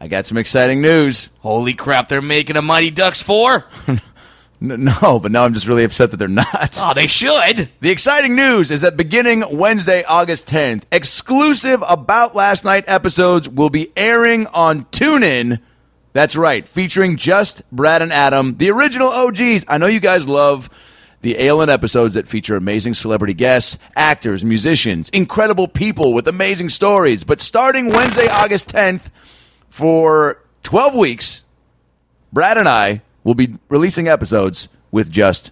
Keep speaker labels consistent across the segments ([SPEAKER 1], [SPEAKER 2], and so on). [SPEAKER 1] I got some exciting news. Holy crap, they're making a Mighty Ducks 4? N- No, but now I'm just really upset that they're not.
[SPEAKER 2] Oh, they should.
[SPEAKER 1] The exciting news is that beginning Wednesday, August 10th, exclusive About Last Night episodes will be airing on TuneIn. That's right, featuring just Brad and Adam, the original OGs. I know you guys love the Alien episodes that feature amazing celebrity guests, actors, musicians, incredible people with amazing stories. But starting Wednesday, August 10th, for 12 weeks, Brad and I will be releasing episodes with just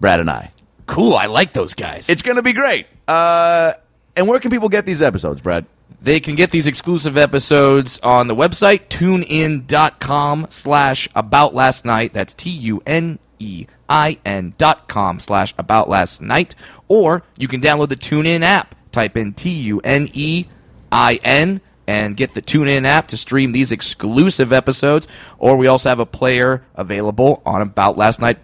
[SPEAKER 1] Brad and I.
[SPEAKER 2] Cool. I like those guys.
[SPEAKER 1] It's going to be great. Uh, and where can people get these episodes, Brad?
[SPEAKER 2] they can get these exclusive episodes on the website tunein.com slash about last night. That's T U N E I N dot com slash about last night. Or you can download the TuneIn app. Type in T U N E I N and get the TuneIn app to stream these exclusive episodes. Or we also have a player available on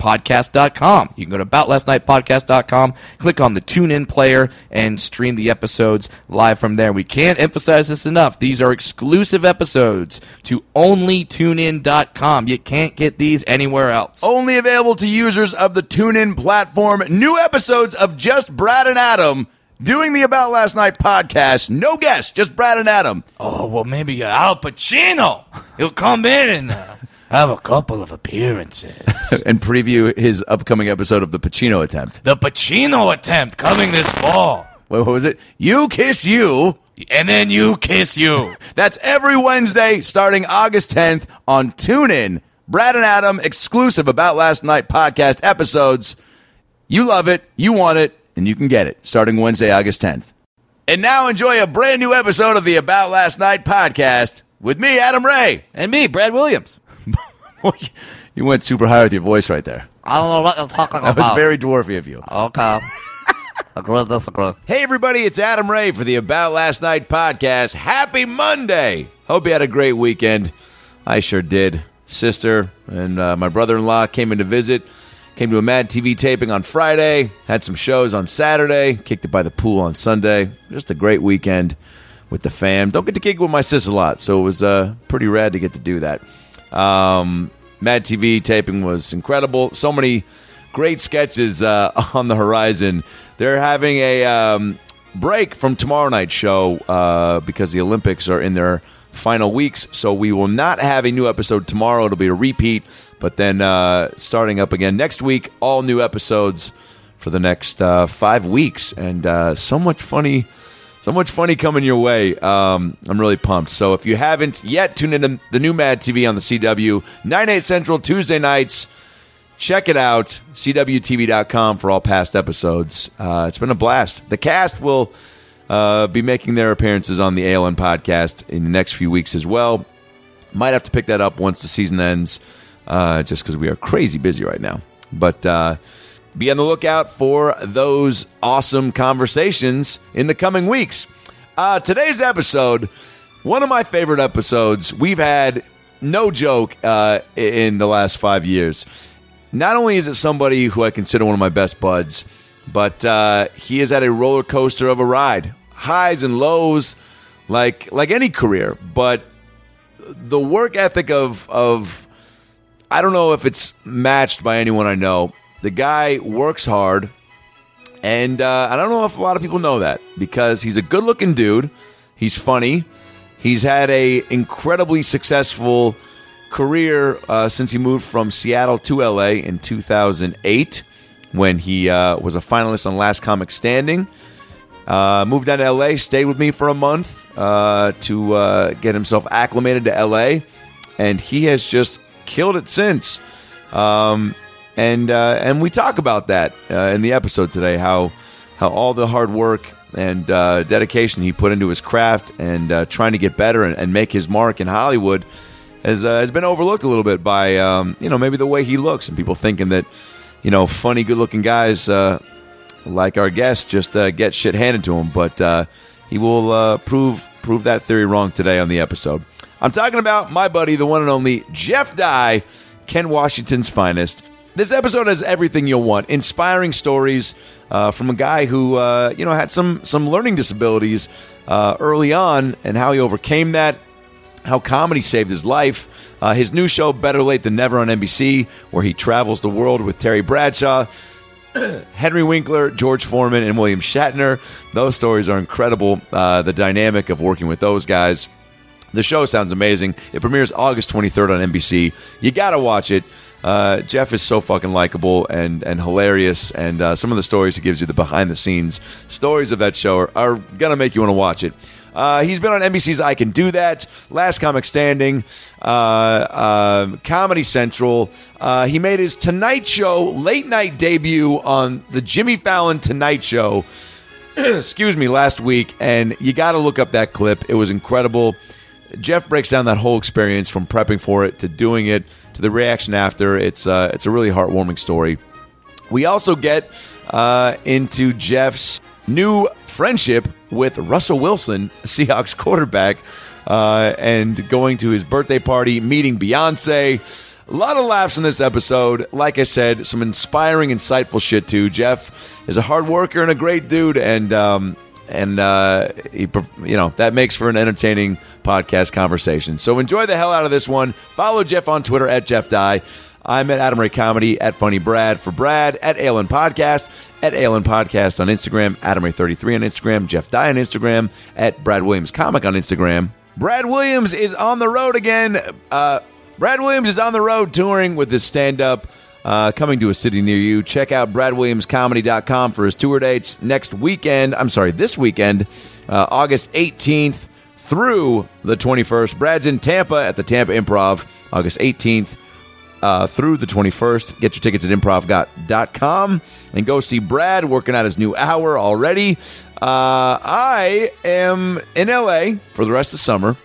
[SPEAKER 2] aboutlastnightpodcast.com. You can go to aboutlastnightpodcast.com, click on the TuneIn player, and stream the episodes live from there. We can't emphasize this enough. These are exclusive episodes to only tunein.com. You can't get these anywhere else.
[SPEAKER 1] Only available to users of the TuneIn platform. New episodes of just Brad and Adam doing the About Last Night podcast. No guests, just Brad and Adam.
[SPEAKER 2] Oh, well, maybe Al Pacino. He'll come in and uh, have a couple of appearances.
[SPEAKER 1] And preview his upcoming episode of the Pacino attempt.
[SPEAKER 2] the Pacino attempt coming this fall.
[SPEAKER 1] Wait, what was it? You Kiss You.
[SPEAKER 2] And then you kiss you.
[SPEAKER 1] That's every Wednesday starting August 10th on TuneIn. Brad and Adam exclusive About Last Night podcast episodes. You love it, you want it, and you can get it starting Wednesday, August 10th. And now enjoy a brand new episode of the About Last Night podcast with me, Adam Ray.
[SPEAKER 2] and me, Brad Williams.
[SPEAKER 1] you went super high with your voice right there.
[SPEAKER 2] I don't know what I'm talking
[SPEAKER 1] That was very dwarfy of you.
[SPEAKER 2] okay. agree disagree.
[SPEAKER 1] Hey, everybody, it's Adam Ray for the About Last Night podcast. Happy Monday! Hope you had a great weekend. I sure did. Sister and uh, my brother in law came in to visit, came to a Mad TV taping on Friday, had some shows on Saturday, kicked it by the pool on Sunday. Just a great weekend with the fam. Don't get to gig with my sis a lot, so it was uh, pretty rad to get to do that. Um, Mad TV taping was incredible. So many great sketches uh, on the horizon. They're having a um, break from tomorrow night's show uh, because the Olympics are in their final weeks. So we will not have a new episode tomorrow. It'll be a repeat, but then uh, starting up again next week, all new episodes for the next uh, five weeks. And uh, so much funny. So much funny coming your way. Um, I'm really pumped. So if you haven't yet, tune into the new Mad TV on the CW, 9, 8 Central, Tuesday nights. Check it out, CWTV.com for all past episodes. Uh, it's been a blast. The cast will uh, be making their appearances on the ALN podcast in the next few weeks as well. Might have to pick that up once the season ends, uh, just because we are crazy busy right now. But uh, be on the lookout for those awesome conversations in the coming weeks. Uh, today's episode, one of my favorite episodes we've had, no joke, uh, in the last five years. Not only is it somebody who I consider one of my best buds, but uh, he is at a roller coaster of a ride, highs and lows, like like any career. But the work ethic of of I don't know if it's matched by anyone I know. The guy works hard, and uh, I don't know if a lot of people know that because he's a good looking dude. He's funny. He's had a incredibly successful career uh, since he moved from Seattle to LA in 2008 when he uh, was a finalist on Last Comic Standing. Uh, moved down to LA, stayed with me for a month uh, to uh, get himself acclimated to LA, and he has just killed it since. Um, and uh, and we talk about that uh, in the episode today how how all the hard work and uh, dedication he put into his craft and uh, trying to get better and, and make his mark in Hollywood has uh, has been overlooked a little bit by um, you know maybe the way he looks and people thinking that you know funny, good looking guys uh, like our guest just uh, get shit handed to him. But uh, he will uh, prove prove that theory wrong today on the episode. I'm talking about my buddy, the one and only Jeff Dye, Ken Washington's finest. This episode has everything you'll want: inspiring stories uh, from a guy who uh, you know had some some learning disabilities uh, early on, and how he overcame that how comedy saved his life. Uh, his new show, Better Late Than Never on NBC, where he travels the world with Terry Bradshaw, Henry Winkler, George Foreman, and William Shatner. Those stories are incredible. Uh, the dynamic of working with those guys. The show sounds amazing. It premieres August 23rd on NBC. You got to watch it. Uh, Jeff is so fucking likable and, and hilarious, and uh, some of the stories he gives you, the behind the scenes stories of that show, are, are going to make you want to watch it. Uh, he's been on NBC's I Can Do That, Last Comic Standing, uh, uh, Comedy Central. Uh, he made his Tonight Show late night debut on the Jimmy Fallon Tonight Show excuse me, last week, and you got to look up that clip. It was incredible. Jeff breaks down that whole experience from prepping for it to doing it to the reaction after. It's uh, it's a really heartwarming story. We also get uh, into Jeff's new friendship with Russell Wilson, Seahawks quarterback, uh, and going to his birthday party, meeting Beyonce. A lot of laughs in this episode. Like I said, some inspiring, insightful shit too. Jeff is a hard worker and a great dude, and um, and uh, he, you know that makes for an entertaining podcast conversation. So enjoy the hell out of this one. Follow Jeff on Twitter at Jeff Dye. I'm at Adam Ray Comedy, at Funny Brad for Brad, at Alan Podcast, at Alan Podcast on Instagram, Adam Ray33 on Instagram, Jeff Dye on Instagram, at Brad Williams Comic on Instagram. Brad Williams is on the road again. Uh, Brad Williams is on the road touring with his stand up. Uh, coming to a city near you. Check out bradwilliamscomedy.com for his tour dates next weekend. I'm sorry, this weekend, uh, August 18th through the 21st. Brad's in Tampa at the Tampa Improv, August 18th uh, through the 21st. Get your tickets at improvgot.com and go see Brad working out his new hour already. Uh, I am in LA for the rest of summer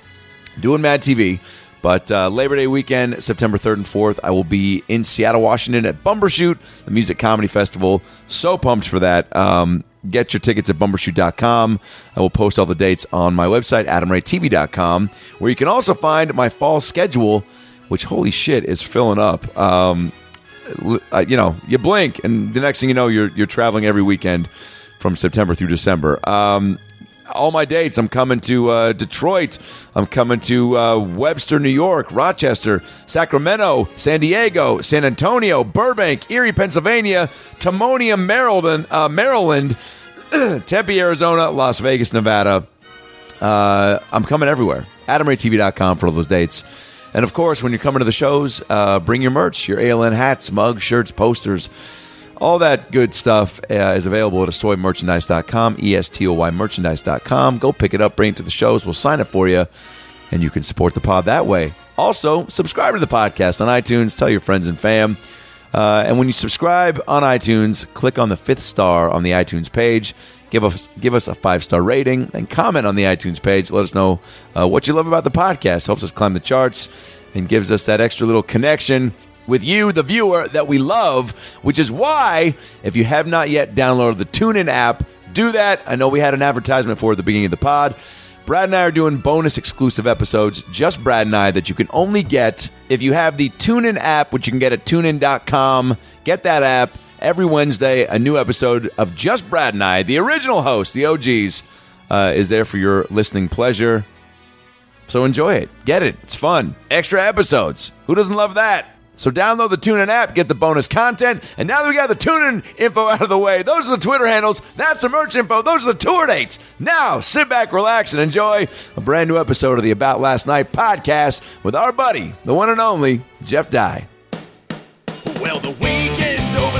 [SPEAKER 1] doing Mad TV. But uh, Labor Day weekend, September 3rd and 4th, I will be in Seattle, Washington at Bumbershoot, the Music Comedy Festival. So pumped for that. Um, get your tickets at bumbershoot.com. I will post all the dates on my website, adamraytv.com, where you can also find my fall schedule, which, holy shit, is filling up. Um, l- uh, you know, you blink, and the next thing you know, you're, you're traveling every weekend from September through December. Um, all my dates. I'm coming to uh, Detroit. I'm coming to uh, Webster, New York, Rochester, Sacramento, San Diego, San Antonio, Burbank, Erie, Pennsylvania, Timonium, Maryland, uh, Maryland, Tempe, Arizona, Las Vegas, Nevada. Uh, I'm coming everywhere. AdamRayTV.com for all those dates. And of course, when you're coming to the shows, uh, bring your merch, your ALN hats, mugs, shirts, posters. All that good stuff uh, is available at estoymerchandise.com, E-S-T-O-Y merchandise.com. Go pick it up, bring it to the shows. We'll sign it for you, and you can support the pod that way. Also, subscribe to the podcast on iTunes. Tell your friends and fam. Uh, and when you subscribe on iTunes, click on the fifth star on the iTunes page. Give us give us a five star rating and comment on the iTunes page. Let us know uh, what you love about the podcast. Helps us climb the charts and gives us that extra little connection with you, the viewer, that we love. Which is why, if you have not yet downloaded the TuneIn app, do that. I know we had an advertisement for it at the beginning of the pod. Brad and I are doing bonus exclusive episodes, just Brad and I, that you can only get if you have the TuneIn app, which you can get at tunein.com. Get that app. Every Wednesday, a new episode of Just Brad and I, the original host, the OGs, uh, is there for your listening pleasure. So enjoy it. Get it. It's fun. Extra episodes. Who doesn't love that? So download the TuneIn app, get the bonus content, and now that we got the TuneIn info out of the way, those are the Twitter handles, that's the merch info, those are the tour dates. Now sit back, relax, and enjoy a brand new episode of the About Last Night podcast with our buddy, the one and only Jeff Dye. Well, the weekend's over,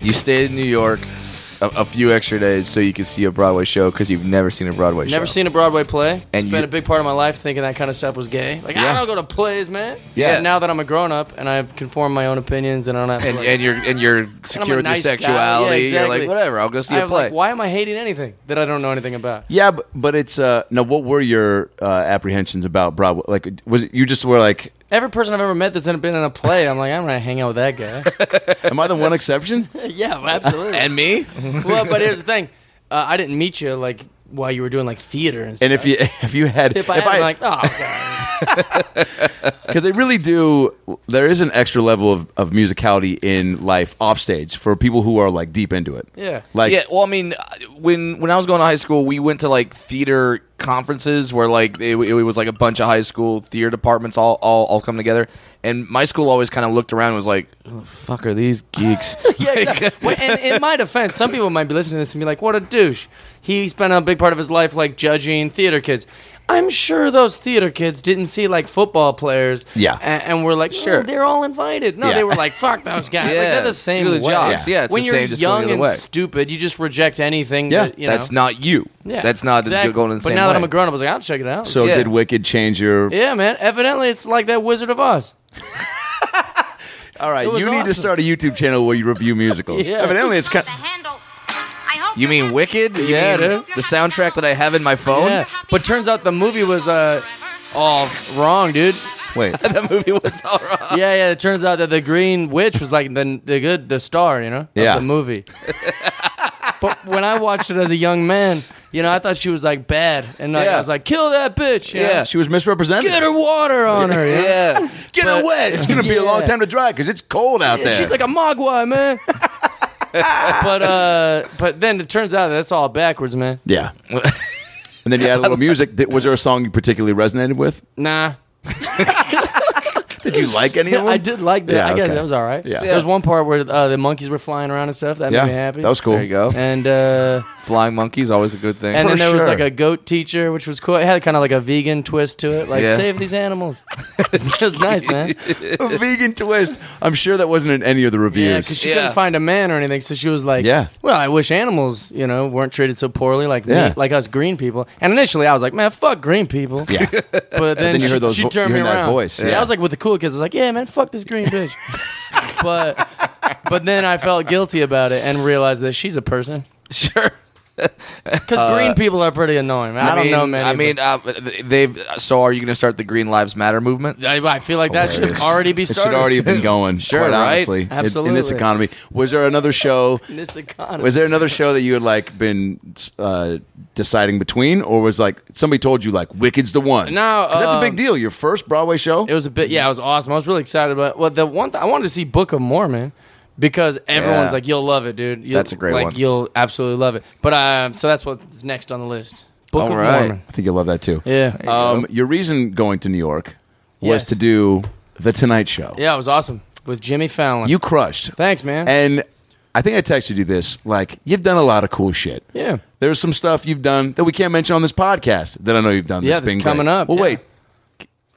[SPEAKER 2] You stayed in New York a, a few extra days so you could see a Broadway show because you've never seen a Broadway show.
[SPEAKER 3] Never seen a Broadway play.
[SPEAKER 2] And
[SPEAKER 3] Spent
[SPEAKER 2] you-
[SPEAKER 3] a big part of my life thinking that kind of stuff was gay. Like
[SPEAKER 2] Yeah.
[SPEAKER 3] I don't go to plays, man.
[SPEAKER 2] Yeah.
[SPEAKER 3] But now that I'm a grown up and I've conformed my own opinions and I don't have to,
[SPEAKER 2] And,
[SPEAKER 3] like-
[SPEAKER 2] and you're and you're secure with
[SPEAKER 3] nice
[SPEAKER 2] your
[SPEAKER 3] guy. Yeah,
[SPEAKER 2] sexuality. You're
[SPEAKER 3] exactly.
[SPEAKER 2] like whatever. I'll go see
[SPEAKER 3] I
[SPEAKER 2] a
[SPEAKER 3] have,
[SPEAKER 2] play.
[SPEAKER 3] like, why am I hating anything that I don't know anything about?
[SPEAKER 1] Yeah, but, but it's uh now. What were your uh, apprehensions about Broadway? Like, was it you just were like,
[SPEAKER 3] Every person I've ever met that's been in a play, I'm like, I'm gonna hang out with that guy.
[SPEAKER 1] am I the one exception?
[SPEAKER 3] yeah, absolutely.
[SPEAKER 2] and me?
[SPEAKER 3] well, but here's the thing, uh, I didn't meet you like while you were doing like theater and stuff.
[SPEAKER 1] And if you if you had
[SPEAKER 3] if I, had, am like, oh, God.
[SPEAKER 1] because they really do there is an extra level of, of musicality in life off stage for people who are like deep into it
[SPEAKER 3] Yeah.
[SPEAKER 1] like
[SPEAKER 2] yeah, well, I mean, uh, when when I was going to high school, we went to like theater conferences where like it, it was like a bunch of high school theater departments all all, all come together, and my school always kind of looked around and was like,
[SPEAKER 1] "Oh,
[SPEAKER 2] "Who the fuck are these geeks?"
[SPEAKER 3] yeah, exactly. Well, and in my defense, some people might be listening to this and be like, "What a douche! He spent a big part of his life like judging theater kids." I'm sure those theater kids didn't see like football players,
[SPEAKER 1] Yeah.
[SPEAKER 3] a- and, were like, "Sure, they're all invited." No,
[SPEAKER 1] Yeah.
[SPEAKER 3] they were like, "Fuck those guys!" Like,
[SPEAKER 2] Yeah,
[SPEAKER 3] they're the
[SPEAKER 2] it's
[SPEAKER 3] same
[SPEAKER 2] really
[SPEAKER 3] way.
[SPEAKER 2] jocks. Yeah, it's
[SPEAKER 3] when
[SPEAKER 2] the
[SPEAKER 3] you're
[SPEAKER 2] same, just going
[SPEAKER 3] young
[SPEAKER 2] the other
[SPEAKER 3] and
[SPEAKER 2] way.
[SPEAKER 3] stupid, you just reject anything.
[SPEAKER 1] Yeah,
[SPEAKER 3] that, you
[SPEAKER 2] That's
[SPEAKER 3] know.
[SPEAKER 2] not you.
[SPEAKER 3] Yeah,
[SPEAKER 2] that's not
[SPEAKER 3] exactly.
[SPEAKER 2] the, going in the
[SPEAKER 3] But
[SPEAKER 2] same
[SPEAKER 3] now that
[SPEAKER 2] way.
[SPEAKER 3] I'm a grown up, I was like, "I'll check it out."
[SPEAKER 1] so
[SPEAKER 2] Yeah.
[SPEAKER 1] did wicked change your
[SPEAKER 3] yeah, man. Evidently, it's like that Wizard of Oz.
[SPEAKER 1] all right
[SPEAKER 3] it was
[SPEAKER 1] you need to
[SPEAKER 3] awesome.
[SPEAKER 1] start a youtube channel where you review musicals
[SPEAKER 3] Yeah.
[SPEAKER 1] evidently it's kind
[SPEAKER 4] the handle. I hope
[SPEAKER 2] you mean Wicked? You
[SPEAKER 3] Yeah,
[SPEAKER 2] mean
[SPEAKER 3] dude.
[SPEAKER 2] the soundtrack that I have in my phone.
[SPEAKER 3] Yeah, but turns out the movie was uh, all wrong, dude.
[SPEAKER 1] wait
[SPEAKER 2] that movie was all right.
[SPEAKER 3] yeah, yeah. It turns out that the Green Witch was like the the good the star, you know, of
[SPEAKER 1] Yeah.
[SPEAKER 3] the movie. but when I watched it as a young man, you know, I thought she was like bad, and like,
[SPEAKER 2] Yeah.
[SPEAKER 3] I was like, kill that bitch. you know?
[SPEAKER 2] Yeah.
[SPEAKER 1] she was misrepresented
[SPEAKER 3] get her water on her. Yeah.
[SPEAKER 2] Yeah,
[SPEAKER 1] get her wet it's gonna be a long
[SPEAKER 3] Yeah.
[SPEAKER 1] time to dry because it's cold out there
[SPEAKER 3] She's like a mogwai, man. but uh, but then it turns out that's all backwards, man.
[SPEAKER 1] yeah and then you add a little music Did- was there a song you particularly resonated with
[SPEAKER 3] Nah,
[SPEAKER 1] did you like any of them
[SPEAKER 3] I did like that.
[SPEAKER 1] Yeah,
[SPEAKER 3] I guess
[SPEAKER 1] okay.
[SPEAKER 3] that was all right.
[SPEAKER 1] Yeah.
[SPEAKER 3] there was one part where uh, the monkeys were flying around and stuff. That
[SPEAKER 1] yeah
[SPEAKER 3] made me happy.
[SPEAKER 1] that was cool
[SPEAKER 2] There you go.
[SPEAKER 3] And uh,
[SPEAKER 2] flying monkeys always a good thing.
[SPEAKER 3] And
[SPEAKER 1] For
[SPEAKER 3] then there
[SPEAKER 1] sure.
[SPEAKER 3] was like a goat teacher, which was cool. It had kind of like a vegan twist to it, like
[SPEAKER 2] Yeah.
[SPEAKER 3] save these animals. it was nice, man.
[SPEAKER 1] a vegan twist i'm sure that wasn't in any of the
[SPEAKER 3] Yeah,
[SPEAKER 1] reviews
[SPEAKER 3] because she
[SPEAKER 2] Yeah.
[SPEAKER 3] couldn't find a man or anything, so she was like,
[SPEAKER 1] Yeah.
[SPEAKER 3] well, I wish animals, you know, weren't treated so poorly like
[SPEAKER 1] Yeah.
[SPEAKER 3] me, like us green people." And initially, I was like, "Man, fuck green people."
[SPEAKER 1] Yeah.
[SPEAKER 3] But then,
[SPEAKER 1] then you
[SPEAKER 3] she,
[SPEAKER 1] heard those
[SPEAKER 3] she
[SPEAKER 1] vo-
[SPEAKER 3] turned
[SPEAKER 1] you
[SPEAKER 3] me
[SPEAKER 1] heard that
[SPEAKER 3] around.
[SPEAKER 1] voice, yeah.
[SPEAKER 3] I was like with the cool kids. I was like, "Yeah, man, fuck this green bitch." but but then I felt guilty about it and realized that she's a person.
[SPEAKER 2] sure.
[SPEAKER 3] Because
[SPEAKER 1] Uh,
[SPEAKER 3] green people are pretty annoying. Man. I, don't
[SPEAKER 2] mean,
[SPEAKER 3] know, man.
[SPEAKER 2] I mean, uh, they've. So are you going to start the Green Lives Matter movement?
[SPEAKER 3] I, I feel like that should
[SPEAKER 1] Hilarious.
[SPEAKER 3] already be
[SPEAKER 1] It
[SPEAKER 3] started.
[SPEAKER 1] should already have been going.
[SPEAKER 2] Sure,
[SPEAKER 1] quite
[SPEAKER 2] right?
[SPEAKER 1] honestly, in- In this
[SPEAKER 3] Absolutely.
[SPEAKER 1] economy, was there another show?
[SPEAKER 3] in this economy.
[SPEAKER 1] Was there another show that you had like been uh, deciding between, or was like somebody told you like Wicked's the one?
[SPEAKER 3] No,
[SPEAKER 1] 'Cause that's a big
[SPEAKER 3] um,
[SPEAKER 1] deal. Your first Broadway show.
[SPEAKER 3] It was a bit. Yeah, it was awesome. I was really excited about. It. Well, the one th- I wanted to see Book of Mormon because everyone's
[SPEAKER 2] Yeah.
[SPEAKER 3] like, "You'll love it, dude. You'll,
[SPEAKER 2] That's a great
[SPEAKER 3] like,
[SPEAKER 2] one.
[SPEAKER 3] You'll absolutely love it." But uh, so that's what's next on the list. Book
[SPEAKER 2] All
[SPEAKER 3] of
[SPEAKER 2] right.
[SPEAKER 3] Mormon.
[SPEAKER 1] I think you'll love that too.
[SPEAKER 3] Yeah.
[SPEAKER 1] Um, your reason going to New York was
[SPEAKER 3] Yes.
[SPEAKER 1] to do the Tonight Show.
[SPEAKER 3] yeah, it was awesome with Jimmy Fallon.
[SPEAKER 1] You crushed.
[SPEAKER 3] thanks, man.
[SPEAKER 1] And I think I texted you this. Like, you've done a lot of cool shit.
[SPEAKER 3] Yeah.
[SPEAKER 1] There's some stuff you've done that we can't mention on this podcast that I know you've done.
[SPEAKER 3] Yeah,
[SPEAKER 1] that's
[SPEAKER 3] that's
[SPEAKER 1] been
[SPEAKER 3] coming
[SPEAKER 1] great.
[SPEAKER 3] up,
[SPEAKER 1] Well,
[SPEAKER 3] yeah.
[SPEAKER 1] wait.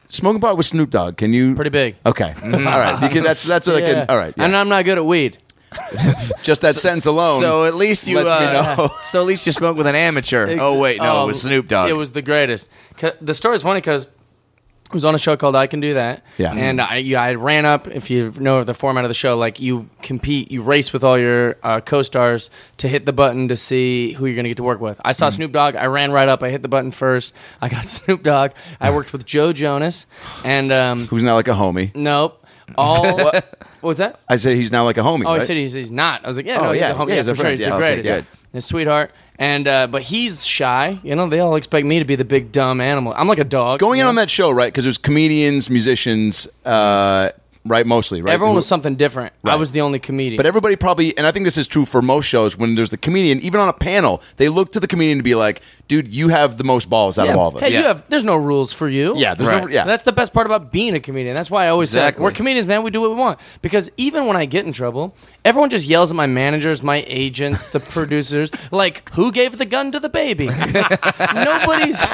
[SPEAKER 1] Smoking pot with Snoop Dogg. Can you?
[SPEAKER 3] Pretty big. Mm-hmm.
[SPEAKER 1] Okay. all right. You can, that's that's like
[SPEAKER 3] yeah.
[SPEAKER 1] an, all right. yeah.
[SPEAKER 3] And I'm not good at weed.
[SPEAKER 1] Just that sentence alone.
[SPEAKER 2] So at least you.
[SPEAKER 1] lets
[SPEAKER 2] uh,
[SPEAKER 1] me know.
[SPEAKER 2] so at least you spoke with an amateur.
[SPEAKER 3] Ex-
[SPEAKER 2] Oh wait, no, it was
[SPEAKER 3] um,
[SPEAKER 2] Snoop Dogg.
[SPEAKER 3] It was the greatest. 'Cause- The story's funny because it was on a show called I Can Do That.
[SPEAKER 1] Yeah.
[SPEAKER 3] And
[SPEAKER 2] Mm-hmm.
[SPEAKER 3] I, you, I ran up, if you know the format of the show, like you compete, you race with all your uh, co stars to hit the button to see who you're going to get to work with. I
[SPEAKER 2] Mm-hmm.
[SPEAKER 3] saw Snoop Dogg. I ran right up. I hit the button first. I got Snoop Dogg. I worked with Joe Jonas. And um,
[SPEAKER 1] Who's now like a homie?
[SPEAKER 3] nope. All. What's that?
[SPEAKER 1] I said he's now like a homie.
[SPEAKER 3] Oh,
[SPEAKER 1] right?
[SPEAKER 3] I said he's, he's not. I was like, yeah,
[SPEAKER 1] Oh,
[SPEAKER 3] no, he's
[SPEAKER 1] yeah,
[SPEAKER 3] a
[SPEAKER 1] yeah,
[SPEAKER 3] homie. Yeah,
[SPEAKER 1] he's a
[SPEAKER 3] for sure,
[SPEAKER 1] friend.
[SPEAKER 3] he's
[SPEAKER 1] Yeah,
[SPEAKER 3] the
[SPEAKER 1] okay,
[SPEAKER 3] greatest.
[SPEAKER 1] good.
[SPEAKER 3] His sweetheart, and uh, but he's shy. You know, they all expect me to be the big dumb animal. I'm like a dog.
[SPEAKER 1] Going
[SPEAKER 3] you
[SPEAKER 1] in
[SPEAKER 3] know?
[SPEAKER 1] on that show, right? Because it was comedians, musicians, uh, right? Mostly, right?
[SPEAKER 3] Everyone
[SPEAKER 1] Who-
[SPEAKER 3] was something different. I
[SPEAKER 1] Right.
[SPEAKER 3] was the only comedian.
[SPEAKER 1] But everybody probably, and I think this is true for most shows, when there's the comedian, even on a panel, they look to the comedian to be like, dude, you have the most balls out
[SPEAKER 3] yeah.
[SPEAKER 1] of all of us.
[SPEAKER 3] Hey,
[SPEAKER 2] Yeah.
[SPEAKER 3] you have. There's no rules for you.
[SPEAKER 1] Yeah, there's no-
[SPEAKER 2] Right.
[SPEAKER 1] yeah.
[SPEAKER 3] That's the best part about being a comedian. That's why I always say
[SPEAKER 2] Exactly.
[SPEAKER 3] like, we're comedians, man. We do what we want. Because even when I get in trouble, everyone just yells at my managers, my agents, the producers, like, "Who gave the gun to the baby?" nobody's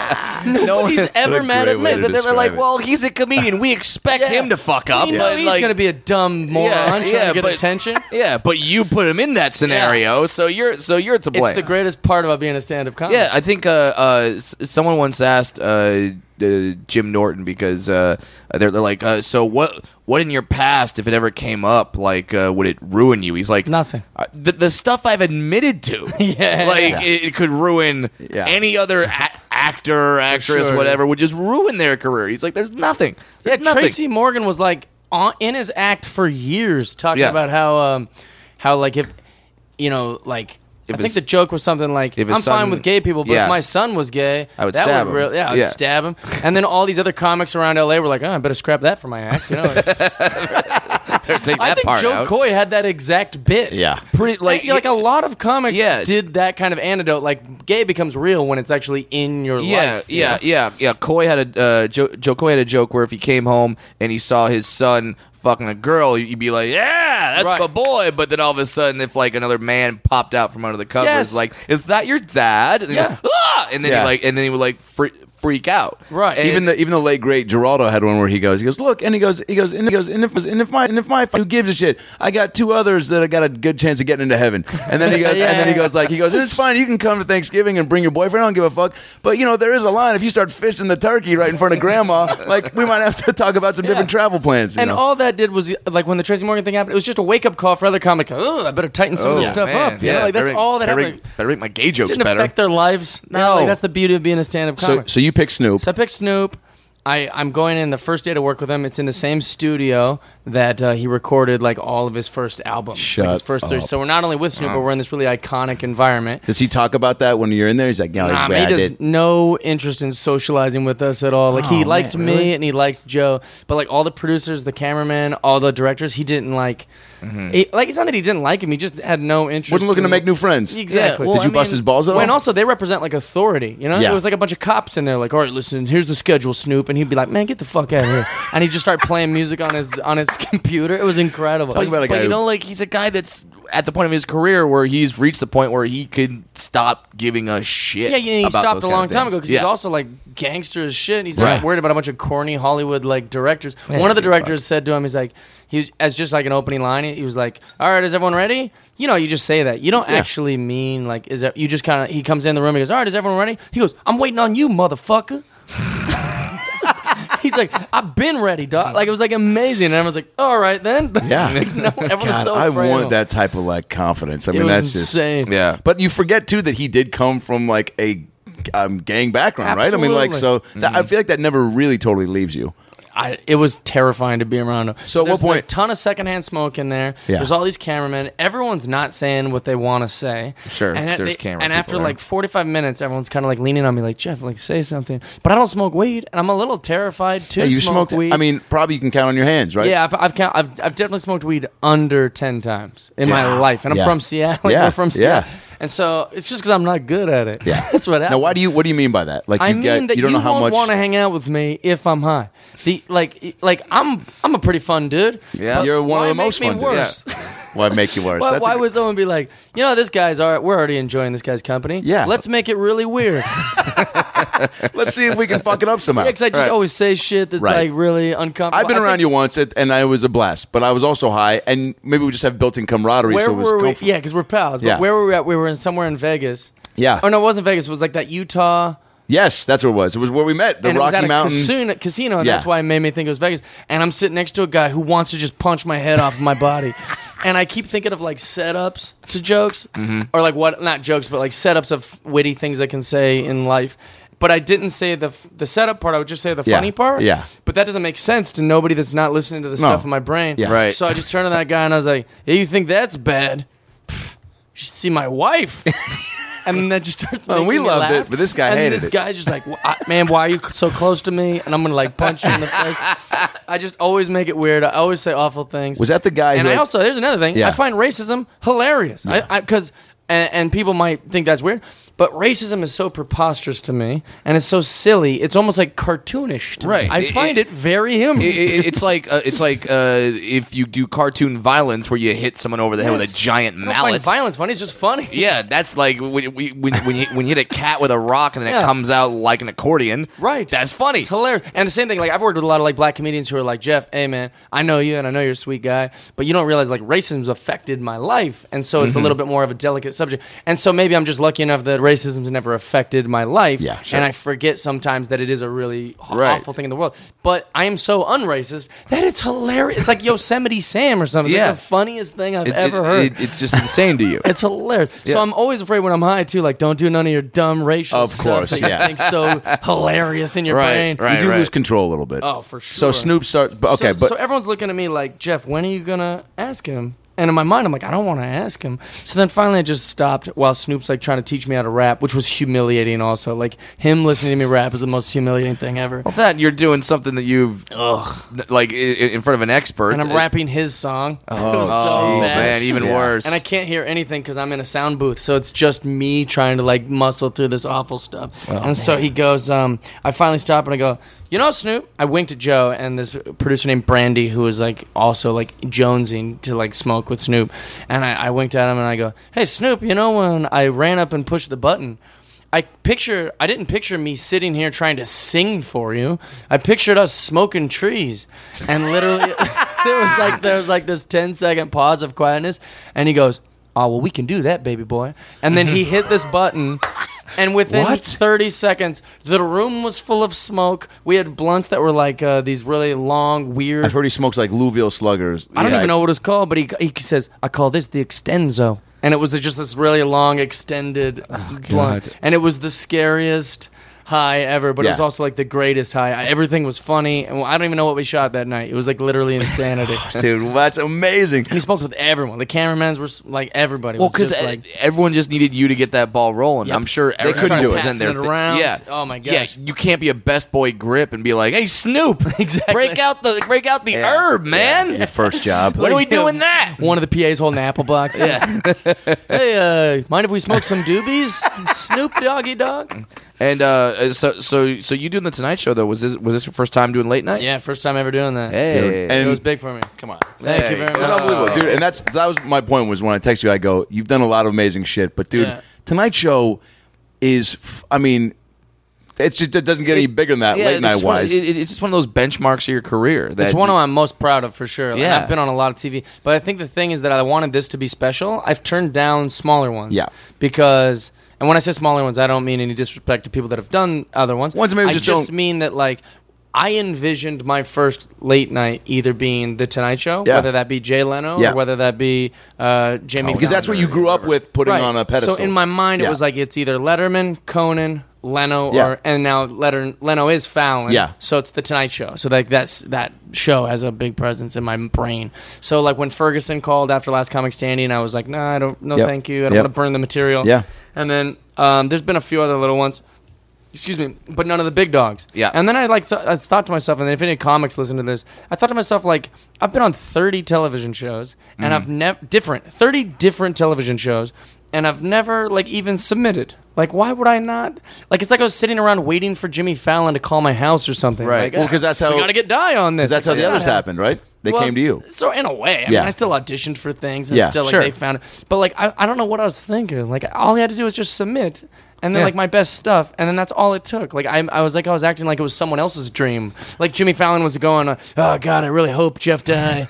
[SPEAKER 3] nobody's ever
[SPEAKER 1] a
[SPEAKER 3] mad
[SPEAKER 1] great
[SPEAKER 3] at
[SPEAKER 1] way
[SPEAKER 3] me.
[SPEAKER 1] to
[SPEAKER 3] They're- they're
[SPEAKER 1] describe
[SPEAKER 3] like,
[SPEAKER 1] it.
[SPEAKER 3] "Well,
[SPEAKER 2] Well, he's a comedian. We expect him to fuck up.
[SPEAKER 3] you know
[SPEAKER 2] but
[SPEAKER 3] he's
[SPEAKER 2] like,
[SPEAKER 3] gonna be a dumb moron trying to get
[SPEAKER 2] but-
[SPEAKER 3] attention."
[SPEAKER 2] Yeah, but you put him in that scenario, so you're so you're to blame.
[SPEAKER 3] It's the greatest part about being a stand-up comic.
[SPEAKER 2] Yeah, I think uh, uh, s- someone once asked uh, uh, Jim Norton because uh, they're, they're like, uh, so what? What in your past, if it ever came up, like uh, would it ruin you? He's like,
[SPEAKER 3] Nothing.
[SPEAKER 2] Uh, the, the stuff I've admitted to,
[SPEAKER 3] Yeah.
[SPEAKER 2] like It, it could ruin any other a- actor, actress,
[SPEAKER 3] sure.
[SPEAKER 2] whatever, would just ruin their career. He's like, there's nothing.
[SPEAKER 3] Yeah,
[SPEAKER 2] There's nothing.
[SPEAKER 3] Tracy Morgan was like on, in his act for years, talking
[SPEAKER 2] Yeah.
[SPEAKER 3] about how, um, how like if you know, like
[SPEAKER 2] If
[SPEAKER 3] I think
[SPEAKER 2] his-
[SPEAKER 3] the joke was something like,
[SPEAKER 2] if
[SPEAKER 3] "I'm
[SPEAKER 2] his
[SPEAKER 3] fine
[SPEAKER 2] son-
[SPEAKER 3] with gay people, but
[SPEAKER 2] yeah.
[SPEAKER 3] if my son was gay,
[SPEAKER 2] I would
[SPEAKER 3] that
[SPEAKER 2] stab him."
[SPEAKER 3] would Really, yeah, I'd
[SPEAKER 2] Yeah.
[SPEAKER 3] stab him." And then all these other comics around LA were like, "Oh, I better scrap that for my act." You know,
[SPEAKER 2] Take
[SPEAKER 3] I
[SPEAKER 2] that
[SPEAKER 3] think
[SPEAKER 2] part
[SPEAKER 3] Joe
[SPEAKER 2] out.
[SPEAKER 3] Coy had that exact bit.
[SPEAKER 1] Yeah.
[SPEAKER 3] pretty like like a lot of comics
[SPEAKER 2] Yeah.
[SPEAKER 3] did that kind of antidote. Like, gay becomes real when it's actually in your
[SPEAKER 2] Yeah,
[SPEAKER 3] life.
[SPEAKER 2] yeah, yeah, yeah. Coy had a uh, Joe, Joe Coy had a joke where if he came home and he saw his son fucking a girl, you'd be like, "Yeah, that's
[SPEAKER 3] Right.
[SPEAKER 2] my boy." But then all of a sudden, if like another man popped out from under the covers,
[SPEAKER 3] Yes.
[SPEAKER 2] like, "Is that your dad?" And then,
[SPEAKER 3] Yeah.
[SPEAKER 2] ah! and then
[SPEAKER 1] Yeah.
[SPEAKER 2] he like, and then he would like fre- freak out.
[SPEAKER 3] Right.
[SPEAKER 2] And-
[SPEAKER 1] even the even the late great Geraldo had one where he goes, he goes, look, and he goes, he goes, and he goes, and if and if my and if my who gives a shit, I got two others that I got a good chance of getting into heaven. And then he goes, and then he goes like, he goes, it's fine, you can come to Thanksgiving and bring your boyfriend. I don't give a fuck. But you know, there is a line if you start fishing the turkey right in front of grandma, like we might have to talk about some different travel plans. You
[SPEAKER 3] And
[SPEAKER 1] know?
[SPEAKER 3] all that did was like when the Tracy Morgan thing happened, it was just a wake up call for other comics. Oh, I better tighten some of this
[SPEAKER 2] Oh,
[SPEAKER 3] stuff
[SPEAKER 2] man,
[SPEAKER 3] up. Yeah, like that's
[SPEAKER 2] better-
[SPEAKER 3] all that
[SPEAKER 2] better,
[SPEAKER 3] happened. It
[SPEAKER 2] Better make my gay jokes
[SPEAKER 3] didn't
[SPEAKER 2] better.
[SPEAKER 3] affect their lives. You know,
[SPEAKER 2] No.
[SPEAKER 3] like, that's the beauty of being a stand up
[SPEAKER 1] so
[SPEAKER 3] comic. So,
[SPEAKER 1] so you pick Snoop.
[SPEAKER 3] I picked Snoop. I, I'm going in the first day to work with him. It's in the same studio that uh, he recorded like all of his first albums.
[SPEAKER 1] Shut
[SPEAKER 3] his first three.
[SPEAKER 1] up.
[SPEAKER 3] So we're not only with Snoop, but we're in this really iconic environment.
[SPEAKER 1] Does he talk about that when you're in there? He's like, no, he's
[SPEAKER 3] Nah,
[SPEAKER 1] bad.
[SPEAKER 3] man, he has no interest in socializing with us at all. Like
[SPEAKER 1] Oh,
[SPEAKER 3] he liked me and he liked Joe, but like all the producers, the cameraman, all the directors, he didn't like.
[SPEAKER 1] Mm-hmm.
[SPEAKER 3] He- like it's not that he didn't like him; he just had no interest.
[SPEAKER 1] Wasn't looking to
[SPEAKER 3] in-
[SPEAKER 1] make new friends.
[SPEAKER 3] Exactly.
[SPEAKER 1] Did you bust his balls at all?
[SPEAKER 3] Well, And also, they represent like authority. You know,
[SPEAKER 1] Yeah.
[SPEAKER 3] there was like a bunch of cops in there. Like, all right, listen, here's the schedule, Snoop, and he'd be like, "Man, get the fuck out of here!" and he'd just start playing music on his on his computer. It was incredible.
[SPEAKER 1] Talk about a
[SPEAKER 2] but
[SPEAKER 1] guy
[SPEAKER 2] you
[SPEAKER 1] who-
[SPEAKER 2] know, like he's a guy that's at the point of his career where he's reached the point where he could stop giving a shit.
[SPEAKER 3] Yeah, you know, he
[SPEAKER 2] about
[SPEAKER 3] stopped
[SPEAKER 2] those
[SPEAKER 3] a
[SPEAKER 2] kind
[SPEAKER 3] long
[SPEAKER 2] of
[SPEAKER 3] time
[SPEAKER 2] things.
[SPEAKER 3] ago because
[SPEAKER 2] yeah.
[SPEAKER 3] he's also like gangster as shit. And he's
[SPEAKER 2] Right.
[SPEAKER 3] not worried about a bunch of corny Hollywood like directors. One of the
[SPEAKER 2] dude, fuck.
[SPEAKER 3] directors said to him, he's like, he was, as just like an opening line, he was like, "All right, is everyone ready?" You know, you just say that. You don't actually mean like, is that you just kind of? He comes in the room, he goes, "All right, is everyone ready?" He goes, "I'm waiting on you, motherfucker." He's like, I've been ready, dog. Like it was like amazing, and everyone's like, "All right, then."
[SPEAKER 1] Yeah.
[SPEAKER 3] no, everyone's
[SPEAKER 1] God,
[SPEAKER 3] so
[SPEAKER 1] I
[SPEAKER 3] afraid of
[SPEAKER 1] want
[SPEAKER 3] him.
[SPEAKER 1] that type of like confidence. I
[SPEAKER 3] It
[SPEAKER 1] mean,
[SPEAKER 3] was
[SPEAKER 1] that's
[SPEAKER 3] insane.
[SPEAKER 1] just
[SPEAKER 2] Yeah.
[SPEAKER 1] But you forget too that he did come from like a um, gang background, right? I mean, like so.
[SPEAKER 3] Absolutely. Mm-hmm.
[SPEAKER 1] That, I feel like that never really totally leaves you.
[SPEAKER 3] I, it was terrifying to be around him.
[SPEAKER 1] So at what
[SPEAKER 3] There's
[SPEAKER 1] point-
[SPEAKER 3] a ton of secondhand smoke in there.
[SPEAKER 1] Yeah.
[SPEAKER 3] There's all these cameramen. Everyone's not saying what they want to say.
[SPEAKER 2] Sure,
[SPEAKER 3] And, at
[SPEAKER 2] there's
[SPEAKER 3] the-
[SPEAKER 2] camera
[SPEAKER 3] and
[SPEAKER 2] people
[SPEAKER 3] after
[SPEAKER 2] there.
[SPEAKER 3] like 45 minutes, everyone's kind of like leaning on me, like Jeff, like say something. But I don't smoke weed, and I'm a little terrified to
[SPEAKER 1] Hey, you
[SPEAKER 3] smoke
[SPEAKER 1] smoked.
[SPEAKER 3] weed.
[SPEAKER 1] I mean, probably you can count on your hands, right?
[SPEAKER 3] Yeah, I've I've, count, I've I've definitely smoked weed under ten times in my life, and I'm
[SPEAKER 1] Yeah.
[SPEAKER 3] from Seattle.
[SPEAKER 1] Yeah.
[SPEAKER 3] We're from
[SPEAKER 1] Yeah.
[SPEAKER 3] Seattle, and so it's just because I'm not good at it. Yeah, that's what.
[SPEAKER 1] Now,
[SPEAKER 3] happened.
[SPEAKER 1] why do you? What do you mean by that? Like, you
[SPEAKER 3] I mean
[SPEAKER 1] get,
[SPEAKER 3] that
[SPEAKER 1] you
[SPEAKER 3] you,
[SPEAKER 1] don't know how
[SPEAKER 3] won't
[SPEAKER 1] much.
[SPEAKER 3] want to hang out with me if I'm high. The like, like I'm I'm a pretty fun dude.
[SPEAKER 2] Yeah.
[SPEAKER 3] but
[SPEAKER 1] You're one of
[SPEAKER 3] why
[SPEAKER 1] the
[SPEAKER 3] make
[SPEAKER 1] most
[SPEAKER 3] me
[SPEAKER 1] fun dudes.
[SPEAKER 3] Worse?
[SPEAKER 1] why make you worse?
[SPEAKER 3] Why,
[SPEAKER 1] That's a
[SPEAKER 3] why
[SPEAKER 1] good-
[SPEAKER 3] would someone be like, you know, this guy's all right. We're already enjoying this guy's company.
[SPEAKER 1] Yeah.
[SPEAKER 3] let's make it really weird.
[SPEAKER 1] let's see if we can fuck it up somehow.
[SPEAKER 3] Because I just
[SPEAKER 2] Right.
[SPEAKER 3] always say shit that's
[SPEAKER 1] Right.
[SPEAKER 3] like really uncomfortable.
[SPEAKER 1] I've been
[SPEAKER 3] I
[SPEAKER 1] around
[SPEAKER 3] think-
[SPEAKER 1] you once, and- and I was a blast, but I was also high, and maybe we just have built-in camaraderie,
[SPEAKER 3] Where
[SPEAKER 1] so it was
[SPEAKER 3] were we?
[SPEAKER 1] comfort-
[SPEAKER 3] Yeah, because we're pals. But
[SPEAKER 1] Yeah.
[SPEAKER 3] where were we at? We were in somewhere in Vegas.
[SPEAKER 1] Yeah.
[SPEAKER 3] Oh no, it wasn't Vegas. It was like that Utah.
[SPEAKER 1] Yes, that's what it was. It was where we met, the
[SPEAKER 3] and
[SPEAKER 1] Rocky
[SPEAKER 3] it was at
[SPEAKER 1] Mountain.
[SPEAKER 3] a casino, casino and
[SPEAKER 1] Yeah.
[SPEAKER 3] that's why it made me think it was Vegas. And I'm sitting next to a guy who wants to just punch my head off my body. And I keep thinking of like setups to jokes,
[SPEAKER 1] Mm-hmm.
[SPEAKER 3] or like what not jokes, but like setups of witty things I can say in life. But I didn't say the f- the setup part. I would just say the
[SPEAKER 1] Yeah.
[SPEAKER 3] funny part.
[SPEAKER 1] Yeah.
[SPEAKER 3] But that doesn't make sense to nobody that's not listening to the stuff in my brain.
[SPEAKER 1] Yeah.
[SPEAKER 2] Right.
[SPEAKER 3] So I just turned to that guy and I was like, "Hey, you think that's bad? Pfft, You should see my wife." and then just starts.
[SPEAKER 1] Oh,
[SPEAKER 3] Making
[SPEAKER 1] we
[SPEAKER 3] me
[SPEAKER 1] loved
[SPEAKER 3] laugh.
[SPEAKER 1] it, but this guy
[SPEAKER 3] and
[SPEAKER 1] hated
[SPEAKER 3] this
[SPEAKER 1] it.
[SPEAKER 3] guy's just like, "Wha- I- man, why are you so close to me? And I'm gonna like punch you in the face. I just always make it weird. I always say awful things.
[SPEAKER 1] Was that the guy
[SPEAKER 3] And
[SPEAKER 1] who
[SPEAKER 3] I
[SPEAKER 1] had-
[SPEAKER 3] also there's another thing.
[SPEAKER 1] Yeah.
[SPEAKER 3] I find racism hilarious. I because and, and people might think that's weird. But racism is so preposterous to me, and it's so silly. It's almost like cartoonish. To me.
[SPEAKER 2] Right.
[SPEAKER 3] I
[SPEAKER 2] It-
[SPEAKER 3] find
[SPEAKER 2] it-
[SPEAKER 3] it, very humorous.
[SPEAKER 2] It- it- it's like uh, it's like uh, if you do cartoon violence where you hit someone over the head with a
[SPEAKER 3] Yes.
[SPEAKER 2] giant
[SPEAKER 3] I don't find
[SPEAKER 2] mallet.
[SPEAKER 3] violence funny. It's just funny.
[SPEAKER 2] Yeah, that's like when, we- when, when, you, when you hit a cat with a rock and then it
[SPEAKER 3] Yeah.
[SPEAKER 2] comes out like an accordion.
[SPEAKER 3] Right.
[SPEAKER 2] That's funny.
[SPEAKER 3] It's hilarious. And the same thing, like I've worked with a lot of like black comedians who are like, Jeff, hey man, I know you and I know you're a sweet guy, but you don't realize like racism's affected my life. And so
[SPEAKER 2] Mm-hmm.
[SPEAKER 3] it's a little bit more of a delicate subject. And so maybe I'm just lucky enough that racism's never affected my life.
[SPEAKER 1] Yeah, sure.
[SPEAKER 3] And I forget sometimes that it is a really aw-
[SPEAKER 2] Right.
[SPEAKER 3] awful thing in the world. But I am so unracist that it's hilarious. It's like Yosemite Sam or something. It's
[SPEAKER 2] Yeah.
[SPEAKER 3] like the funniest thing I've
[SPEAKER 2] It-
[SPEAKER 3] ever
[SPEAKER 2] it-
[SPEAKER 3] heard.
[SPEAKER 2] it- it's just insane to you.
[SPEAKER 3] It's hilarious. So I'm always afraid when I'm high too. Like, don't do none of your dumb racial
[SPEAKER 1] Of
[SPEAKER 3] stuff
[SPEAKER 1] course,
[SPEAKER 3] that you
[SPEAKER 1] yeah.
[SPEAKER 3] think so hilarious in your
[SPEAKER 2] Right,
[SPEAKER 3] brain.
[SPEAKER 2] right.
[SPEAKER 1] you do lose control a little bit.
[SPEAKER 3] Oh, for
[SPEAKER 1] So
[SPEAKER 3] sure.
[SPEAKER 1] Snoop starts. but- Okay,
[SPEAKER 3] so,
[SPEAKER 1] but
[SPEAKER 3] so everyone's looking at me like, Jeff, when are you gonna ask him? And in my mind, I'm like, I don't want to ask him. So then finally, I just stopped while Snoop's like trying to teach me how to rap, which was humiliating. Also, like him listening to me rap is the most humiliating thing
[SPEAKER 1] Oh,
[SPEAKER 3] ever.
[SPEAKER 2] that you're doing something that you've like i- i- in front of an expert.
[SPEAKER 3] And I'm
[SPEAKER 2] It-
[SPEAKER 3] rapping his song. Oh,
[SPEAKER 2] Oh man, even
[SPEAKER 1] Yeah.
[SPEAKER 2] worse.
[SPEAKER 3] And I can't hear anything because I'm in a sound booth. So it's just me trying to like muscle through this awful stuff. and so he goes, um, I finally stop and I go, you know, Snoop, I winked at Joe and this producer named Brandy, who was like also like jonesing to like smoke with Snoop. And I, I winked at him and I go, hey, Snoop, you know, when I ran up and pushed the button, I picture I didn't picture me sitting here trying to sing for you. I pictured us smoking trees. And literally there was like there was like this 10 second pause of quietness and he goes, "Oh, well we can do that, baby boy." And then he hit this button and within 30 seconds, the room was full of smoke. We had blunts that were like uh, these really long, weird.
[SPEAKER 1] I've heard he smokes like Louisville Sluggers.
[SPEAKER 3] I don't
[SPEAKER 1] Yeah.
[SPEAKER 3] even know what it's called, but he, he says, I call this the extenso. And it was just this really long, extended blunt. And it was the scariest high ever, but it was
[SPEAKER 1] Yeah.
[SPEAKER 3] also like the greatest high. I- Everything was funny. And I don't even know what we shot that night. It was like literally insanity. and
[SPEAKER 1] dude. well, That's amazing.
[SPEAKER 3] he smoked with everyone. The cameramans were s- like everybody.
[SPEAKER 2] well,
[SPEAKER 3] because
[SPEAKER 2] because everyone just needed you to get that ball rolling. I'm sure they
[SPEAKER 1] couldn't do it.
[SPEAKER 2] was in there.
[SPEAKER 3] Passing it around.
[SPEAKER 2] Yeah.
[SPEAKER 3] Oh, my
[SPEAKER 2] Yeah,
[SPEAKER 3] gosh.
[SPEAKER 2] you can't be a best boy grip and be like, "Hey, Snoop,
[SPEAKER 3] Exactly.
[SPEAKER 2] break out the break out the herb, man."
[SPEAKER 1] Your first job.
[SPEAKER 2] When are we doing that?
[SPEAKER 3] One of the PAs holding an apple box. Yeah. hey, uh, mind if we smoke some doobies? Snoop Doggy Dog?
[SPEAKER 2] And uh, so so so you doing the Tonight Show though? Was this was this your first time doing late night?
[SPEAKER 3] Yeah, first time ever doing that.
[SPEAKER 2] Hey.
[SPEAKER 1] Dude.
[SPEAKER 3] It
[SPEAKER 1] And-
[SPEAKER 3] was big Oh. for me. Come on. Thank
[SPEAKER 2] Hey.
[SPEAKER 3] you very
[SPEAKER 2] It
[SPEAKER 3] much.
[SPEAKER 2] was
[SPEAKER 1] unbelievable, dude. And that's that was my point was when I text you, I go, "You've done a lot of amazing shit," but dude,
[SPEAKER 3] Yeah.
[SPEAKER 1] Tonight Show is, f- I mean, it's just, it doesn't get any bigger than that
[SPEAKER 2] Yeah,
[SPEAKER 1] late
[SPEAKER 2] it's
[SPEAKER 1] night
[SPEAKER 2] just one-
[SPEAKER 1] wise.
[SPEAKER 2] it- it- it's just one of those benchmarks of your career. That
[SPEAKER 3] It's one of my most proud of for sure. Like,
[SPEAKER 2] Yeah.
[SPEAKER 3] I've been on a lot of TV, but I think the thing is that I wanted this to be special. I've turned down smaller ones.
[SPEAKER 1] Yeah.
[SPEAKER 3] Because, and when I say smaller ones, I don't mean any disrespect to people that have done other ones.
[SPEAKER 1] Ones that maybe
[SPEAKER 3] I
[SPEAKER 1] just
[SPEAKER 3] just,
[SPEAKER 1] don't-
[SPEAKER 3] mean that like. I envisioned my first late night either being The Tonight Show,
[SPEAKER 1] Yeah.
[SPEAKER 3] whether that be Jay Leno,
[SPEAKER 1] Yeah.
[SPEAKER 3] or whether that be uh, Jamie.
[SPEAKER 1] Oh, because that's what
[SPEAKER 3] Fallon.
[SPEAKER 1] you grew up with, putting on a pedestal.
[SPEAKER 3] So in my mind,
[SPEAKER 1] Yeah.
[SPEAKER 3] it was like it's either Letterman, Conan, Leno,
[SPEAKER 1] Yeah.
[SPEAKER 3] or and now Letter, Leno is Fallon.
[SPEAKER 1] Yeah.
[SPEAKER 3] So it's the Tonight Show. So like that's that show has a big presence in my brain. So like when Ferguson called after Last Comic Standing, I was like, nah, I don't, no,
[SPEAKER 1] Yep.
[SPEAKER 3] thank you. I don't
[SPEAKER 1] Yep.
[SPEAKER 3] want to burn the material.
[SPEAKER 1] Yeah.
[SPEAKER 3] And then um, there's been a few other little ones. Excuse me, but none of the big dogs.
[SPEAKER 2] Yeah.
[SPEAKER 3] And then I like th- I thought to myself, and if any comics listen to this, I thought to myself like I've been on thirty television shows,
[SPEAKER 1] Mm-hmm.
[SPEAKER 3] and I've never different thirty different television shows, and I've never like even submitted. Like, why would I not? Like, it's like I was sitting around waiting for Jimmy Fallon to call my house or something.
[SPEAKER 1] Right.
[SPEAKER 3] Like,
[SPEAKER 1] Well, 'cause that's how-
[SPEAKER 3] we got to get die on this.
[SPEAKER 1] that's how
[SPEAKER 3] Like,
[SPEAKER 1] the
[SPEAKER 3] we
[SPEAKER 1] others
[SPEAKER 3] gotta-
[SPEAKER 1] happened, right? They
[SPEAKER 3] well,
[SPEAKER 1] came to you.
[SPEAKER 3] So in a way, I
[SPEAKER 1] Yeah.
[SPEAKER 3] mean, I still auditioned for things and
[SPEAKER 1] Yeah,
[SPEAKER 3] still like
[SPEAKER 1] sure.
[SPEAKER 3] they found it. But like I, I don't know what I was thinking. Like all I had to do was just submit. And then
[SPEAKER 2] Yeah.
[SPEAKER 3] like my best stuff, and then that's all it took. Like I, I was like I was acting like it was someone else's dream. Like Jimmy Fallon was going, uh, "Oh God, I really hope Jeff Dye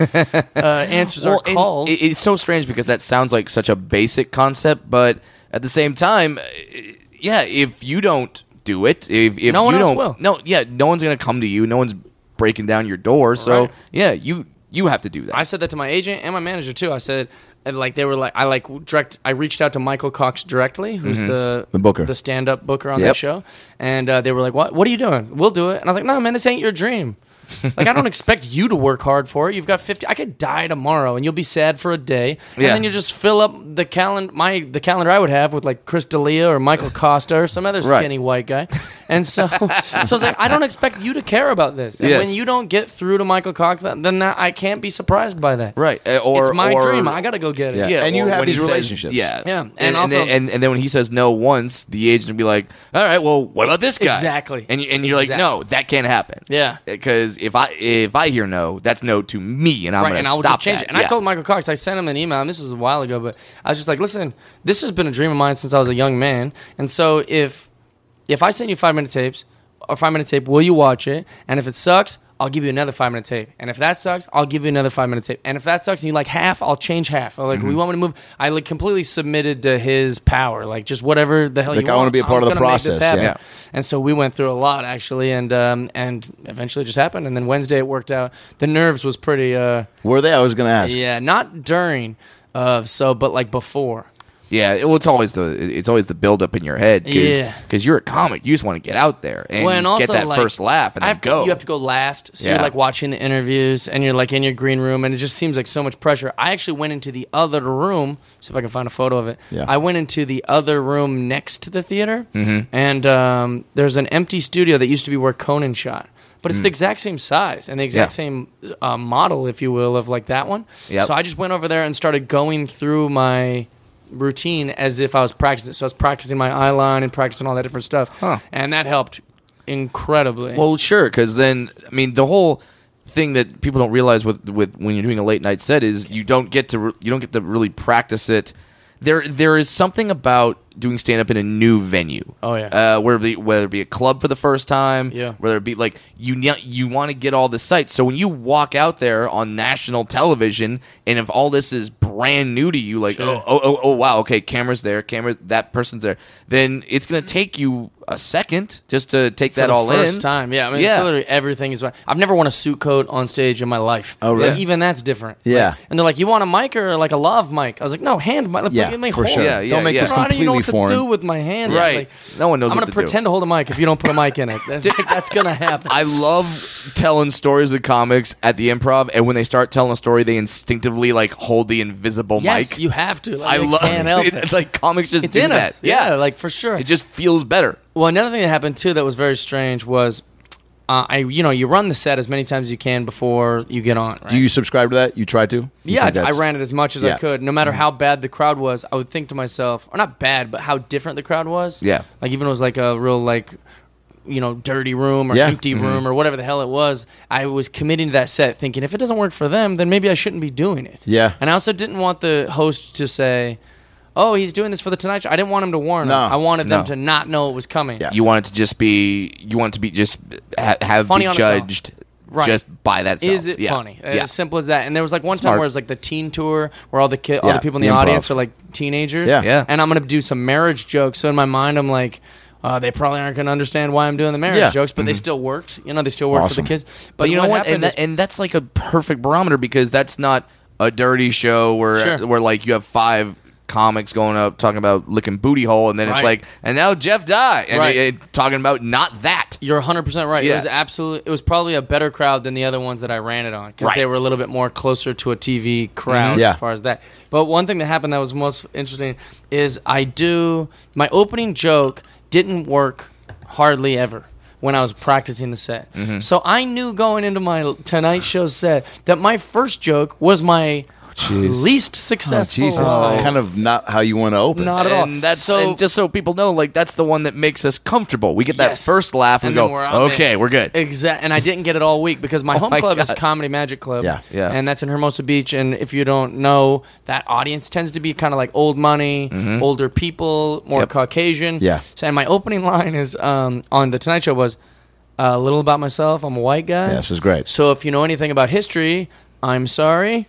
[SPEAKER 3] uh, answers
[SPEAKER 2] Well,
[SPEAKER 3] our
[SPEAKER 2] and
[SPEAKER 3] calls."
[SPEAKER 2] it- it's so strange because that sounds like such a basic concept, but at the same time, eh, yeah, if you don't do it, if, if
[SPEAKER 3] No one
[SPEAKER 2] you
[SPEAKER 3] else
[SPEAKER 2] don't,
[SPEAKER 3] will.
[SPEAKER 2] no, yeah, no one's gonna come to you. No one's breaking down your door. So
[SPEAKER 3] Right.
[SPEAKER 2] yeah, you you have to do that.
[SPEAKER 3] I said that to my agent and my manager too. I said, and like they were like, I like direct. I reached out to Michael Cox directly, who's the
[SPEAKER 1] The booker.
[SPEAKER 3] the stand up booker on
[SPEAKER 1] Yep.
[SPEAKER 3] that show, and uh, they were like, "What? What are you doing? We'll do it." And I was like, "No, man, this ain't your dream." Like I don't expect you to work hard for it. You've got fifty. I could die tomorrow, and you'll be sad for a day. And
[SPEAKER 2] Yeah.
[SPEAKER 3] then you just fill up the calendar. My the calendar I would have with like Chris D'Elia or Michael Costa or some other
[SPEAKER 2] Right.
[SPEAKER 3] skinny white guy. And so, so I was like, I don't expect you to care about this. And
[SPEAKER 2] Yes.
[SPEAKER 3] when you don't get through to Michael Costa, then that, I can't be surprised by that.
[SPEAKER 2] Right. uh, Or
[SPEAKER 3] it's my
[SPEAKER 2] or-
[SPEAKER 3] dream. I gotta go get it.
[SPEAKER 2] Yeah.
[SPEAKER 1] And you
[SPEAKER 2] or
[SPEAKER 1] have
[SPEAKER 2] when he
[SPEAKER 1] these
[SPEAKER 2] says-
[SPEAKER 1] relationships.
[SPEAKER 2] yeah.
[SPEAKER 3] Yeah,
[SPEAKER 2] And
[SPEAKER 3] and
[SPEAKER 2] and,
[SPEAKER 3] also-
[SPEAKER 2] then, and, and then when he says no once, the agent will be like, "All right, well, what about this guy?"
[SPEAKER 3] Exactly.
[SPEAKER 2] And you, and you're like,
[SPEAKER 3] Exactly.
[SPEAKER 2] "No, that can't happen."
[SPEAKER 3] Yeah.
[SPEAKER 2] Because if I if I hear no, that's no to me, and I'm
[SPEAKER 3] right,
[SPEAKER 2] gonna
[SPEAKER 3] and I will
[SPEAKER 2] stop
[SPEAKER 3] just change
[SPEAKER 2] that.
[SPEAKER 3] it. And I
[SPEAKER 2] Yeah.
[SPEAKER 3] told Michael Cox, I sent him an email, and this was a while ago, but I was just like, listen, this has been a dream of mine since I was a young man, and so if if I send you five minute tapes or five minute tape, will you watch it? And if it sucks, I'll give you another five minute tape. And if that sucks, I'll give you another five minute tape. And if that sucks and you like half, I'll change half. Or like,
[SPEAKER 1] Mm-hmm.
[SPEAKER 3] we want me to move. I like completely submitted to his power, like just whatever the hell
[SPEAKER 1] Like,
[SPEAKER 3] you
[SPEAKER 1] I
[SPEAKER 3] want.
[SPEAKER 1] wanna be a part
[SPEAKER 3] I'm
[SPEAKER 1] of the
[SPEAKER 3] gonna make this
[SPEAKER 1] process,
[SPEAKER 3] happen.
[SPEAKER 1] yeah.
[SPEAKER 3] And so we went through a lot actually, and um, and eventually it just happened. And then Wednesday it worked out. The nerves was pretty. Uh,
[SPEAKER 1] Were they? I was going to ask.
[SPEAKER 3] yeah, not during. Uh, so, but like before.
[SPEAKER 2] Yeah, it- well, it's always the it's always the buildup in your head because
[SPEAKER 3] Yeah.
[SPEAKER 2] you're a comic, you just want to get out there and,
[SPEAKER 3] well, and also
[SPEAKER 2] get that
[SPEAKER 3] like,
[SPEAKER 2] first laugh and
[SPEAKER 3] I
[SPEAKER 2] then
[SPEAKER 3] have to-
[SPEAKER 2] go.
[SPEAKER 3] you have to go last. So
[SPEAKER 2] Yeah.
[SPEAKER 3] you're like watching the interviews, and you're like in your green room, and it just seems like so much pressure. I actually went into the other room. See if I can find a photo of it.
[SPEAKER 1] Yeah.
[SPEAKER 3] I went into the other room next to the theater,
[SPEAKER 2] Mm-hmm.
[SPEAKER 3] and um, there's an empty studio that used to be where Conan shot. But it's the exact same size and the exact
[SPEAKER 2] Mm. Yeah.
[SPEAKER 3] same uh, model, if you will, of like that one.
[SPEAKER 2] Yep.
[SPEAKER 3] So I just went over there and started going through my routine as if I was practicing. So I was practicing my eye line and practicing all that different stuff.
[SPEAKER 2] Huh.
[SPEAKER 3] And that helped incredibly.
[SPEAKER 2] Well, sure, because then I mean the whole thing that people don't realize with with when you're doing a late night set is you don't get to re- you don't get to really practice it. There there is something about doing stand up in a new venue.
[SPEAKER 3] Oh, yeah.
[SPEAKER 2] uh, whether it be, whether it be a club for the first time,
[SPEAKER 3] Yeah.
[SPEAKER 2] whether it be like you ne- you want to get all the sights. So when you walk out there on national television, and if all this is brand new to you, like oh, oh oh oh wow, okay, cameras there, camera that person's there, then it's gonna take you a second just to take
[SPEAKER 3] For
[SPEAKER 2] that
[SPEAKER 3] the
[SPEAKER 2] all
[SPEAKER 3] first
[SPEAKER 2] in.
[SPEAKER 3] time. Yeah, I mean,
[SPEAKER 2] Yeah.
[SPEAKER 3] It's literally everything is. I've never worn a suit coat on stage in my life. Oh,
[SPEAKER 1] really?
[SPEAKER 3] even that's different. Like,
[SPEAKER 1] Yeah.
[SPEAKER 3] and they're like, "You want a mic or like a lav mic?" I was like, "No, hand mic." Like,
[SPEAKER 1] Yeah,
[SPEAKER 3] let me
[SPEAKER 1] for
[SPEAKER 3] hold
[SPEAKER 1] sure.
[SPEAKER 3] it."
[SPEAKER 2] Yeah, yeah,
[SPEAKER 1] don't make
[SPEAKER 2] yeah.
[SPEAKER 1] this
[SPEAKER 3] Bro, how do
[SPEAKER 1] completely
[SPEAKER 3] you know what
[SPEAKER 1] foreign.
[SPEAKER 3] to do with my hand?
[SPEAKER 2] Right. No one knows
[SPEAKER 3] I'm
[SPEAKER 2] what
[SPEAKER 3] gonna
[SPEAKER 2] to do.
[SPEAKER 3] pretend to hold a mic if you don't put a mic in it. That's, like, that's gonna happen.
[SPEAKER 2] I love telling stories with comics at the improv, and when they start telling a story, they instinctively like hold the invisible
[SPEAKER 3] yes,
[SPEAKER 2] mic.
[SPEAKER 3] you have to. Like,
[SPEAKER 2] I
[SPEAKER 3] you
[SPEAKER 2] love
[SPEAKER 3] Can't help it.
[SPEAKER 2] Like comics just
[SPEAKER 3] It's
[SPEAKER 2] do
[SPEAKER 3] in
[SPEAKER 2] that.
[SPEAKER 3] us. Yeah, like for sure.
[SPEAKER 2] it just feels better.
[SPEAKER 3] Well, another thing that happened too that was very strange was, uh, I you know you run the set as many times as you can before you get on. Right?
[SPEAKER 1] Do you subscribe to that? You try to? You
[SPEAKER 3] yeah,
[SPEAKER 1] think
[SPEAKER 3] I
[SPEAKER 1] that's-
[SPEAKER 3] ran it as much as
[SPEAKER 1] Yeah.
[SPEAKER 3] I could. No matter how bad the crowd was, I would think to myself, or not bad, but how different the crowd was.
[SPEAKER 2] Yeah.
[SPEAKER 3] like even if it was like a real like. You know, dirty room or
[SPEAKER 1] Yeah. Mm-hmm.
[SPEAKER 3] empty room or whatever the hell it was. I was committing to that set, thinking if it doesn't work for them, then maybe I shouldn't be doing it.
[SPEAKER 1] Yeah.
[SPEAKER 3] and I also didn't want the host to say, "Oh, he's doing this for the Tonight Show." I didn't want him to warn
[SPEAKER 1] No,
[SPEAKER 3] them. I wanted
[SPEAKER 2] no.
[SPEAKER 3] them to not know it was coming.
[SPEAKER 1] Yeah.
[SPEAKER 2] You want it to just be. You want it to be just ha- have
[SPEAKER 3] Funny
[SPEAKER 2] be
[SPEAKER 3] on its own.
[SPEAKER 2] judged
[SPEAKER 3] Right.
[SPEAKER 2] just by that.
[SPEAKER 3] Is
[SPEAKER 2] self.
[SPEAKER 3] it
[SPEAKER 2] Yeah.
[SPEAKER 3] funny?
[SPEAKER 2] Yeah.
[SPEAKER 3] As simple as that. And there was like one time
[SPEAKER 2] Smart.
[SPEAKER 3] where it was like the teen tour where all the ki- all
[SPEAKER 1] Yeah,
[SPEAKER 3] the people in the,
[SPEAKER 1] the improv.
[SPEAKER 3] audience are like teenagers.
[SPEAKER 1] Yeah.
[SPEAKER 2] Yeah.
[SPEAKER 3] And I'm gonna do some marriage jokes. So in my mind, I'm like. Uh, they probably aren't going to understand why I'm doing the marriage
[SPEAKER 1] Yeah.
[SPEAKER 3] jokes, but they still worked. You know, they still worked for
[SPEAKER 1] Awesome.
[SPEAKER 3] the kids. But,
[SPEAKER 2] Mm-hmm. But you know what?
[SPEAKER 3] happened
[SPEAKER 2] And, that,
[SPEAKER 3] is-
[SPEAKER 2] and that's like a perfect barometer because that's not a dirty show where
[SPEAKER 3] Sure.
[SPEAKER 2] where like you have five comics going up talking about licking booty hole, and then it's
[SPEAKER 3] Right.
[SPEAKER 2] like, and now Jeff die, and
[SPEAKER 3] Right.
[SPEAKER 2] they- they talking about not that.
[SPEAKER 3] You're 100 percent right.
[SPEAKER 2] Yeah.
[SPEAKER 3] It was absolutely. It was probably a better crowd than the other ones that I ran it on because
[SPEAKER 2] Right. Mm-hmm.
[SPEAKER 3] they were a little bit more closer to a TV crowd
[SPEAKER 1] Mhm. Yeah.
[SPEAKER 3] as far as that. But one thing that happened that was most interesting is I do my opening joke didn't work hardly ever when I was practicing the set.
[SPEAKER 2] Mm-hmm.
[SPEAKER 3] So I knew going into my Tonight Show set that my first joke was my least
[SPEAKER 1] Oh,
[SPEAKER 3] successful.
[SPEAKER 1] Jesus. That's kind of not how you want to open.
[SPEAKER 3] not at all.
[SPEAKER 2] And that's
[SPEAKER 3] so
[SPEAKER 2] and just so people know, like that's the one that makes us comfortable. We get that
[SPEAKER 3] Yes.
[SPEAKER 2] first laugh and,
[SPEAKER 3] And then
[SPEAKER 2] go,
[SPEAKER 3] we're on
[SPEAKER 2] okay,
[SPEAKER 3] it.
[SPEAKER 2] we're good.
[SPEAKER 3] Exactly, and I didn't get it all week because my home
[SPEAKER 2] Oh my
[SPEAKER 3] club is
[SPEAKER 2] God.
[SPEAKER 3] Comedy Magic Club.
[SPEAKER 1] Yeah.
[SPEAKER 2] Yeah.
[SPEAKER 3] And that's in Hermosa Beach. And if you don't know, that audience tends to be kind of like old money, older people, more
[SPEAKER 2] Mm-hmm. Yep.
[SPEAKER 3] Caucasian.
[SPEAKER 1] Yeah.
[SPEAKER 3] So, and my opening line is um, on the Tonight Show was uh, a little about myself. I'm a white guy.
[SPEAKER 1] Yeah, this is great.
[SPEAKER 3] So if you know anything about history, I'm sorry.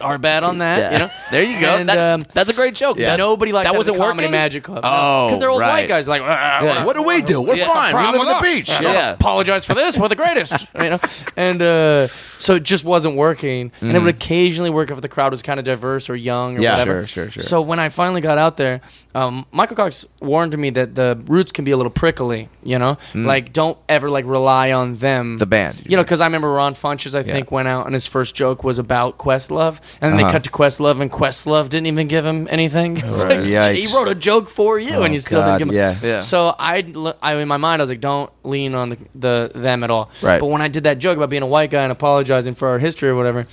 [SPEAKER 3] are bad on that.
[SPEAKER 2] Yeah.
[SPEAKER 3] You know,
[SPEAKER 2] There you go.
[SPEAKER 3] And,
[SPEAKER 2] That-
[SPEAKER 3] um,
[SPEAKER 2] that's a great joke.
[SPEAKER 3] yeah.
[SPEAKER 2] That-
[SPEAKER 3] nobody liked that,
[SPEAKER 2] wasn't
[SPEAKER 3] in the comedy
[SPEAKER 2] working?
[SPEAKER 3] magic club.
[SPEAKER 2] Oh,
[SPEAKER 3] because they're old
[SPEAKER 2] right.
[SPEAKER 3] white guys like.
[SPEAKER 2] Yeah.
[SPEAKER 5] What do we do? We're fine. We live on the beach.
[SPEAKER 3] I don't
[SPEAKER 2] Yeah.
[SPEAKER 3] apologize for this. We're the greatest. you know? And uh, so it just wasn't working. And it would occasionally work if the crowd was kind of diverse or young or
[SPEAKER 2] Mm-hmm. Yeah.
[SPEAKER 3] whatever.
[SPEAKER 2] Sure, sure, sure.
[SPEAKER 3] So when I finally got out there, um, Michael Cox warned me that the roots can be a little prickly, you know? Like, don't ever, like, rely on them.
[SPEAKER 2] Mm. The band, you
[SPEAKER 3] You know,
[SPEAKER 2] mean.
[SPEAKER 3] because I remember Ron Funches, I think, went out and his first joke was about Questlove. And then
[SPEAKER 2] Uh-huh.
[SPEAKER 3] they cut to Questlove, and Questlove didn't even give him anything. It's
[SPEAKER 2] Right.
[SPEAKER 3] like,
[SPEAKER 2] Yikes. Oh,
[SPEAKER 3] he wrote a joke for you, and you still
[SPEAKER 2] God,
[SPEAKER 3] didn't give him
[SPEAKER 2] yeah. Yeah.
[SPEAKER 3] so I, I in my mind, I was like, don't lean on the, the them at all.
[SPEAKER 2] Right.
[SPEAKER 3] But when I did that joke about being a white guy and apologizing for our history or whatever,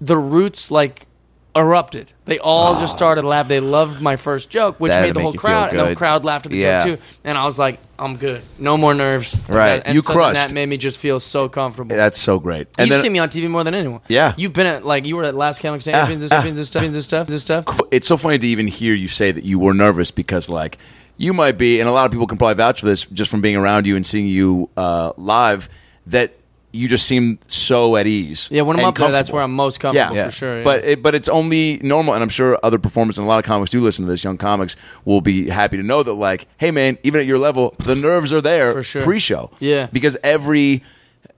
[SPEAKER 3] the roots like erupted. They all just started laughing. They loved my first joke, which
[SPEAKER 2] Ah. That'd
[SPEAKER 3] made the
[SPEAKER 2] make
[SPEAKER 3] whole
[SPEAKER 2] you feel
[SPEAKER 3] crowd and the whole
[SPEAKER 2] good.
[SPEAKER 3] crowd laughed at the
[SPEAKER 2] Yeah.
[SPEAKER 3] joke too. And I was like, I'm good. No more nerves. And
[SPEAKER 2] Right.
[SPEAKER 3] that- and
[SPEAKER 2] You
[SPEAKER 3] so then
[SPEAKER 2] crushed.
[SPEAKER 3] That made me just feel so comfortable.
[SPEAKER 1] That's so great.
[SPEAKER 3] You've
[SPEAKER 1] And then
[SPEAKER 3] seen me on TV more than anyone.
[SPEAKER 2] Yeah.
[SPEAKER 3] You've been at like you were at Last Comic Champions and stuff, and stuff, and stuff, and stuff.
[SPEAKER 1] it's so funny to even hear you say that you were nervous because like you might be and a lot of people can probably vouch for this just from being around you and seeing you uh, live that you just seem so at ease
[SPEAKER 3] Yeah, when I'm
[SPEAKER 1] and
[SPEAKER 3] up there, that's
[SPEAKER 1] comfortable.
[SPEAKER 3] where I'm most comfortable for sure. yeah.
[SPEAKER 1] But it, but it's only normal, and I'm sure other performers and a lot of comics do listen to this. Young comics will be happy to know that, like, hey man, even at your level, the nerves are there
[SPEAKER 3] For sure.
[SPEAKER 1] pre-show.
[SPEAKER 3] Yeah.
[SPEAKER 1] because every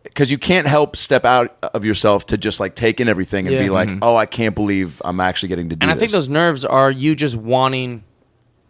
[SPEAKER 1] because you can't help step out of yourself to just like take in everything and
[SPEAKER 3] Yeah.
[SPEAKER 1] be like, oh, I can't believe I'm actually getting to do.
[SPEAKER 3] and I
[SPEAKER 1] this.
[SPEAKER 3] think those nerves are you just wanting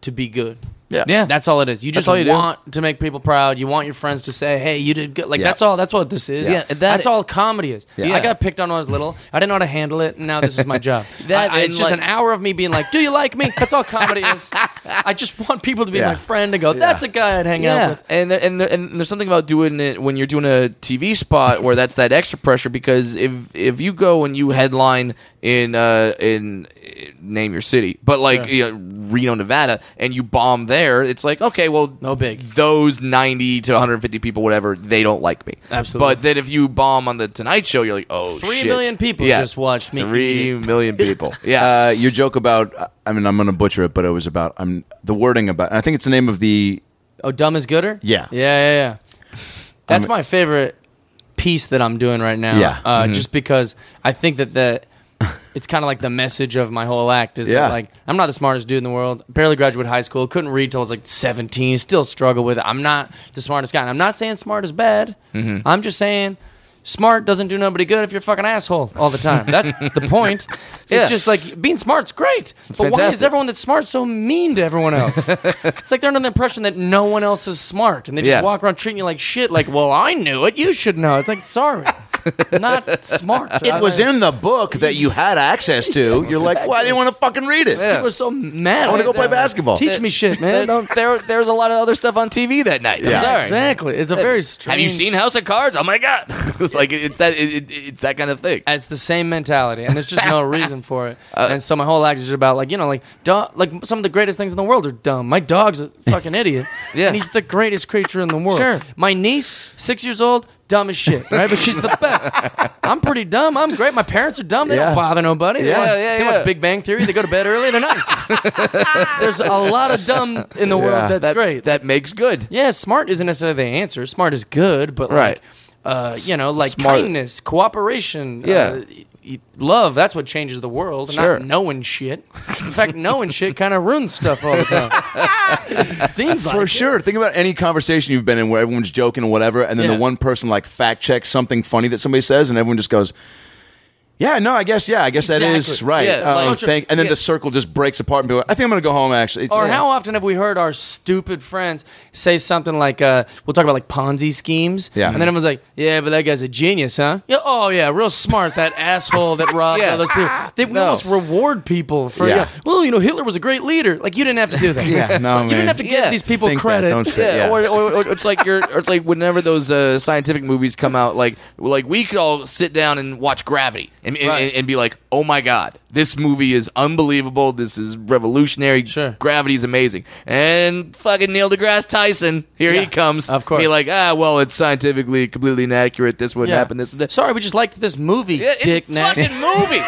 [SPEAKER 3] to be good.
[SPEAKER 1] yeah
[SPEAKER 2] Yeah.
[SPEAKER 3] That's all it is. You just
[SPEAKER 2] all you do.
[SPEAKER 3] want to make people proud. You want your friends to say, "Hey, you did good." Like that's all. That's what this is.
[SPEAKER 2] Yeah, that-
[SPEAKER 3] that's all comedy is.
[SPEAKER 2] Yeah.
[SPEAKER 3] I got picked on when I was little. I didn't know how to handle it, and now this is my job.
[SPEAKER 2] That
[SPEAKER 3] I- I- it's
[SPEAKER 2] and,
[SPEAKER 3] just
[SPEAKER 2] like-
[SPEAKER 3] an hour of me being like, "Do you like me?" That's all comedy is. I just want people to be
[SPEAKER 1] Yeah.
[SPEAKER 3] my friend and go, "That's a guy I'd hang out
[SPEAKER 2] Yeah,
[SPEAKER 3] with."
[SPEAKER 2] and there, and there, and there's something about doing it when you're doing a TV spot where that's that extra pressure because if if you go and you headline in uh in eh, name your city, but like you know, Reno, Nevada, and you bomb there, it's like okay, well,
[SPEAKER 3] No big.
[SPEAKER 2] Those 90 to 150 people, whatever, they don't like me.
[SPEAKER 3] Absolutely.
[SPEAKER 2] But then if you bomb on the Tonight Show, you're like, oh,
[SPEAKER 3] Three
[SPEAKER 2] shit.
[SPEAKER 3] million people
[SPEAKER 2] Yeah.
[SPEAKER 3] just watched me.
[SPEAKER 2] Three
[SPEAKER 3] eat.
[SPEAKER 2] million people. Yeah.
[SPEAKER 1] Uh, your joke about I mean I'm gonna butcher it, but it was about I'm the wording about and I think it's the name of the
[SPEAKER 3] Oh, dumb is gooder.
[SPEAKER 1] Yeah.
[SPEAKER 3] yeah, yeah. yeah. That's my favorite piece that I'm doing right now.
[SPEAKER 1] Yeah. Mm-hmm.
[SPEAKER 3] uh, just because I think that the it's kind of like the message of my whole act is
[SPEAKER 1] Yeah.
[SPEAKER 3] that like I'm not the smartest dude in the world. Barely graduated high school. Couldn't read till I was like 17. Still struggle with it. I'm not the smartest guy. And I'm not saying smart is bad.
[SPEAKER 1] Mm-hmm.
[SPEAKER 3] I'm just saying. Smart doesn't do nobody good if you're a fucking asshole all the time. That's the point.
[SPEAKER 2] Yeah.
[SPEAKER 3] It's just like being smart's great, but why is
[SPEAKER 2] fantastic.
[SPEAKER 3] everyone that's smart so mean to everyone else? It's like they're under the impression that no one else is smart, and they just
[SPEAKER 2] Yeah.
[SPEAKER 3] walk around treating you like shit. Like, well, I knew it. You should know. It's like, sorry, not smart.
[SPEAKER 1] it was in the book that you had access to. You're like, well, I didn't want to fucking read it.
[SPEAKER 3] I was so mad.
[SPEAKER 1] I want to go play basketball.
[SPEAKER 3] Teach me shit,
[SPEAKER 2] There
[SPEAKER 3] man.
[SPEAKER 2] don't- there, there's a lot of other stuff on TV that night.
[SPEAKER 1] Yeah.
[SPEAKER 2] I'm sorry.
[SPEAKER 3] Exactly. It's a very strange.
[SPEAKER 2] Have you seen House of Cards? Oh my god! like it's that it, it, it's that kind of thing.
[SPEAKER 3] It's the same mentality, and there's just no reason for it.
[SPEAKER 2] Uh,
[SPEAKER 3] and so my whole act is just about like you know, like do- like some of the greatest things in the world are dumb. My dog's a fucking idiot,
[SPEAKER 2] Yeah.
[SPEAKER 3] and he's the greatest creature in the world.
[SPEAKER 2] Sure.
[SPEAKER 3] my niece, six years old, dumb as shit, right? But she's the best. I'm pretty dumb. I'm great. My parents are dumb. They
[SPEAKER 1] Yeah.
[SPEAKER 3] don't bother nobody. They
[SPEAKER 1] Yeah,
[SPEAKER 3] watch-
[SPEAKER 2] yeah,
[SPEAKER 3] They
[SPEAKER 2] yeah.
[SPEAKER 3] watch Big Bang Theory. They go to bed early. They're nice. there's a lot of dumb in the
[SPEAKER 1] Yeah.
[SPEAKER 3] world. That's
[SPEAKER 2] that,
[SPEAKER 3] great.
[SPEAKER 2] That makes good.
[SPEAKER 3] Yeah, smart isn't necessarily the answer. Smart is good, but
[SPEAKER 2] Right.
[SPEAKER 3] like, uh, you know, like
[SPEAKER 2] smart-
[SPEAKER 3] kindness, cooperation,
[SPEAKER 2] Yeah.
[SPEAKER 3] uh, y- y- love. That's what changes the world.
[SPEAKER 2] Sure.
[SPEAKER 3] Not knowing shit. In fact, knowing shit kind of ruins stuff all the time. Seems like
[SPEAKER 1] For
[SPEAKER 3] it.
[SPEAKER 1] sure. Think about any conversation you've been in where everyone's joking or whatever, and then
[SPEAKER 3] Yeah.
[SPEAKER 1] the one person like fact checks something funny that somebody says, and everyone just goes, "Yeah, no, I guess, yeah, I guess that is
[SPEAKER 3] Exactly.
[SPEAKER 1] right."
[SPEAKER 2] Yeah,
[SPEAKER 1] Um,
[SPEAKER 3] like-
[SPEAKER 1] thank- and then
[SPEAKER 2] yeah.
[SPEAKER 1] the circle just breaks apart, and people, are, I think I'm going to go home. Actually, It's-
[SPEAKER 3] Or how often have we heard our stupid friends say something like, uh, we'll talk about like Ponzi schemes.
[SPEAKER 1] Yeah.
[SPEAKER 3] And then everyone's like, yeah, but that guy's a genius, huh? Yeah, oh, yeah, real smart, that asshole that robbed
[SPEAKER 2] Yeah.
[SPEAKER 3] all those people. They, We
[SPEAKER 2] No.
[SPEAKER 3] almost reward people for,
[SPEAKER 1] Yeah.
[SPEAKER 3] yeah. well, you know, Hitler was a great leader. Like, you didn't have to do that.
[SPEAKER 1] Yeah, no,
[SPEAKER 3] You didn't have to give
[SPEAKER 2] Yeah,
[SPEAKER 3] these people
[SPEAKER 1] think that,
[SPEAKER 3] credit.
[SPEAKER 1] don't say-
[SPEAKER 2] Yeah,
[SPEAKER 1] Yeah.
[SPEAKER 2] Or, or, or it's like you're, or it's like whenever those uh, scientific movies come out, like like we could all sit down and watch Gravity and and,
[SPEAKER 3] Right.
[SPEAKER 2] and be like, oh my god, this movie is unbelievable, this is revolutionary,
[SPEAKER 3] Sure.
[SPEAKER 2] Gravity is amazing, and fucking Neil deGrasse Tyson, here he
[SPEAKER 3] Yeah,
[SPEAKER 2] comes,
[SPEAKER 3] of course.
[SPEAKER 2] be like, ah, well, it's scientifically completely inaccurate, this wouldn't
[SPEAKER 3] Yeah.
[SPEAKER 2] happen, this would.
[SPEAKER 3] Sorry, we just liked this movie,
[SPEAKER 2] Yeah, it's
[SPEAKER 3] Dick
[SPEAKER 2] a
[SPEAKER 3] Nack.
[SPEAKER 2] fucking movie.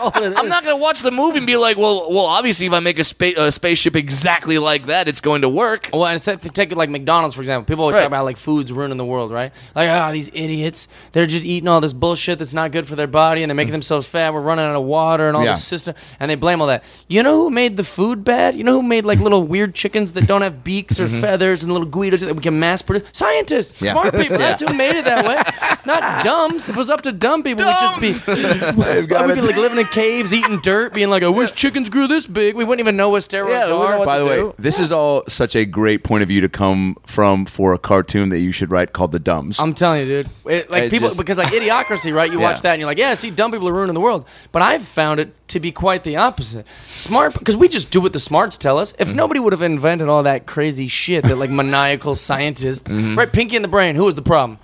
[SPEAKER 3] all it is.
[SPEAKER 2] I'm not gonna watch the movie and be like, well, well, obviously, if I make a, spa- a spaceship exactly like that, it's going to work.
[SPEAKER 3] Well, and set, take like McDonald's for example. People always
[SPEAKER 2] Right.
[SPEAKER 3] talk about like food's ruining the world, right? Like, ah, these idiots. They're just eating all this bullshit that's not good for their body, and they're making themselves fat. We're running out of water and all
[SPEAKER 1] Mm-hmm. Yeah.
[SPEAKER 3] this system, and they blame all that. You know who made the food bad? You know who made like little weird chickens that don't have beaks or
[SPEAKER 1] Mm-hmm.
[SPEAKER 3] feathers and little guidos that we can mass produce? Scientists, smart people. That's who made it that way. Not dumbs. If it was up to dumb people, we'd just be, we'd
[SPEAKER 1] got
[SPEAKER 3] be
[SPEAKER 1] it.
[SPEAKER 3] like living in caves, eating dirt, being like, I wish chickens grew this big. We wouldn't even know what steroids
[SPEAKER 1] Yeah, we don't
[SPEAKER 3] are.
[SPEAKER 1] know what By the way, this is all such a great point of view to come from for a cartoon that you should write called The Dumbs.
[SPEAKER 3] I'm telling you, dude. It, like
[SPEAKER 1] It
[SPEAKER 3] people,
[SPEAKER 1] just-
[SPEAKER 3] because like idiocracy, right? You watch that and you're like, yeah, see, dumb people are ruining the world. But I've found it to be quite the opposite. Smart, because we just do what the smarts tell us. If nobody would have invented all that crazy shit that like maniacal scientists, right? Pinky in the brain. Who was the problem?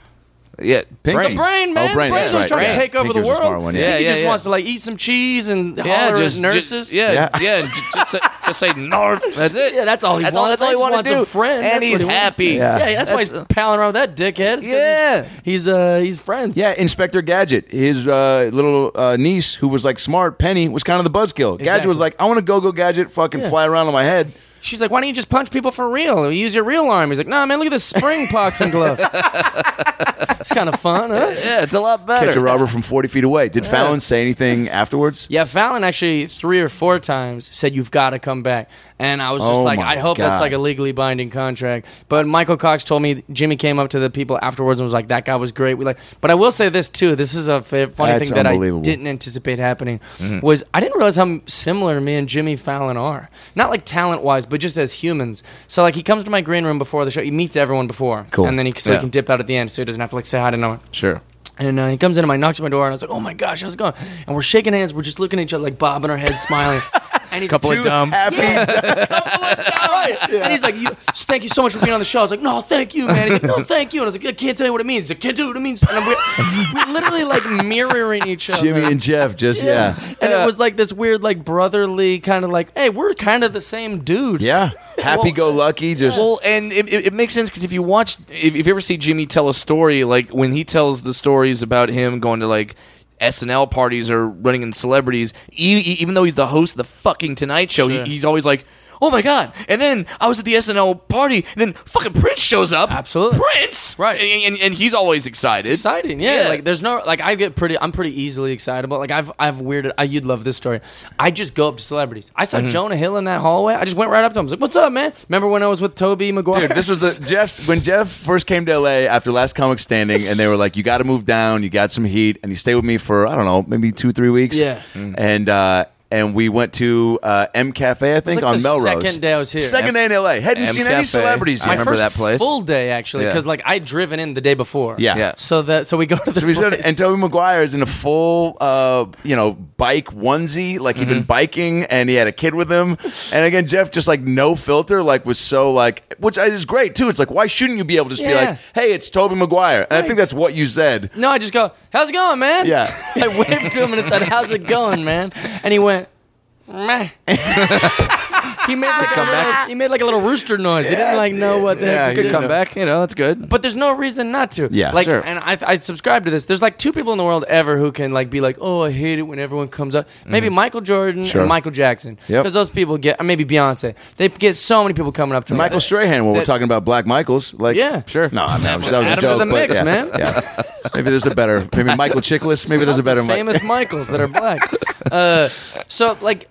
[SPEAKER 2] Yeah, pink
[SPEAKER 1] Brain.
[SPEAKER 3] The brain, man.
[SPEAKER 1] brain,
[SPEAKER 3] the brain's
[SPEAKER 1] that's
[SPEAKER 3] always
[SPEAKER 1] right,
[SPEAKER 3] trying
[SPEAKER 1] yeah.
[SPEAKER 3] to take over
[SPEAKER 1] Pinky
[SPEAKER 3] the
[SPEAKER 1] was
[SPEAKER 3] world.
[SPEAKER 1] the smart one, yeah.
[SPEAKER 3] Pinky
[SPEAKER 2] Yeah,
[SPEAKER 3] just
[SPEAKER 2] yeah,
[SPEAKER 3] wants
[SPEAKER 2] yeah.
[SPEAKER 3] to like eat some cheese and holler
[SPEAKER 2] Yeah,
[SPEAKER 3] at
[SPEAKER 2] just
[SPEAKER 3] his nurses.
[SPEAKER 2] yeah,
[SPEAKER 1] Yeah.
[SPEAKER 2] yeah, ju- just say, just say north. That's it.
[SPEAKER 3] Yeah, that's all he
[SPEAKER 2] that's
[SPEAKER 3] wants.
[SPEAKER 2] All, that's all he
[SPEAKER 3] He just
[SPEAKER 2] wanna
[SPEAKER 3] wants a
[SPEAKER 2] do.
[SPEAKER 3] friend.
[SPEAKER 2] and
[SPEAKER 3] That's
[SPEAKER 2] he's
[SPEAKER 3] what he wants.
[SPEAKER 2] happy.
[SPEAKER 1] Yeah.
[SPEAKER 3] Yeah, that's, why he's palling around with that dickhead. It's 'cause
[SPEAKER 2] Yeah.
[SPEAKER 3] he's he's, uh, he's friends.
[SPEAKER 1] yeah, Inspector Gadget, his uh, little uh, niece who was like smart, Penny, was kind of the buzzkill. Gadget
[SPEAKER 3] Exactly.
[SPEAKER 1] was like, I want to go go Gadget, fucking
[SPEAKER 3] Yeah.
[SPEAKER 1] fly around on my head.
[SPEAKER 3] She's like, why don't you just punch people for real? Use your real arm. He's like, nah, man, look at this spring boxing glove. it's kind of fun, huh?
[SPEAKER 2] Yeah, it's a lot better.
[SPEAKER 1] Catch a robber from 40 feet away. Did Fallon say anything afterwards?
[SPEAKER 3] Yeah, Fallon actually three or four times said you've got to come back, and I was just
[SPEAKER 1] Oh
[SPEAKER 3] like,
[SPEAKER 1] my
[SPEAKER 3] I hope that's
[SPEAKER 1] God.
[SPEAKER 3] like a legally binding contract. But Michael Cox told me Jimmy came up to the people afterwards and was like, that guy was great. We like, but I will say this too. This is a fa- funny
[SPEAKER 1] That's
[SPEAKER 3] thing that I
[SPEAKER 1] unbelievable. Mm-hmm.
[SPEAKER 3] didn't anticipate happening was I didn't realize how similar me and Jimmy Fallon are. Not like talent wise, but just as humans. So like he comes to my green room before the show. He meets everyone before,
[SPEAKER 1] Cool.
[SPEAKER 3] and then he so
[SPEAKER 2] Yeah.
[SPEAKER 3] he can dip out at the end, so he doesn't have to like say hi to no one.
[SPEAKER 2] Sure.
[SPEAKER 3] And uh, he comes in and I knocks on my door, and I was like, "Oh my gosh, how's it going?" And we're shaking hands. We're just looking at each other, like bobbing our heads, smiling. And he's
[SPEAKER 2] Couple
[SPEAKER 3] like,
[SPEAKER 2] of dumps.
[SPEAKER 3] Right. And he's like, you, "Thank you so much for being on the show." I was like, "No, thank you, man." He's like, "No, thank you." And I was like, "I can't tell you what it means." He's like, "Can't tell you what it means." And we're, we're literally like mirroring each other.
[SPEAKER 1] Jimmy and Jeff, just yeah. Uh,
[SPEAKER 3] And it was like this weird, like brotherly kind of like, "Hey, we're kind of the same dude."
[SPEAKER 1] Yeah. Happy go lucky, just
[SPEAKER 2] Well, and it, it, it makes sense because if you watch, if, if you ever see Jimmy tell a story, like when he tells the stories about him going to like SNL parties or running in celebrities, e- e- even though he's the host of the fucking Tonight Show, he, he's always like, "Oh my god!" And then I was at the SNL party, and then fucking Prince shows up.
[SPEAKER 3] Absolutely.
[SPEAKER 2] Prince,
[SPEAKER 3] Right.
[SPEAKER 2] And, and, and he's always excited.
[SPEAKER 3] It's exciting. Yeah.
[SPEAKER 2] Yeah.
[SPEAKER 3] Like there's no like I get pretty I'm pretty easily excitable. Like I've I've weirded I you'd love this story. I just go up to celebrities. I
[SPEAKER 1] Mm-hmm.
[SPEAKER 3] saw Jonah Hill in that hallway. I just went right up to him. I was like, What's up, man? Remember when I was with Toby McGuire?
[SPEAKER 1] Dude, this was the Jeff's when Jeff first came to LA after last comic standing, and they were like, "You got to move down. You got some heat." And he stayed with me for I don't know, maybe two, three weeks.
[SPEAKER 3] Yeah.
[SPEAKER 2] Mm.
[SPEAKER 1] and uh, and we went to uh, M Cafe, I think,
[SPEAKER 3] like
[SPEAKER 1] on
[SPEAKER 3] the
[SPEAKER 1] Melrose.
[SPEAKER 3] second day I was here.
[SPEAKER 1] Second day in LA. Hadn't
[SPEAKER 2] M
[SPEAKER 1] seen any
[SPEAKER 2] Cafe.
[SPEAKER 1] celebrities.
[SPEAKER 2] I
[SPEAKER 1] yet.
[SPEAKER 2] remember
[SPEAKER 3] first
[SPEAKER 2] that place.
[SPEAKER 3] Full day actually,
[SPEAKER 2] Yeah.
[SPEAKER 3] because like I'd driven in the day before.
[SPEAKER 1] Yeah.
[SPEAKER 2] Yeah.
[SPEAKER 3] So that so we go to this
[SPEAKER 1] So we said,
[SPEAKER 3] place.
[SPEAKER 1] and Toby Maguire is in a full, uh, you know, bike onesie, like he'd been
[SPEAKER 3] Mm-hmm.
[SPEAKER 1] biking, and he had a kid with him. And again, Jeff just like no filter, like was so like, which is great too. It's like, why shouldn't you be able to just be
[SPEAKER 3] Yeah.
[SPEAKER 1] like, hey, it's Toby Maguire? And I think that's what you said.
[SPEAKER 3] No, I just go, How's it going, man?
[SPEAKER 1] Yeah.
[SPEAKER 3] I waved to him and I said, How's it going, man? And he went, Meh. He made, like a little, he made like a little rooster noise. he didn't like know what the heck to do.
[SPEAKER 2] back, you know, that's good.
[SPEAKER 3] but there's no reason not to.
[SPEAKER 1] Yeah.
[SPEAKER 3] like,
[SPEAKER 1] Sure.
[SPEAKER 3] and I, I subscribe to this. There's like two people in the world ever who can like be like, oh, I hate it when everyone comes up. Maybe Michael Jordan
[SPEAKER 1] Mm-hmm. Sure.
[SPEAKER 3] and Michael Jackson, because
[SPEAKER 1] Yep.
[SPEAKER 3] those people get, or maybe Beyonce, they get so many people coming up to them.
[SPEAKER 1] Michael Strahan, when we're
[SPEAKER 3] That-
[SPEAKER 1] talking about Black Michaels, like,
[SPEAKER 3] Yeah.
[SPEAKER 1] sure, no, I mean, that was, that was
[SPEAKER 3] Add
[SPEAKER 1] a
[SPEAKER 3] 'em to
[SPEAKER 1] joke,
[SPEAKER 3] the
[SPEAKER 1] but
[SPEAKER 3] mix,
[SPEAKER 1] yeah,
[SPEAKER 3] man.
[SPEAKER 1] yeah. maybe there's a better, maybe Michael Chiklis, maybe there's a better, Mi-
[SPEAKER 3] famous Michaels that are black. Uh, so like,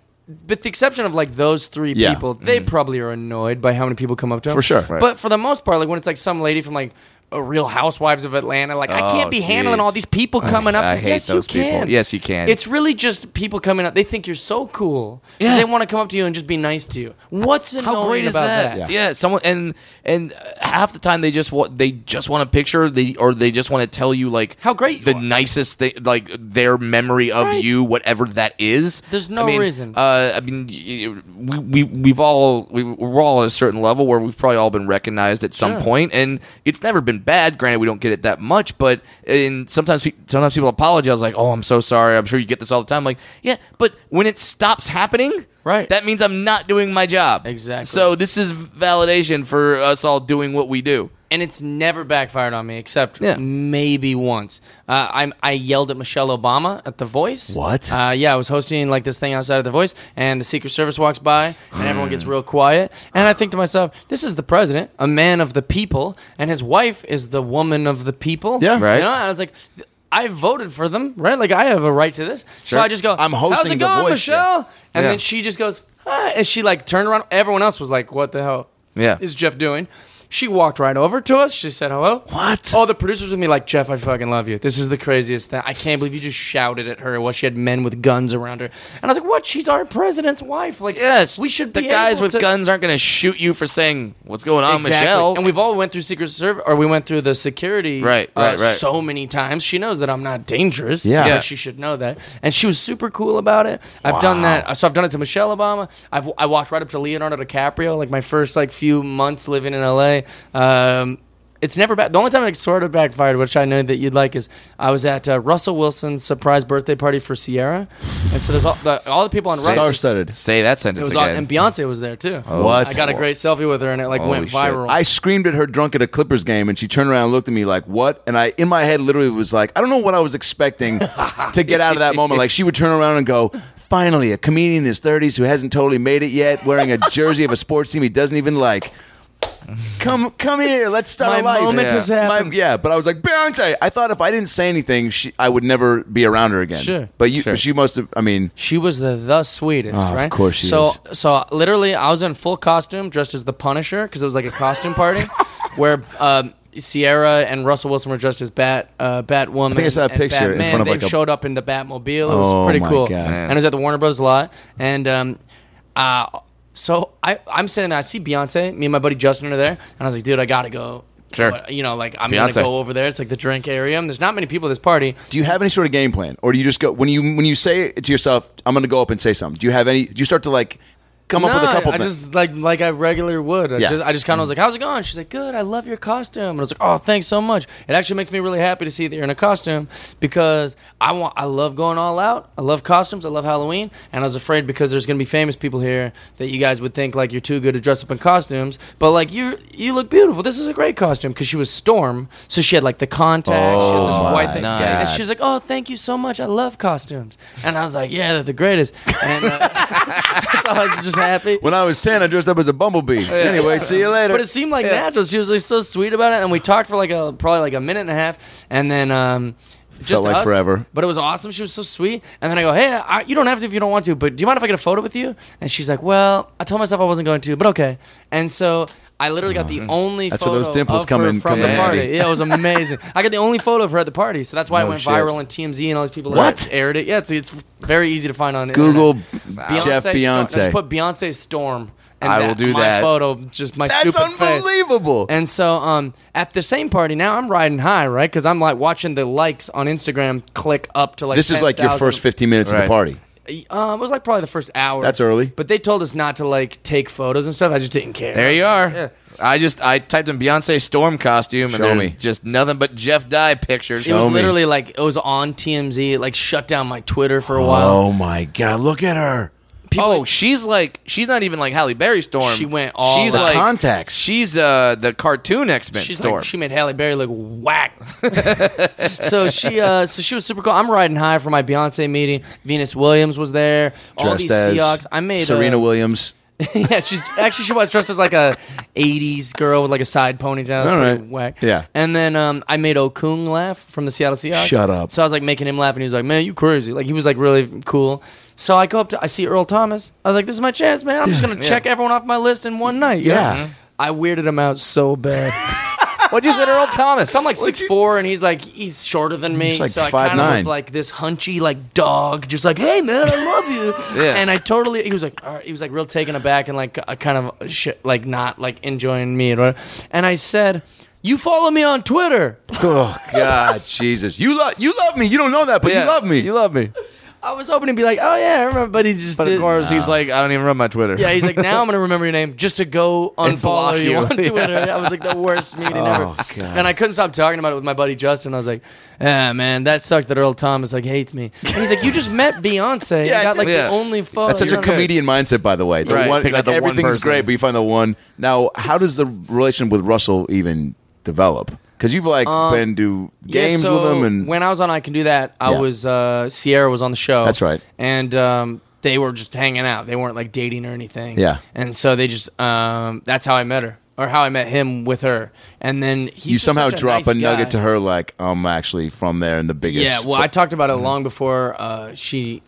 [SPEAKER 3] with the exception of like those three
[SPEAKER 1] Yeah.
[SPEAKER 3] people, they
[SPEAKER 2] Mm-hmm.
[SPEAKER 3] probably are annoyed by how many people come up to them
[SPEAKER 1] For sure. Right.
[SPEAKER 3] But for the most part, like when it's like some lady from like. A Real Housewives of Atlanta, like I
[SPEAKER 2] Oh,
[SPEAKER 3] can't be handling
[SPEAKER 2] jeez.
[SPEAKER 3] all these people coming up.
[SPEAKER 2] I hate
[SPEAKER 3] yes,
[SPEAKER 2] those
[SPEAKER 3] you
[SPEAKER 2] people.
[SPEAKER 3] can.
[SPEAKER 2] Yes, you can.
[SPEAKER 3] It's really just people coming up. They think you're so cool.
[SPEAKER 2] Yeah.
[SPEAKER 3] they want to come up to you and just be nice to you. What's annoying
[SPEAKER 2] How great is
[SPEAKER 3] about
[SPEAKER 2] that?
[SPEAKER 3] that?
[SPEAKER 2] Yeah. someone and and uh, half the time they just want they just want a picture, they or they just want to tell you like
[SPEAKER 3] How great you
[SPEAKER 2] the
[SPEAKER 3] are.
[SPEAKER 2] nicest thing, like their memory of
[SPEAKER 3] Right.
[SPEAKER 2] you, whatever that is.
[SPEAKER 3] There's
[SPEAKER 2] I
[SPEAKER 3] no
[SPEAKER 2] mean,
[SPEAKER 3] reason.
[SPEAKER 2] Uh, I mean, y- y- we we we've all we, we're all at a certain level where we've probably all been recognized at some
[SPEAKER 3] Sure.
[SPEAKER 2] point, and it's never been bad. Granted, we don't get it that much, but and sometimes pe- sometimes people apologize like, "Oh, I'm so sorry. I'm sure you get this all the time." Like, yeah, but when it stops happening,
[SPEAKER 3] Right.
[SPEAKER 2] That means I'm not doing my job.
[SPEAKER 3] Exactly.
[SPEAKER 2] So this is validation for us all doing what we do.
[SPEAKER 3] and it's never backfired on me except
[SPEAKER 2] Yeah.
[SPEAKER 3] maybe once. Uh, I'm I yelled at Michelle Obama at The Voice.
[SPEAKER 2] What?
[SPEAKER 3] Uh, yeah, I was hosting like this thing outside of The Voice, and the Secret Service walks by, and everyone gets real quiet. And I think to myself, this is the president, a man of the people, and his wife is the woman of the people.
[SPEAKER 1] Yeah.
[SPEAKER 2] Right.
[SPEAKER 3] You know, I was like. I voted for them, right? Like I have a right to this.
[SPEAKER 2] Sure.
[SPEAKER 3] So I just go.
[SPEAKER 1] I'm
[SPEAKER 3] How's
[SPEAKER 1] hosting
[SPEAKER 3] it
[SPEAKER 1] The
[SPEAKER 3] going,
[SPEAKER 1] Voice,
[SPEAKER 3] Michelle? And
[SPEAKER 2] Yeah.
[SPEAKER 3] then she just goes, "Hi," and she like turned around. Everyone else was like, "What the hell?
[SPEAKER 2] Yeah.
[SPEAKER 3] is Jeff doing?" She walked right over to us. She said hello.
[SPEAKER 1] What?
[SPEAKER 3] All Oh, the producers with me like Jeff, I fucking love you. This is the craziest thing. I can't believe you just shouted at her while she had men with guns around her. And I was like, "What? She's our president's wife. Like,
[SPEAKER 2] Yes,
[SPEAKER 3] we should.
[SPEAKER 2] The
[SPEAKER 3] be
[SPEAKER 2] guys
[SPEAKER 3] able
[SPEAKER 2] with
[SPEAKER 3] to-
[SPEAKER 2] guns aren't going to shoot you for saying what's going on, Uh,
[SPEAKER 3] Exactly.
[SPEAKER 2] Michelle.
[SPEAKER 3] And we've all went through Secret Service, or we went through the security
[SPEAKER 2] Right,
[SPEAKER 3] uh,
[SPEAKER 2] right, right.
[SPEAKER 3] so many times. She knows that I'm not dangerous.
[SPEAKER 1] Yeah.
[SPEAKER 3] but
[SPEAKER 2] Yeah.
[SPEAKER 3] she should know that. And she was super cool about it. I've done that. uh, So I've done it to Michelle Obama. I've I walked right up to Leonardo DiCaprio. Like my first like few months living in LA. Um, it's never back. The only time it sort of backfired, which I know that you'd like, is I was at uh, Russell Wilson's surprise birthday party for Sierra, and so there's all the, all the people on Russell.
[SPEAKER 1] Star-studded.
[SPEAKER 2] Say that
[SPEAKER 3] It
[SPEAKER 2] sentence
[SPEAKER 3] was on,
[SPEAKER 2] again.
[SPEAKER 3] and Beyonce was there too.
[SPEAKER 1] What?
[SPEAKER 3] I got a great selfie with her, and it like
[SPEAKER 2] Holy
[SPEAKER 3] went
[SPEAKER 2] shit.
[SPEAKER 3] viral.
[SPEAKER 1] I screamed at her drunk at a Clippers game, and she turned around and looked at me like, "What?" And I, in my head, literally was like, "I don't know what I was expecting to get out of that moment." Like she would turn around and go, "Finally, a comedian in his thirties who hasn't totally made it yet, wearing a jersey of a sports team he doesn't even like." Come, come here. Let's start
[SPEAKER 3] My
[SPEAKER 1] a life.
[SPEAKER 3] moment
[SPEAKER 2] has
[SPEAKER 3] happened.
[SPEAKER 1] My- yeah, but I was like Beyonce. I thought if I didn't say anything, she, I would never be around her again.
[SPEAKER 3] Sure.
[SPEAKER 1] but you,
[SPEAKER 2] Sure.
[SPEAKER 1] she must have. I mean,
[SPEAKER 3] She was the the sweetest,
[SPEAKER 1] Oh, of
[SPEAKER 3] right?
[SPEAKER 1] course she
[SPEAKER 3] so,
[SPEAKER 1] is.
[SPEAKER 3] So literally, I was in full costume, dressed as the Punisher, because it was like a costume party where um, Sierra and Russell Wilson were dressed as Bat uh, Batwoman.
[SPEAKER 1] I think I saw a
[SPEAKER 3] and
[SPEAKER 1] picture in
[SPEAKER 3] Batman.
[SPEAKER 1] front of,
[SPEAKER 3] they
[SPEAKER 1] like, a-
[SPEAKER 3] showed up in the Batmobile. It was
[SPEAKER 1] Oh,
[SPEAKER 3] pretty
[SPEAKER 1] my
[SPEAKER 3] cool,
[SPEAKER 1] God.
[SPEAKER 3] and it was at the Warner Bros. lot. And um, uh, so I I'm sitting there. I see Beyonce. Me and my buddy Justin are there, and I was like, dude, I gotta go.
[SPEAKER 2] Sure.
[SPEAKER 3] But, You know, like I'm gonna
[SPEAKER 2] Beyonce.
[SPEAKER 3] go over there. It's like the drink area. and There's not many people at this party.
[SPEAKER 1] Do you have any sort of game plan, or do you just go when you when you say it to yourself, "I'm going to go up and say something"? Do you have any? Do you start to like come up with a
[SPEAKER 3] No,
[SPEAKER 1] couple?
[SPEAKER 3] I
[SPEAKER 1] thi-
[SPEAKER 3] just like like I regular would. I
[SPEAKER 1] Yeah. Mm.
[SPEAKER 3] just I just kind of was like, "How's it going?" She's like, "Good. I love your costume." And I was like, "Oh, thanks so much." It actually makes me really happy to see that you're in a costume because I want I love going all out. I love costumes. I love Halloween. And I was afraid because there's going to be famous people here that you guys would think like you're too good to dress up in costumes, but like you you look beautiful. This is a great costume because she was Storm, so she had like the contacts, she had
[SPEAKER 1] Oh,
[SPEAKER 3] this white thing.
[SPEAKER 2] my
[SPEAKER 3] And
[SPEAKER 2] God.
[SPEAKER 3] she's like, "Oh, thank you so much. I love costumes." And I was like, "Yeah, they're the greatest." And uh, so I was just happy.
[SPEAKER 1] when I was ten, I dressed up as a bumblebee. Anyway, see you later.
[SPEAKER 3] Oh, But it seemed like natural. She was like so sweet about it, and we talked for like a probably like a minute and a half, and then um, just
[SPEAKER 1] like
[SPEAKER 3] us.
[SPEAKER 1] forever.
[SPEAKER 3] But it was awesome. She was so sweet. And then I go, hey, I, you don't have to if you don't want to, but do you mind if I get a photo with you? And she's like, well, I told myself I wasn't going to, but okay. And so. I literally got the only
[SPEAKER 1] Mm-hmm. That's where
[SPEAKER 3] photo
[SPEAKER 1] those dimples
[SPEAKER 3] of
[SPEAKER 1] come
[SPEAKER 3] her
[SPEAKER 1] in-
[SPEAKER 3] from
[SPEAKER 1] come
[SPEAKER 3] the
[SPEAKER 1] in
[SPEAKER 3] party.
[SPEAKER 1] handy.
[SPEAKER 3] Yeah, it was amazing. I got the only photo of her at the party, so that's why
[SPEAKER 1] No
[SPEAKER 3] it went
[SPEAKER 1] shit.
[SPEAKER 3] viral on TMZ and all these people
[SPEAKER 1] What?
[SPEAKER 3] that aired it. Yeah, it's, it's very easy to find on
[SPEAKER 1] Google
[SPEAKER 3] Beyonce
[SPEAKER 1] Jeff
[SPEAKER 3] Storm.
[SPEAKER 1] Beyonce.
[SPEAKER 3] Just put Beyonce Storm. And
[SPEAKER 2] I will do
[SPEAKER 3] my
[SPEAKER 2] that.
[SPEAKER 3] photo, just my
[SPEAKER 1] That's
[SPEAKER 3] stupid face.
[SPEAKER 1] unbelievable.
[SPEAKER 3] And so, um, at the same party now, I'm riding high, right? Because I'm like watching the likes on Instagram click up to like.
[SPEAKER 1] this is like your
[SPEAKER 3] 10,000.
[SPEAKER 1] first fifteen minutes of
[SPEAKER 2] Right.
[SPEAKER 1] the party.
[SPEAKER 3] Uh, it was like probably the first hour.
[SPEAKER 1] That's early.
[SPEAKER 3] But they told us not to like take photos and stuff. I just didn't care.
[SPEAKER 2] There you are. I just I typed in Beyonce storm costume
[SPEAKER 1] Show
[SPEAKER 2] and there's
[SPEAKER 1] me.
[SPEAKER 2] just nothing but Jeff Dye pictures.
[SPEAKER 3] It was
[SPEAKER 1] Show me.
[SPEAKER 3] literally like it was on TMZ. It like shut down my Twitter for a
[SPEAKER 1] Oh,
[SPEAKER 3] while.
[SPEAKER 1] my God! Look at her.
[SPEAKER 3] People,
[SPEAKER 2] oh, she's like she's not even like Halle Berry storm.
[SPEAKER 3] She went all
[SPEAKER 2] She's
[SPEAKER 3] out.
[SPEAKER 2] like
[SPEAKER 1] Contacts.
[SPEAKER 2] She's uh the cartoon X Men
[SPEAKER 3] She's
[SPEAKER 2] storm.
[SPEAKER 3] Like, she made Halle Berry look whack. so she, uh, so she was super cool. I'm riding high for my Beyonce meeting. Venus Williams was there. all these Seahawks. I made
[SPEAKER 1] Serena
[SPEAKER 3] uh,
[SPEAKER 1] Williams.
[SPEAKER 3] yeah, she's actually she was dressed as like a '80s girl with like a side ponytail.
[SPEAKER 1] All
[SPEAKER 3] All
[SPEAKER 1] right.
[SPEAKER 3] right, whack.
[SPEAKER 1] Yeah.
[SPEAKER 3] And then um, I made Okung laugh from the Seattle Seahawks.
[SPEAKER 1] Shut up.
[SPEAKER 3] So I was like making him laugh, and he was like, "Man, you crazy!" Like he was like really cool. So I go up to I see Earl Thomas. I was like, "This is my chance, man. I'm just gonna check everyone off my list in one night." you know?
[SPEAKER 1] Yeah. Mhm.
[SPEAKER 3] I weirded him out so bad.
[SPEAKER 2] What'd you say to Earl Thomas?
[SPEAKER 3] So I'm like six four, and he's like he's shorter than me.
[SPEAKER 1] He's like
[SPEAKER 3] so I
[SPEAKER 1] five
[SPEAKER 3] kind of
[SPEAKER 1] nine.
[SPEAKER 3] was like this hunchy like dog, just like hey man, I love you.
[SPEAKER 2] Yeah.
[SPEAKER 3] And I totally he was like all right, he was like real taken aback and like uh, kind of sh- like not like enjoying me at all. And I said, "You follow me on Twitter."
[SPEAKER 1] Oh God, Jesus! You love you love me. You don't know that, but
[SPEAKER 2] Yeah.
[SPEAKER 1] you love me. You love me.
[SPEAKER 3] I was hoping to be like, "Oh yeah, I remember," but he just
[SPEAKER 2] But of
[SPEAKER 3] didn't.
[SPEAKER 2] course he's like I don't even run my Twitter.
[SPEAKER 3] Yeah, he's like, now I'm gonna remember your name just to go
[SPEAKER 2] And block
[SPEAKER 3] unfollow you.
[SPEAKER 2] you.
[SPEAKER 3] on
[SPEAKER 2] Yeah.
[SPEAKER 3] Twitter. That was like the worst meeting
[SPEAKER 1] Oh,
[SPEAKER 3] ever. And I couldn't stop talking about it with my buddy Justin. I was like, ah, man, that sucks that Earl Thomas like hates me. And he's like, you just met Beyonce.
[SPEAKER 2] Yeah, I
[SPEAKER 3] you got like
[SPEAKER 2] did. Yeah.
[SPEAKER 3] the only photo.
[SPEAKER 1] That's such
[SPEAKER 3] Oh, You're
[SPEAKER 1] a
[SPEAKER 3] on-
[SPEAKER 1] comedian mindset, by the way. The
[SPEAKER 2] Right.
[SPEAKER 1] one,
[SPEAKER 2] Pick out
[SPEAKER 1] like,
[SPEAKER 2] the one
[SPEAKER 1] everything's
[SPEAKER 2] person.
[SPEAKER 1] great, but you find the one. Now, how does the relation with Russell even develop? Because you've like been to games
[SPEAKER 3] Um, Yeah, so
[SPEAKER 1] with them, and
[SPEAKER 3] when I was on I Can Do That, I
[SPEAKER 1] Yeah.
[SPEAKER 3] was uh, Sierra was on the show.
[SPEAKER 1] That's right.
[SPEAKER 3] And um, they were just hanging out. They weren't like dating or anything.
[SPEAKER 1] Yeah.
[SPEAKER 3] And so they just um, that's how I met her. Or how I met him with her, and then he
[SPEAKER 1] you somehow drop a nugget to her like I'm actually from there and the biggest. Mm-hmm.
[SPEAKER 3] Yeah, well, I talked about it long before uh, she.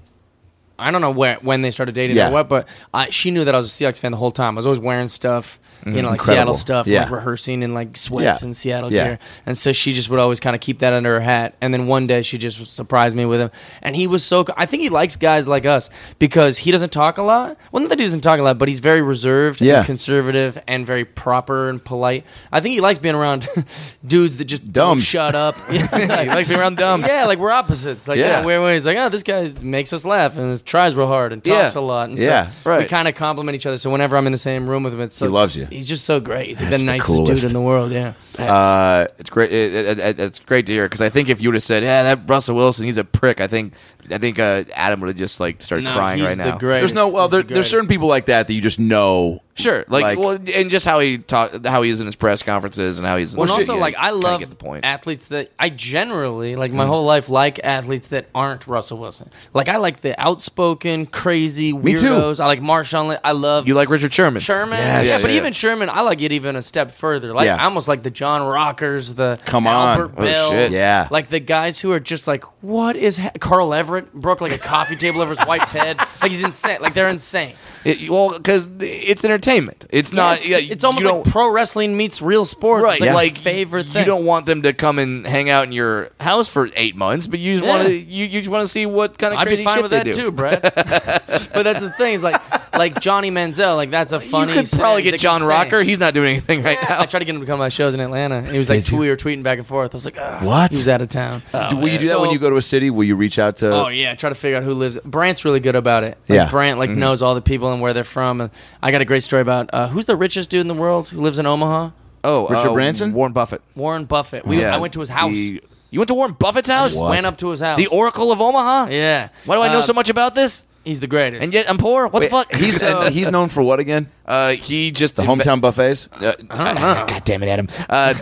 [SPEAKER 3] I don't know where, when they started dating
[SPEAKER 1] Yeah.
[SPEAKER 3] or what, but I, she knew that I was a Seahawks fan the whole time. I was always wearing stuff, you know, like
[SPEAKER 1] Mm-hmm. Incredible.
[SPEAKER 3] Seattle stuff,
[SPEAKER 1] Yeah.
[SPEAKER 3] like rehearsing and like sweats
[SPEAKER 1] Yeah.
[SPEAKER 3] and Seattle
[SPEAKER 1] Yeah.
[SPEAKER 3] gear. And so she just would always kind of keep that under her hat. And then one day she just surprised me with him. And he was so, co- I think he likes guys like us because he doesn't talk a lot. Well, not that he doesn't talk a lot, but he's very reserved
[SPEAKER 1] Yeah.
[SPEAKER 3] and conservative and very proper and polite. I think he likes being around dudes that just
[SPEAKER 1] Dumb.
[SPEAKER 3] don't shut up.
[SPEAKER 2] you like being around dumbs.
[SPEAKER 3] Yeah, like we're opposites. Like
[SPEAKER 1] Um, Yeah.
[SPEAKER 3] yeah, we're, we're- he's like, oh, this guy makes us laugh and tries real hard and talks
[SPEAKER 2] Yeah.
[SPEAKER 3] a lot. And
[SPEAKER 1] Yeah,
[SPEAKER 3] so
[SPEAKER 1] right.
[SPEAKER 3] We kind of complement each other. So whenever I'm in the same room with him, it's so,
[SPEAKER 1] He loves you.
[SPEAKER 3] He's just so great. He's like
[SPEAKER 1] That's
[SPEAKER 3] the
[SPEAKER 1] the
[SPEAKER 3] nicest dude
[SPEAKER 1] coolest.
[SPEAKER 3] in the world. Yeah.
[SPEAKER 2] Uh, it's great. It, it, it- it's great to hear because I think if you would have said, "Yeah, that Russell Wilson, he's a prick," I think I think uh, Adam would have just like started
[SPEAKER 3] No,
[SPEAKER 2] crying
[SPEAKER 3] he's
[SPEAKER 2] right
[SPEAKER 3] the
[SPEAKER 2] now.
[SPEAKER 3] greatest.
[SPEAKER 1] there's no well,
[SPEAKER 3] He's
[SPEAKER 1] there,
[SPEAKER 3] the
[SPEAKER 1] there's certain
[SPEAKER 3] greatest.
[SPEAKER 1] people like that that you just know.
[SPEAKER 2] Sure, like,
[SPEAKER 1] Like-
[SPEAKER 2] well, and just how he talk, how he is in his press conferences, and how he's. in
[SPEAKER 3] Well,
[SPEAKER 2] the
[SPEAKER 3] and
[SPEAKER 2] shit,
[SPEAKER 3] also,
[SPEAKER 2] yeah,
[SPEAKER 3] like,
[SPEAKER 2] you
[SPEAKER 3] I
[SPEAKER 2] kinda
[SPEAKER 3] love
[SPEAKER 2] get the point.
[SPEAKER 3] athletes that I generally, like,
[SPEAKER 1] Mm.
[SPEAKER 3] my whole life like athletes that aren't Russell Wilson. Like, I like the outspoken, crazy
[SPEAKER 1] too.
[SPEAKER 3] weirdos. I like Marshawn. Lynch. I love
[SPEAKER 2] you like Richard Sherman.
[SPEAKER 3] Sherman.
[SPEAKER 1] Yes.
[SPEAKER 3] Yeah,
[SPEAKER 1] Yeah,
[SPEAKER 3] but
[SPEAKER 2] yeah.
[SPEAKER 3] even Sherman, I like it even a step further. Like
[SPEAKER 1] Yeah.
[SPEAKER 3] almost like the John Rockers, the
[SPEAKER 1] Come on.
[SPEAKER 3] Albert
[SPEAKER 1] Oh,
[SPEAKER 3] Bells,
[SPEAKER 2] shit.
[SPEAKER 1] Yeah.
[SPEAKER 3] like the guys who are just like, what is ha-? Carl Everett broke like a coffee table over his wife's head? Like he's insane. Like they're insane.
[SPEAKER 2] It- well, because it's entertainment. It's not.
[SPEAKER 3] Yes,
[SPEAKER 2] Yeah,
[SPEAKER 3] it's almost
[SPEAKER 2] you don't-
[SPEAKER 3] like pro wrestling meets real sports.
[SPEAKER 2] right.
[SPEAKER 3] It's like,
[SPEAKER 2] Like
[SPEAKER 3] my favorite thing.
[SPEAKER 2] You don't want them to come and hang out in your house for eight months, but you just
[SPEAKER 3] Yeah.
[SPEAKER 2] want to. You, you just want to see what kind of
[SPEAKER 3] I'd
[SPEAKER 2] crazy
[SPEAKER 3] be fine
[SPEAKER 2] shit
[SPEAKER 3] with
[SPEAKER 2] they
[SPEAKER 3] that
[SPEAKER 2] do.
[SPEAKER 3] too, Brad. but that's the thing is like, like Johnny Manziel, like that's a funny.
[SPEAKER 2] you could probably get
[SPEAKER 3] sadistic
[SPEAKER 2] John
[SPEAKER 3] insane.
[SPEAKER 2] Rocker. He's not doing anything right
[SPEAKER 3] Yeah,
[SPEAKER 2] now.
[SPEAKER 3] I tried to get him to come to my shows in Atlanta. He was like, we were tweeting back and forth. I was like, "Ugh,
[SPEAKER 1] What?
[SPEAKER 3] He was out of town.
[SPEAKER 2] Uh,
[SPEAKER 1] Do- will you do that
[SPEAKER 3] So-
[SPEAKER 1] when you go to a city? Will you reach out to?
[SPEAKER 3] Oh yeah, try to figure out who lives. Brant's really good about it. Like,
[SPEAKER 1] Yeah.
[SPEAKER 3] Brant
[SPEAKER 2] Mm-hmm.
[SPEAKER 3] like knows all the people and where they're from. And I got a great story about uh, who's the richest dude in the world who lives in Omaha.
[SPEAKER 2] Oh,
[SPEAKER 1] Richard
[SPEAKER 2] uh,
[SPEAKER 1] Branson?
[SPEAKER 2] Warren Buffett.
[SPEAKER 3] Warren Buffett. We, I went to his house.
[SPEAKER 2] The- you went to Warren Buffett's house?
[SPEAKER 1] What?
[SPEAKER 3] Went up to his house.
[SPEAKER 2] The Oracle of Omaha?
[SPEAKER 3] yeah.
[SPEAKER 2] Why do I know
[SPEAKER 3] Uh,
[SPEAKER 2] so much about this?
[SPEAKER 3] He's the greatest.
[SPEAKER 2] And yet I'm poor. What
[SPEAKER 1] Wait,
[SPEAKER 2] the fuck?
[SPEAKER 1] He's
[SPEAKER 3] So-
[SPEAKER 1] he's known for what again?
[SPEAKER 2] uh, he just
[SPEAKER 1] The hometown buffets.
[SPEAKER 2] Uh,
[SPEAKER 3] I don't know.
[SPEAKER 2] God damn it, Adam. Uh,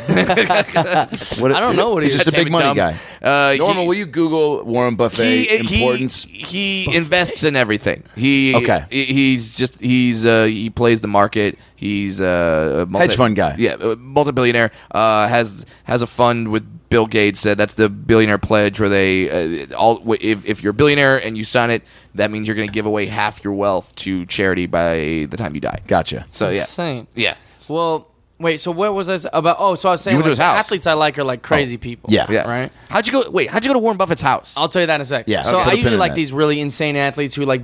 [SPEAKER 1] What,
[SPEAKER 3] I don't know what
[SPEAKER 1] he's
[SPEAKER 3] he-
[SPEAKER 1] just a
[SPEAKER 2] David
[SPEAKER 1] big money
[SPEAKER 2] Dumbs.
[SPEAKER 1] guy.
[SPEAKER 2] Uh,
[SPEAKER 1] Norman,
[SPEAKER 2] he-
[SPEAKER 1] will you Google Warren Buffet
[SPEAKER 2] he,
[SPEAKER 1] importance?
[SPEAKER 2] he he invests in everything. He
[SPEAKER 1] Okay.
[SPEAKER 2] he- He's just he's uh, he plays the market. He's uh, a multi-
[SPEAKER 1] Hedge fund guy.
[SPEAKER 2] Yeah, uh, multi-billionaire. Uh, has has a fund with Bill Gates. Said that's the billionaire pledge where they uh, all w- if if you're a billionaire and you sign it, that means you're going to give away half your wealth to charity by the time you die.
[SPEAKER 1] gotcha.
[SPEAKER 2] So yeah,
[SPEAKER 3] Insane.
[SPEAKER 2] yeah.
[SPEAKER 3] Well, wait. So what was I s- about? Oh, so I was saying
[SPEAKER 2] You went to
[SPEAKER 3] like,
[SPEAKER 2] his house. Oh.
[SPEAKER 3] athletes I like are like crazy people.
[SPEAKER 1] Yeah.
[SPEAKER 2] Yeah.
[SPEAKER 3] Right.
[SPEAKER 2] How'd you go? Wait, how'd you go to Warren Buffett's house?
[SPEAKER 3] I'll tell you that in a sec.
[SPEAKER 1] Yeah,
[SPEAKER 3] So
[SPEAKER 1] okay. Put a
[SPEAKER 3] I
[SPEAKER 1] pin
[SPEAKER 3] usually
[SPEAKER 1] in
[SPEAKER 3] like
[SPEAKER 1] that.
[SPEAKER 3] these really insane athletes who like,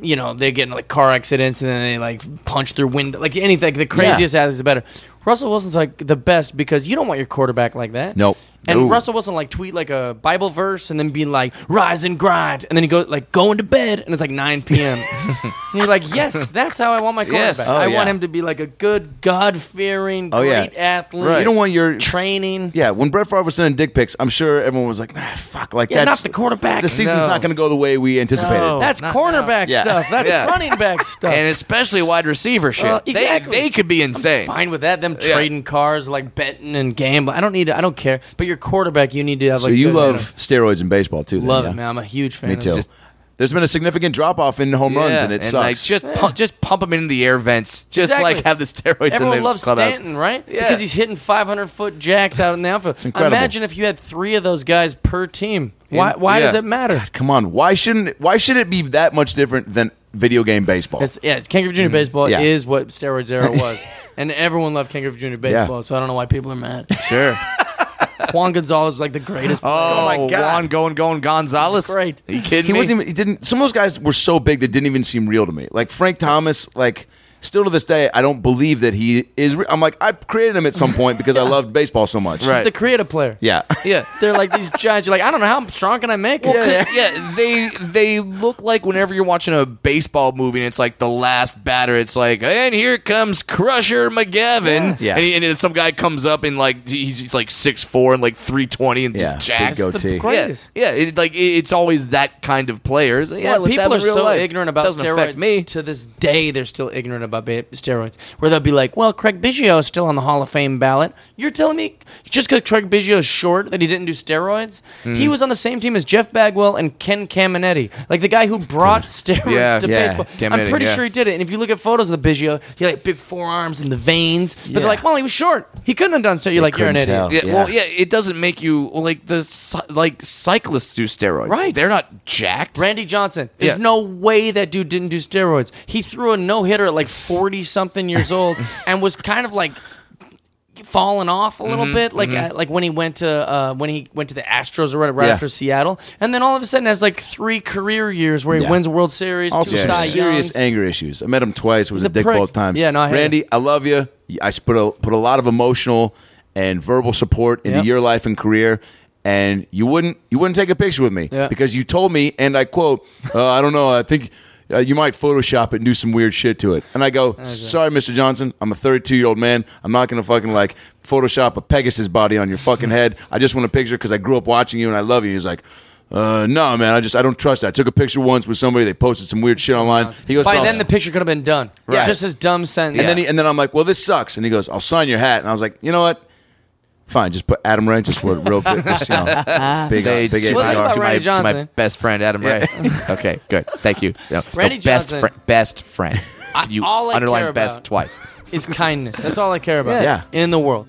[SPEAKER 3] you know, they get in like car accidents and then they like punch through window, like anything. Like, the craziest athletes are better. Russell Wilson's like the best because you don't want your quarterback like that.
[SPEAKER 1] Nope.
[SPEAKER 3] And
[SPEAKER 1] No.
[SPEAKER 3] Russell Wilson like tweet like a Bible verse and then be like rise and grind and then he goes like going to bed and it's like 9 p.m. and you're like yes that's how I want my quarterback.
[SPEAKER 2] Yes.
[SPEAKER 1] Oh,
[SPEAKER 3] I
[SPEAKER 1] yeah.
[SPEAKER 3] want him to be like a good God fearing
[SPEAKER 1] Oh, yeah.
[SPEAKER 3] great athlete.
[SPEAKER 1] You don't want your
[SPEAKER 3] training.
[SPEAKER 1] Yeah, when Brett Favre was sending dick pics, I'm sure everyone was like, "Nah, fuck, like
[SPEAKER 3] Yeah,
[SPEAKER 1] that's
[SPEAKER 3] not the quarterback.
[SPEAKER 1] The season's
[SPEAKER 3] No.
[SPEAKER 1] not going to go the way we anticipated."
[SPEAKER 2] No.
[SPEAKER 3] That's
[SPEAKER 2] Not-
[SPEAKER 3] cornerback
[SPEAKER 1] Oh, Yeah.
[SPEAKER 3] stuff. That's
[SPEAKER 2] Yeah.
[SPEAKER 3] running back stuff.
[SPEAKER 2] and especially wide receiver shit.
[SPEAKER 3] Well,
[SPEAKER 2] They-
[SPEAKER 3] exactly.
[SPEAKER 2] they, could be insane.
[SPEAKER 3] fine with that. Them
[SPEAKER 2] Yeah.
[SPEAKER 3] trading cars, like betting and gambling. I don't need. I don't care. But your quarterback, you need to have.
[SPEAKER 1] So
[SPEAKER 3] like
[SPEAKER 1] you
[SPEAKER 3] good-
[SPEAKER 1] love steroids in baseball too? then,
[SPEAKER 3] love
[SPEAKER 1] yeah?
[SPEAKER 3] it, man. I'm a huge fan.
[SPEAKER 1] Me
[SPEAKER 3] of
[SPEAKER 1] too.
[SPEAKER 3] Just,
[SPEAKER 1] There's been a significant drop off in home runs,
[SPEAKER 2] Yeah,
[SPEAKER 1] and it sucks.
[SPEAKER 2] Like, just pump, just pump them into the air vents. Just
[SPEAKER 3] Exactly.
[SPEAKER 2] like have the steroids. in
[SPEAKER 3] everyone
[SPEAKER 2] the
[SPEAKER 3] loves
[SPEAKER 2] clubhouse.
[SPEAKER 3] Stanton, right?
[SPEAKER 2] Yeah.
[SPEAKER 3] Because he's hitting 500 foot jacks out in the outfield. It's
[SPEAKER 1] incredible.
[SPEAKER 3] Imagine if you had three of those guys per team. Why? Why
[SPEAKER 2] yeah.
[SPEAKER 3] does it matter?
[SPEAKER 1] Come on, why shouldn't why should it be that much different than video game baseball?
[SPEAKER 3] It's, yeah, it's King of Junior Baseball
[SPEAKER 1] Yeah.
[SPEAKER 3] is what steroids era was, and everyone loved King of Junior Baseball. So I don't know why people are mad.
[SPEAKER 2] Sure.
[SPEAKER 3] Juan Gonzalez was like the greatest. player.
[SPEAKER 2] Oh,
[SPEAKER 1] my God.
[SPEAKER 2] Juan going going Gonzalez.
[SPEAKER 3] He's great.
[SPEAKER 2] Are you kidding
[SPEAKER 1] he
[SPEAKER 2] me?
[SPEAKER 1] wasn't even he didn't some of those guys were so big that didn't even seem real to me. Like Frank Thomas, like still to this day, I don't believe that he is. Re- I'm like I created him at some point because I loved baseball so much.
[SPEAKER 3] He's the creative player.
[SPEAKER 1] Yeah.
[SPEAKER 2] yeah.
[SPEAKER 3] They're like these giants. You're like, I don't know how strong can I make it.
[SPEAKER 2] Yeah. they they look like whenever you're watching a baseball movie and it's like the last batter, it's like, and here comes Crusher McGavin.
[SPEAKER 1] Yeah.
[SPEAKER 2] And, he, and then some guy comes up and like he's, he's like six four and like three twenty and
[SPEAKER 1] Yeah,
[SPEAKER 2] just jacked.
[SPEAKER 1] big
[SPEAKER 3] It's the
[SPEAKER 1] goatee.
[SPEAKER 3] greatest.
[SPEAKER 2] Yeah, yeah. It, like it, it's always that kind of players. Yeah,
[SPEAKER 3] Well,
[SPEAKER 2] let's have it
[SPEAKER 3] people are
[SPEAKER 2] in real
[SPEAKER 3] so
[SPEAKER 2] life.
[SPEAKER 3] ignorant about
[SPEAKER 2] Doesn't
[SPEAKER 3] steroids.
[SPEAKER 2] affect me.
[SPEAKER 3] to this day, they're still ignorant about ba- steroids, where they'll be like, "Well, Craig Biggio is still on the Hall of Fame ballot. You're telling me just because Craig Biggio is short that he didn't do steroids?
[SPEAKER 2] Hmm.
[SPEAKER 3] He was on the same team as Jeff Bagwell and Ken Caminetti, like the guy who brought steroids
[SPEAKER 2] Yeah,
[SPEAKER 3] to
[SPEAKER 2] yeah,
[SPEAKER 3] baseball.
[SPEAKER 2] Caminiti,
[SPEAKER 3] I'm pretty
[SPEAKER 2] yeah.
[SPEAKER 3] sure he did it. And if you look at photos of the Biggio, he had like big forearms and the veins. But
[SPEAKER 2] Yeah.
[SPEAKER 3] they're like, "Well, he was short. He couldn't have done so." You're like, "You're an
[SPEAKER 6] couldn't
[SPEAKER 3] idiot."
[SPEAKER 6] tell.
[SPEAKER 2] Yeah,
[SPEAKER 6] Yeah.
[SPEAKER 2] well, yeah, it doesn't make you well, like the cy- like cyclists do steroids.
[SPEAKER 3] Right.
[SPEAKER 2] they're not jacked.
[SPEAKER 3] Randy Johnson. There's
[SPEAKER 2] Yeah.
[SPEAKER 3] no way that dude didn't do steroids. He threw a no hitter at like 40 something years old and was kind of like falling off a little
[SPEAKER 6] Mm-hmm,
[SPEAKER 3] bit, like uh, like when he went to uh, when he went to the Astros or right, right
[SPEAKER 2] Yeah.
[SPEAKER 3] after Seattle, and then all of a sudden has like three career years where he
[SPEAKER 6] Yeah.
[SPEAKER 3] wins a World Series,
[SPEAKER 6] Also,
[SPEAKER 3] two
[SPEAKER 6] some
[SPEAKER 3] Cy
[SPEAKER 6] serious
[SPEAKER 3] Youngs.
[SPEAKER 6] anger issues. I met him twice. Was
[SPEAKER 3] He's
[SPEAKER 6] a,
[SPEAKER 3] a
[SPEAKER 6] dick
[SPEAKER 3] prick.
[SPEAKER 6] both times.
[SPEAKER 3] Yeah, no, I hate
[SPEAKER 6] Randy, I love you. I s- put a put a lot of emotional and verbal support into
[SPEAKER 3] Yep.
[SPEAKER 6] your life and career, and you wouldn't you wouldn't take a picture with me
[SPEAKER 3] Yeah.
[SPEAKER 6] because you told me, and I quote, uh, "I don't know. I think." Uh, you might Photoshop it and do some weird shit to it, and I go, "Sorry, Mr. Johnson, I'm a 32 year old man. I'm not gonna fucking like Photoshop a Pegasus body on your fucking head. I just want a picture because I grew up watching you and I love you." He's like, "Uh, no, man, I just I don't trust that. I took a picture once with somebody. They posted some weird shit online. He goes,
[SPEAKER 3] By
[SPEAKER 6] "But I'll
[SPEAKER 3] then the picture could have been done.
[SPEAKER 6] Right.
[SPEAKER 3] Just his dumb sentence.
[SPEAKER 6] and then he, and then I'm like, well, this sucks. And he goes, I'll sign your hat. And I was like, you know what? Fine, just put Adam Ray. Just wear it real big, just, you know, big,
[SPEAKER 2] Say
[SPEAKER 6] big
[SPEAKER 2] to,
[SPEAKER 3] What
[SPEAKER 2] my,
[SPEAKER 3] about
[SPEAKER 6] APR.
[SPEAKER 2] to, my,
[SPEAKER 3] Randy
[SPEAKER 2] to my
[SPEAKER 3] Johnson?
[SPEAKER 2] best friend Adam Ray. okay, good. Thank you. No, no,
[SPEAKER 3] Randy
[SPEAKER 2] best
[SPEAKER 3] Johnson.
[SPEAKER 2] fri- best friend. Could you
[SPEAKER 3] all I
[SPEAKER 2] underline
[SPEAKER 3] care
[SPEAKER 2] best
[SPEAKER 3] about-
[SPEAKER 2] twice?
[SPEAKER 3] is kindness. That's all I care about.
[SPEAKER 6] Yeah.
[SPEAKER 3] In the world.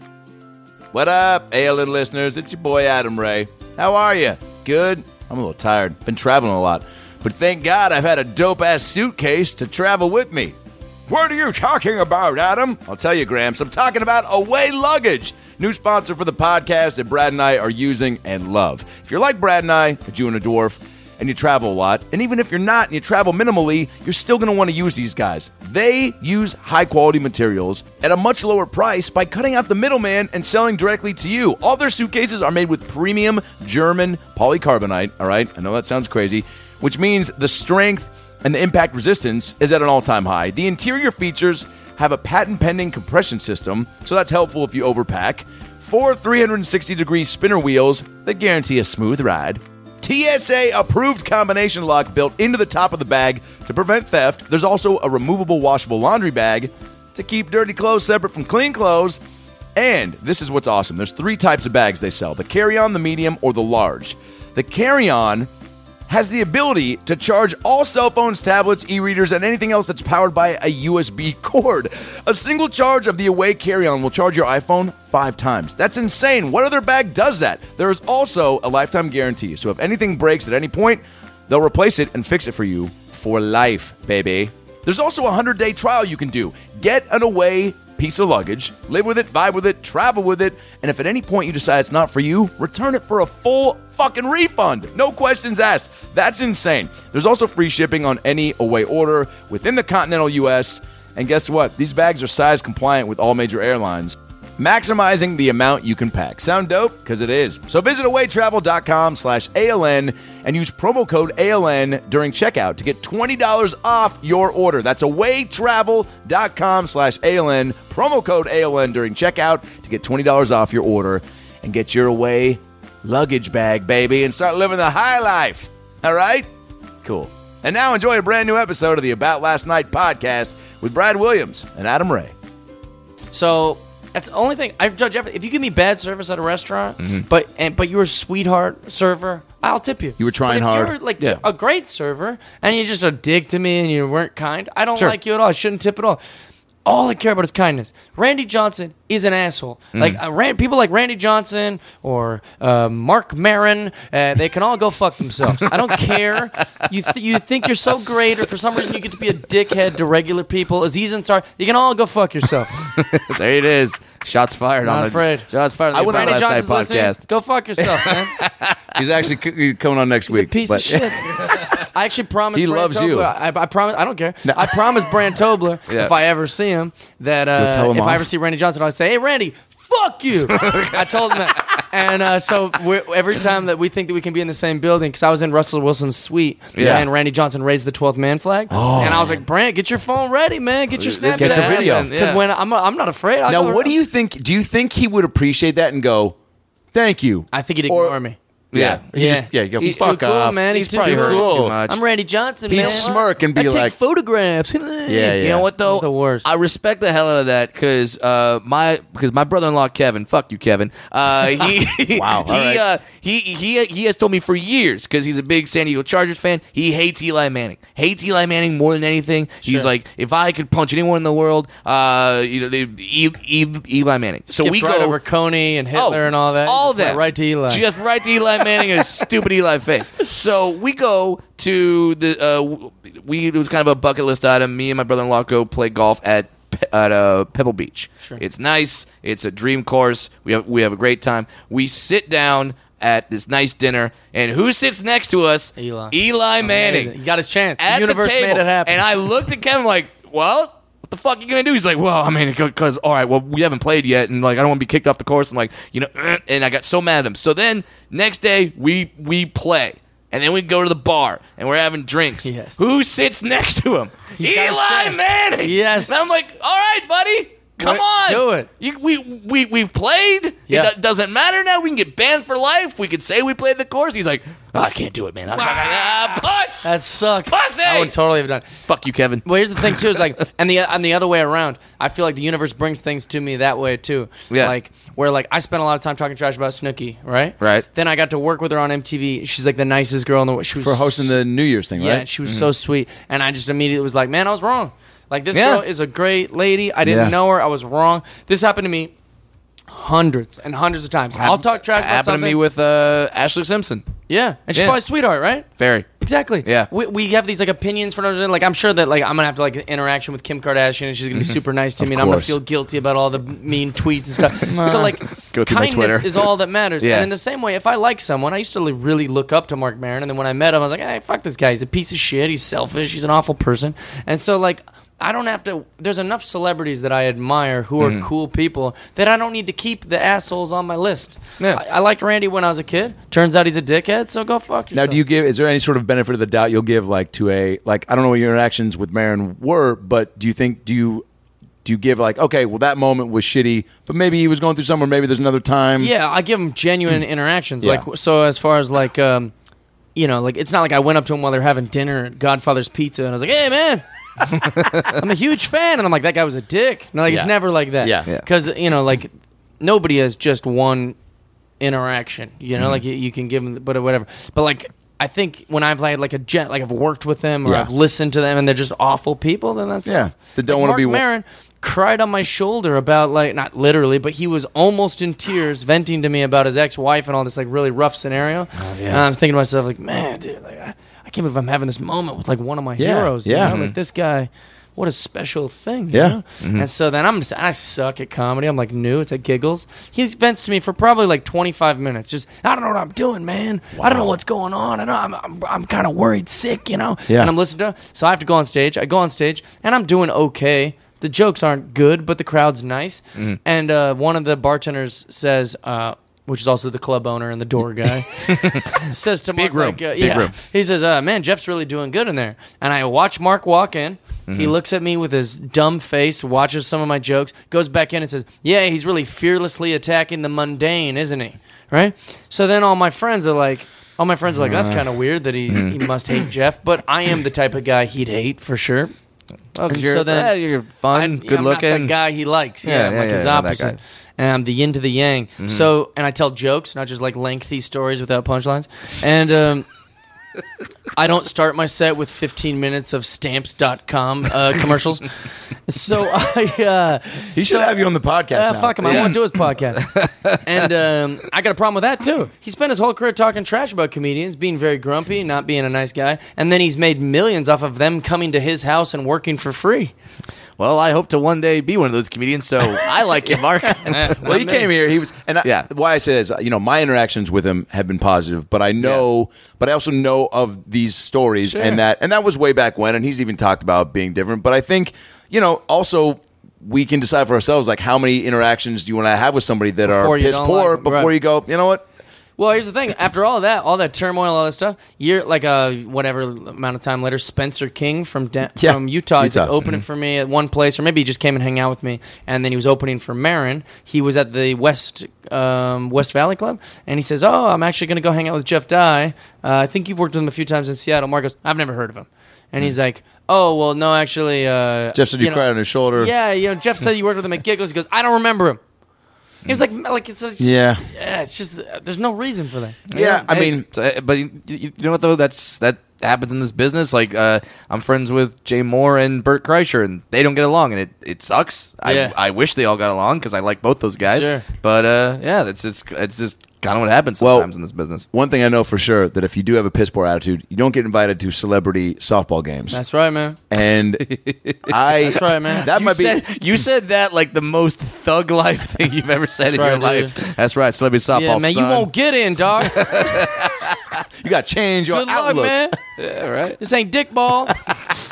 [SPEAKER 1] What up, ALN listeners? It's your boy Adam Ray. How are you? Good? I'm a little tired. Been traveling a lot. But thank God I've had a dope ass suitcase to travel with me. What are you talking about, Adam? I'll tell you, Gramps. I'm talking about Away Luggage, new sponsor for the podcast that Brad and I are using and love. If you're like Brad and I, a Jew and a dwarf, and you travel a lot, and even if you're not and you travel minimally, you're still going to want to use these guys. They use high quality materials at a much lower price by cutting out the middleman and selling directly to you. All their suitcases are made with premium German polycarbonate, all right? I know that sounds crazy, which means the strength and the impact resistance is at an all time high. The interior features have a patent pending compression system, so that's helpful if you overpack. Four 360 degree spinner wheels that guarantee a smooth ride. TSA approved combination lock built into the top of the bag to prevent theft. There's also a removable washable laundry bag to keep dirty clothes separate from clean clothes. And this is what's awesome. There's three types of bags they sell: the carry-on, the medium, or the large. The carry-on has the ability to charge all cell phones, tablets, e readers, and anything else that's powered by a USB cord. A single charge of the Away carry on will charge your iPhone five times. That's insane. What other bag does that? There is also a lifetime guarantee. So if anything breaks at any point, they'll replace it and fix it for you for life, baby. There's also a 100 day trial you can do. Get an Away piece of luggage, live with it, vibe with it, travel with it, and if at any point you decide it's not for you, return it for a full fucking refund. No questions asked. That's insane. There's also free shipping on any away order within the continental US. And guess what? These bags are size compliant with all major airlines, maximizing the amount you can pack. Sound dope? Because it is. So visit awaytravel.com slash ALN and use promo code ALN during checkout to get $20 off your order. That's awaytravel.com slash ALN, promo code ALN during checkout to get $20 off your order and get your away luggage bag, baby, and start living the high life. All right? Cool. And now enjoy a brand new episode of the About Last Night podcast with Brad Williams and Adam Ray.
[SPEAKER 3] So that's the only thing I judge. Everything. If you give me bad service at a restaurant,
[SPEAKER 6] Mm-hmm.
[SPEAKER 3] but and, but you're a sweetheart server, I'll tip you.
[SPEAKER 6] You were trying
[SPEAKER 3] But if
[SPEAKER 6] hard.
[SPEAKER 3] You're like
[SPEAKER 2] Yeah.
[SPEAKER 3] a great server, and you're just a dick to me, and you weren't kind. I don't like you at all. I shouldn't tip at all. All I care about is kindness. Randy Johnson is an asshole.
[SPEAKER 6] Mm.
[SPEAKER 3] Like uh, Ran- people like Randy Johnson or uh, Mark Maron, uh, they can all go fuck themselves. I don't care. You th- you think you're so great, or for some reason you get to be a dickhead to regular people. Aziz Ansari, you can all go fuck yourself.
[SPEAKER 2] there it is. Shots fired
[SPEAKER 3] Not
[SPEAKER 2] on the
[SPEAKER 3] afraid.
[SPEAKER 2] shots fired on the
[SPEAKER 3] Randy
[SPEAKER 2] About last
[SPEAKER 3] Johnson's
[SPEAKER 2] night
[SPEAKER 3] listening,
[SPEAKER 2] podcast.
[SPEAKER 3] Go fuck yourself, man.
[SPEAKER 6] He's actually c- coming on next
[SPEAKER 3] He's a
[SPEAKER 6] week.
[SPEAKER 3] piece
[SPEAKER 6] but-
[SPEAKER 3] of shit. I actually promised
[SPEAKER 6] He
[SPEAKER 3] Brant
[SPEAKER 6] loves
[SPEAKER 3] Tobler-
[SPEAKER 6] you.
[SPEAKER 3] I, I promise. I don't care. I promise Brand Tobler
[SPEAKER 2] Yeah.
[SPEAKER 3] if I ever see him that
[SPEAKER 6] You'll
[SPEAKER 3] uh,
[SPEAKER 6] tell him
[SPEAKER 3] if
[SPEAKER 6] off?
[SPEAKER 3] I ever see Randy Johnson, I'll say, "Hey, Randy, fuck you." I told him that. And uh, so we're, every time that we think that we can be in the same building, because I was in Russell Wilson's suite,
[SPEAKER 2] Yeah.
[SPEAKER 3] and Randy Johnson raised the 12th man flag,
[SPEAKER 6] Oh.
[SPEAKER 3] and I was like, "Brant, get your phone ready, man. Get your Snapchat."
[SPEAKER 2] Get the video.
[SPEAKER 3] Because
[SPEAKER 2] Yeah.
[SPEAKER 3] when I'm, I'm not afraid. I'll
[SPEAKER 6] Now,
[SPEAKER 3] go
[SPEAKER 6] what do
[SPEAKER 3] around.
[SPEAKER 6] you think? Do you think he would appreciate that and go, "Thank you"?
[SPEAKER 3] I think he'd
[SPEAKER 6] Or-
[SPEAKER 3] ignore me.
[SPEAKER 2] Yeah.
[SPEAKER 1] He just- yeah, you go,
[SPEAKER 3] he's
[SPEAKER 1] fuck
[SPEAKER 3] too
[SPEAKER 1] off.
[SPEAKER 3] cool, man. He's,
[SPEAKER 2] He's probably
[SPEAKER 3] too
[SPEAKER 2] heard it
[SPEAKER 3] cool.
[SPEAKER 2] too much.
[SPEAKER 3] I'm Randy Johnson,
[SPEAKER 2] He'd
[SPEAKER 3] man.
[SPEAKER 1] smirk and
[SPEAKER 3] I
[SPEAKER 1] be
[SPEAKER 3] take
[SPEAKER 1] like-
[SPEAKER 3] photographs.
[SPEAKER 1] Yeah,
[SPEAKER 2] You know what though?
[SPEAKER 3] He's the worst.
[SPEAKER 2] I respect the hell out of that because uh, my because my brother-in-law Kevin, fuck you, Kevin. Uh, he
[SPEAKER 1] Wow, all
[SPEAKER 2] He,
[SPEAKER 1] right.
[SPEAKER 2] uh, he he he has told me for years because he's a big San Diego Chargers fan. He hates Eli Manning. Hates Eli Manning more than anything. He's like, if I could punch anyone in the world, uh, you know, they, e- E- Eli Manning. So
[SPEAKER 3] Skipped
[SPEAKER 2] we
[SPEAKER 3] right
[SPEAKER 2] go
[SPEAKER 3] over Coney and Hitler
[SPEAKER 2] Oh,
[SPEAKER 3] and all that.
[SPEAKER 2] All
[SPEAKER 3] Just went
[SPEAKER 2] that.
[SPEAKER 3] Right to Eli.
[SPEAKER 2] Just right to Eli Manning and his stupid Eli face. So we go to the. Uh, w- we it was kind of a bucket list item. Me and my brother in law go play golf at Pe- at uh, Pebble Beach. Sure. It's nice. It's a dream course. We have we have a great time. We sit down at this nice dinner, and who sits next to us?
[SPEAKER 3] Eli.
[SPEAKER 2] Eli Manning
[SPEAKER 3] Amazing. He got his chance.
[SPEAKER 2] at
[SPEAKER 3] the universe
[SPEAKER 2] the table,
[SPEAKER 3] made it happen.
[SPEAKER 2] And I looked at Kevin like, well. What the fuck you gonna do? He's like, well, I mean, because all right, well, we haven't played yet, and like, I don't want to be kicked off the course. I'm like, you know, eh, and I got so mad at him. So then next day we we play, and then we go to the bar and we're having drinks.
[SPEAKER 3] Yes.
[SPEAKER 2] Who sits next to him?
[SPEAKER 3] got his
[SPEAKER 2] Eli
[SPEAKER 3] chance.
[SPEAKER 2] Manning.
[SPEAKER 3] Yes.
[SPEAKER 2] And I'm like, all right, buddy, come
[SPEAKER 3] What-
[SPEAKER 2] on,
[SPEAKER 3] do it.
[SPEAKER 2] You, we we we've played.
[SPEAKER 3] Yeah.
[SPEAKER 2] It do- doesn't matter now. We can get banned for life. We could say we played the course. He's like, "Oh, I can't do it, man. I'm ah, puss.
[SPEAKER 3] that sucks.
[SPEAKER 2] Pussy!
[SPEAKER 3] I would totally have done. it.
[SPEAKER 2] Fuck you, Kevin.
[SPEAKER 3] Well, here's the thing too is like, and the and the other way around. I feel like the universe brings things to me that way too.
[SPEAKER 2] Yeah.
[SPEAKER 3] Like where like I spent a lot of time talking trash about Snooki, right?
[SPEAKER 2] Right.
[SPEAKER 3] Then I got to work with her on MTV. She's like the nicest girl in the world. She was
[SPEAKER 1] for hosting the New Year's thing,
[SPEAKER 3] yeah,
[SPEAKER 1] right?
[SPEAKER 3] and she
[SPEAKER 2] Mm-hmm.
[SPEAKER 3] was so sweet, and I just immediately was like, man, I was wrong. Like this
[SPEAKER 2] Yeah.
[SPEAKER 3] girl is a great lady. I didn't
[SPEAKER 1] Yeah.
[SPEAKER 3] know her. I was wrong. This happened to me hundreds and hundreds of times. I'll talk trash about
[SPEAKER 2] Happened
[SPEAKER 3] something.
[SPEAKER 2] to me with uh, Ashley Simpson.
[SPEAKER 3] yeah, and she's
[SPEAKER 2] Yeah.
[SPEAKER 3] probably a sweetheart, right?
[SPEAKER 2] Very.
[SPEAKER 3] Exactly.
[SPEAKER 2] Yeah.
[SPEAKER 3] We, we have these like opinions for no reason. Like I'm sure that like I'm gonna have to like interaction with Kim Kardashian and she's gonna be super nice to me and I'm
[SPEAKER 1] Mm-hmm.
[SPEAKER 3] gonna
[SPEAKER 1] course.
[SPEAKER 3] feel guilty about all the mean tweets and stuff. so like
[SPEAKER 1] Go through my
[SPEAKER 3] kindness
[SPEAKER 1] Twitter.
[SPEAKER 3] is all that matters.
[SPEAKER 2] Yeah.
[SPEAKER 3] And in the same way, if I like someone, I used to li- really look up to Mark Maron and then when I met him, I was like, hey, fuck this guy. He's a piece of shit. He's selfish. He's an awful person. And so like. I don't have to. There's enough celebrities that I admire who
[SPEAKER 1] Mm-hmm.
[SPEAKER 3] are cool people that I don't need to keep the assholes on my list.
[SPEAKER 2] Yeah.
[SPEAKER 3] I, I liked Randy when I was a kid. Turns out he's a dickhead, so go fuck yourself.
[SPEAKER 1] Now, do you give? Is there any sort of benefit of the doubt you'll give, like to a like? I don't know what your interactions with Marin were, but do you think do you do you give like okay, well that moment was shitty, but maybe he was going through somewhere, maybe there's another time.
[SPEAKER 3] Yeah, I give them genuine interactions.
[SPEAKER 1] Mm. Yeah.
[SPEAKER 3] Like so, as far as like, um, you know, like it's not like I went up to him while they're having dinner at Godfather's Pizza and I was like, "Hey, man." I'm a huge fan, and I'm like that guy was a dick. No, like
[SPEAKER 1] Yeah.
[SPEAKER 3] it's never like that.
[SPEAKER 1] Yeah. Yeah.
[SPEAKER 3] because you know, like nobody has just one interaction. You
[SPEAKER 1] Mm-hmm.
[SPEAKER 3] know, like you, you can give them, but whatever. But like, I think when I've had like a jet, like I've worked with them or
[SPEAKER 1] Yeah.
[SPEAKER 3] I've listened to them, and they're just awful people. Then that's
[SPEAKER 1] Yeah. That don't wanna
[SPEAKER 3] Mark
[SPEAKER 1] be wa-
[SPEAKER 3] Maron cried on my shoulder about like not literally, but he was almost in tears, venting to me about his ex-wife and all this like really rough scenario.
[SPEAKER 1] Oh,
[SPEAKER 3] And I'm thinking to myself like, man, dude, like I, I can't believe I'm having this moment with like one of my
[SPEAKER 1] Yeah,
[SPEAKER 3] heroes. you
[SPEAKER 1] yeah. mm-hmm.
[SPEAKER 3] know? like this guy. What a special thing,
[SPEAKER 1] Yeah.
[SPEAKER 3] yeah. And so then I'm just I suck at comedy. I'm like new. It's at giggles. He vents to me for probably like 25 minutes. Just I don't know what I'm doing, man. I don't know what's going on. I know I'm I'm, I'm kind of worried, sick, you know.
[SPEAKER 1] Yeah.
[SPEAKER 3] And I'm listening to. So I have to go on stage. I go on stage and I'm doing okay. The jokes aren't good, but the crowd's nice. And uh, one of the bartenders says, uh, which is also the club owner and the door guy, says to Mark,
[SPEAKER 2] Big room.
[SPEAKER 3] like, uh,
[SPEAKER 2] Big
[SPEAKER 3] yeah.
[SPEAKER 2] room.
[SPEAKER 3] He says, uh, "Man, Jeff's really doing good in there." And I watch Mark walk in. He
[SPEAKER 2] Mm-hmm.
[SPEAKER 3] looks at me with his dumb face, watches some of my jokes, goes back in and says, "Yeah, he's really fearlessly attacking the mundane, isn't he?" Right. So then all my friends are like, all my friends are like,
[SPEAKER 2] Uh-huh.
[SPEAKER 3] "That's kind of weird that he
[SPEAKER 2] Mm-hmm.
[SPEAKER 3] he must hate Jeff," but I am the type of guy he'd hate for sure.
[SPEAKER 2] Oh, 'cause
[SPEAKER 3] And
[SPEAKER 2] you're,
[SPEAKER 3] so then-
[SPEAKER 2] eh, you're fun,
[SPEAKER 3] I'm-
[SPEAKER 2] good
[SPEAKER 3] I'm not
[SPEAKER 2] looking.
[SPEAKER 3] that guy he likes. Yeah,
[SPEAKER 2] Yeah,
[SPEAKER 3] I'm
[SPEAKER 2] yeah,
[SPEAKER 3] like
[SPEAKER 2] yeah,
[SPEAKER 3] his
[SPEAKER 2] not that
[SPEAKER 3] opposite.
[SPEAKER 2] guy. Mm-hmm.
[SPEAKER 3] And I'm the yin to the yang. So, and I tell jokes, not just like lengthy stories without punchlines. And um, I don't start my set with 15 minutes of stamps.com uh, commercials. so I. Uh,
[SPEAKER 1] he should have you on the podcast.
[SPEAKER 3] uh,
[SPEAKER 1] now.
[SPEAKER 3] fuck him. I want to do his podcast. and um, I got a problem with that too. He spent his whole career talking trash about comedians, being very grumpy, not being a nice guy, and then he's made millions off of them coming to his house and working for free.
[SPEAKER 2] Well, I hope to one day be one of those comedians. So I like you, Mark.
[SPEAKER 1] well, he came here. He was, and I,
[SPEAKER 2] Yeah.
[SPEAKER 1] Why I say this, you know, my interactions with him have been positive, but I know, but I also know of these stories and that, and that was way back when, and he's even talked about being different. But I think, you know, also we can decide for ourselves like how many interactions do you want to have with somebody that
[SPEAKER 3] Before
[SPEAKER 1] are
[SPEAKER 3] you
[SPEAKER 1] piss
[SPEAKER 3] don't
[SPEAKER 1] poor
[SPEAKER 3] like 'em,
[SPEAKER 1] before
[SPEAKER 3] right.
[SPEAKER 1] you go, you know what.
[SPEAKER 3] Well, here's the thing. After all of that, all that turmoil, all that stuff, year like uh, whatever amount of time later, Spencer King from Den-
[SPEAKER 1] Yeah,
[SPEAKER 3] from Utah, he's like
[SPEAKER 1] Utah. Mm-hmm.
[SPEAKER 3] opening for me at one place, or maybe he just came and hang out with me, and then he was opening for Marin. He was at the West um, West Valley Club, and he says, "Oh, I'm actually going to go hang out with Jeff Dye. Uh, I think you've worked with him a few times in Seattle." Mark goes, "I've never heard of him," and he's like. Oh well, no, actually. Uh,
[SPEAKER 1] Mm. Jeff said you,
[SPEAKER 3] know-
[SPEAKER 1] cried on his shoulder.
[SPEAKER 3] Yeah, you know, Jeff said you worked with him at Giggles. He goes, I don't remember him. He was like, like it's just,
[SPEAKER 1] Yeah.
[SPEAKER 3] yeah, it's just uh, there's no reason for that.
[SPEAKER 1] Yeah, I mean,
[SPEAKER 2] So, uh, but you, you you know what though? That's that happens in this business. Like uh, I'm friends with Jay Moore and Burt Kreischer, and they don't get along, and it, it sucks.
[SPEAKER 3] Yeah.
[SPEAKER 2] I I wish they all got along because I like both those guys.
[SPEAKER 3] Sure.
[SPEAKER 2] But uh, yeah, that's just it's just kind of what happens
[SPEAKER 1] Well-
[SPEAKER 2] sometimes in this business.
[SPEAKER 1] One thing I know for sure that if you do have a piss poor attitude, you don't get invited to celebrity softball games.
[SPEAKER 3] That's right, man.
[SPEAKER 1] and I
[SPEAKER 3] That's right, man.
[SPEAKER 1] That
[SPEAKER 2] you
[SPEAKER 1] might
[SPEAKER 2] said,
[SPEAKER 1] be
[SPEAKER 2] you said that like the most thug life thing you've ever said in
[SPEAKER 3] That's
[SPEAKER 2] your
[SPEAKER 3] right,
[SPEAKER 2] life. That's right, celebrity softball.
[SPEAKER 3] yeah, man, you
[SPEAKER 2] son.
[SPEAKER 3] won't get in, dog. Good
[SPEAKER 1] you got to change your
[SPEAKER 3] luck,
[SPEAKER 1] outlook.
[SPEAKER 3] man.
[SPEAKER 2] Yeah, right.
[SPEAKER 3] This ain't dick ball,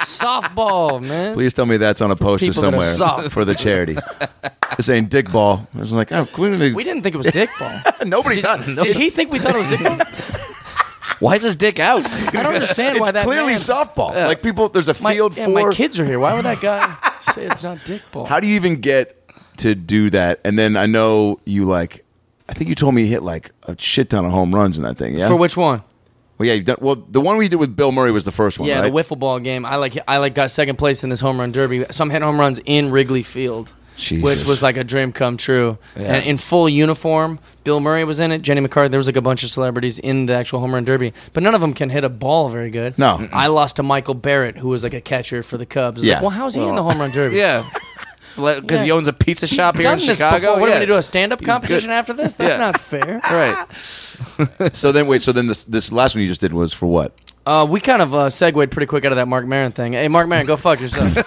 [SPEAKER 3] softball, man.
[SPEAKER 1] Please tell me that's on a poster
[SPEAKER 3] people that are
[SPEAKER 1] somewhere
[SPEAKER 3] soft.
[SPEAKER 1] for the charity. this ain't dick ball. I was like, oh, we didn't.
[SPEAKER 3] We didn't think it was dick ball.
[SPEAKER 1] Nobody
[SPEAKER 3] Did,
[SPEAKER 1] got-
[SPEAKER 3] did
[SPEAKER 1] nobody-
[SPEAKER 3] he think we thought it was dick ball?
[SPEAKER 2] Why is his dick out?
[SPEAKER 3] I don't understand
[SPEAKER 1] It's
[SPEAKER 3] why that
[SPEAKER 1] clearly
[SPEAKER 3] man-
[SPEAKER 1] softball. Like people, there's a
[SPEAKER 3] my,
[SPEAKER 1] field
[SPEAKER 3] yeah,
[SPEAKER 1] for.
[SPEAKER 3] my kids are here. Why would that guy say it's not dick ball?
[SPEAKER 1] How do you even get to do that? And then I know you like. I think you told me you hit like a shit ton of home runs in that thing. Yeah.
[SPEAKER 3] for which one?
[SPEAKER 1] Well, yeah. You've done, well, the one we did with Bill Murray was the first one.
[SPEAKER 3] Yeah,
[SPEAKER 1] right?
[SPEAKER 3] the wiffle ball game. I like I like got second place in this home run derby. So I'm hitting home runs in Wrigley Field, which
[SPEAKER 1] Jesus.
[SPEAKER 3] was like a dream come true. And in full uniform, Bill Murray was in it. Jenny McCarthy. There was like a bunch of celebrities in the actual home run derby, but none of them can hit a ball very good.
[SPEAKER 1] No. Mm-mm.
[SPEAKER 3] I lost to Michael Barrett, who was like a catcher for the Cubs.
[SPEAKER 1] Yeah.
[SPEAKER 3] Like, well, how is he in the home run derby?
[SPEAKER 2] Yeah. Because he
[SPEAKER 3] Yeah.
[SPEAKER 2] owns a pizza
[SPEAKER 3] He's
[SPEAKER 2] shop here
[SPEAKER 3] done
[SPEAKER 2] in
[SPEAKER 3] this
[SPEAKER 2] Chicago.
[SPEAKER 3] Before. What
[SPEAKER 2] yeah.
[SPEAKER 3] am I going to do? A stand-up
[SPEAKER 2] good.
[SPEAKER 3] competition after this? That's
[SPEAKER 2] Yeah.
[SPEAKER 3] not fair.
[SPEAKER 2] Right.
[SPEAKER 1] So then, wait. So then, this this last one you just did was for what?
[SPEAKER 3] Uh, we kind of uh, segued pretty quick out of that Mark Maron thing. Hey, Mark Maron, go fuck yourself.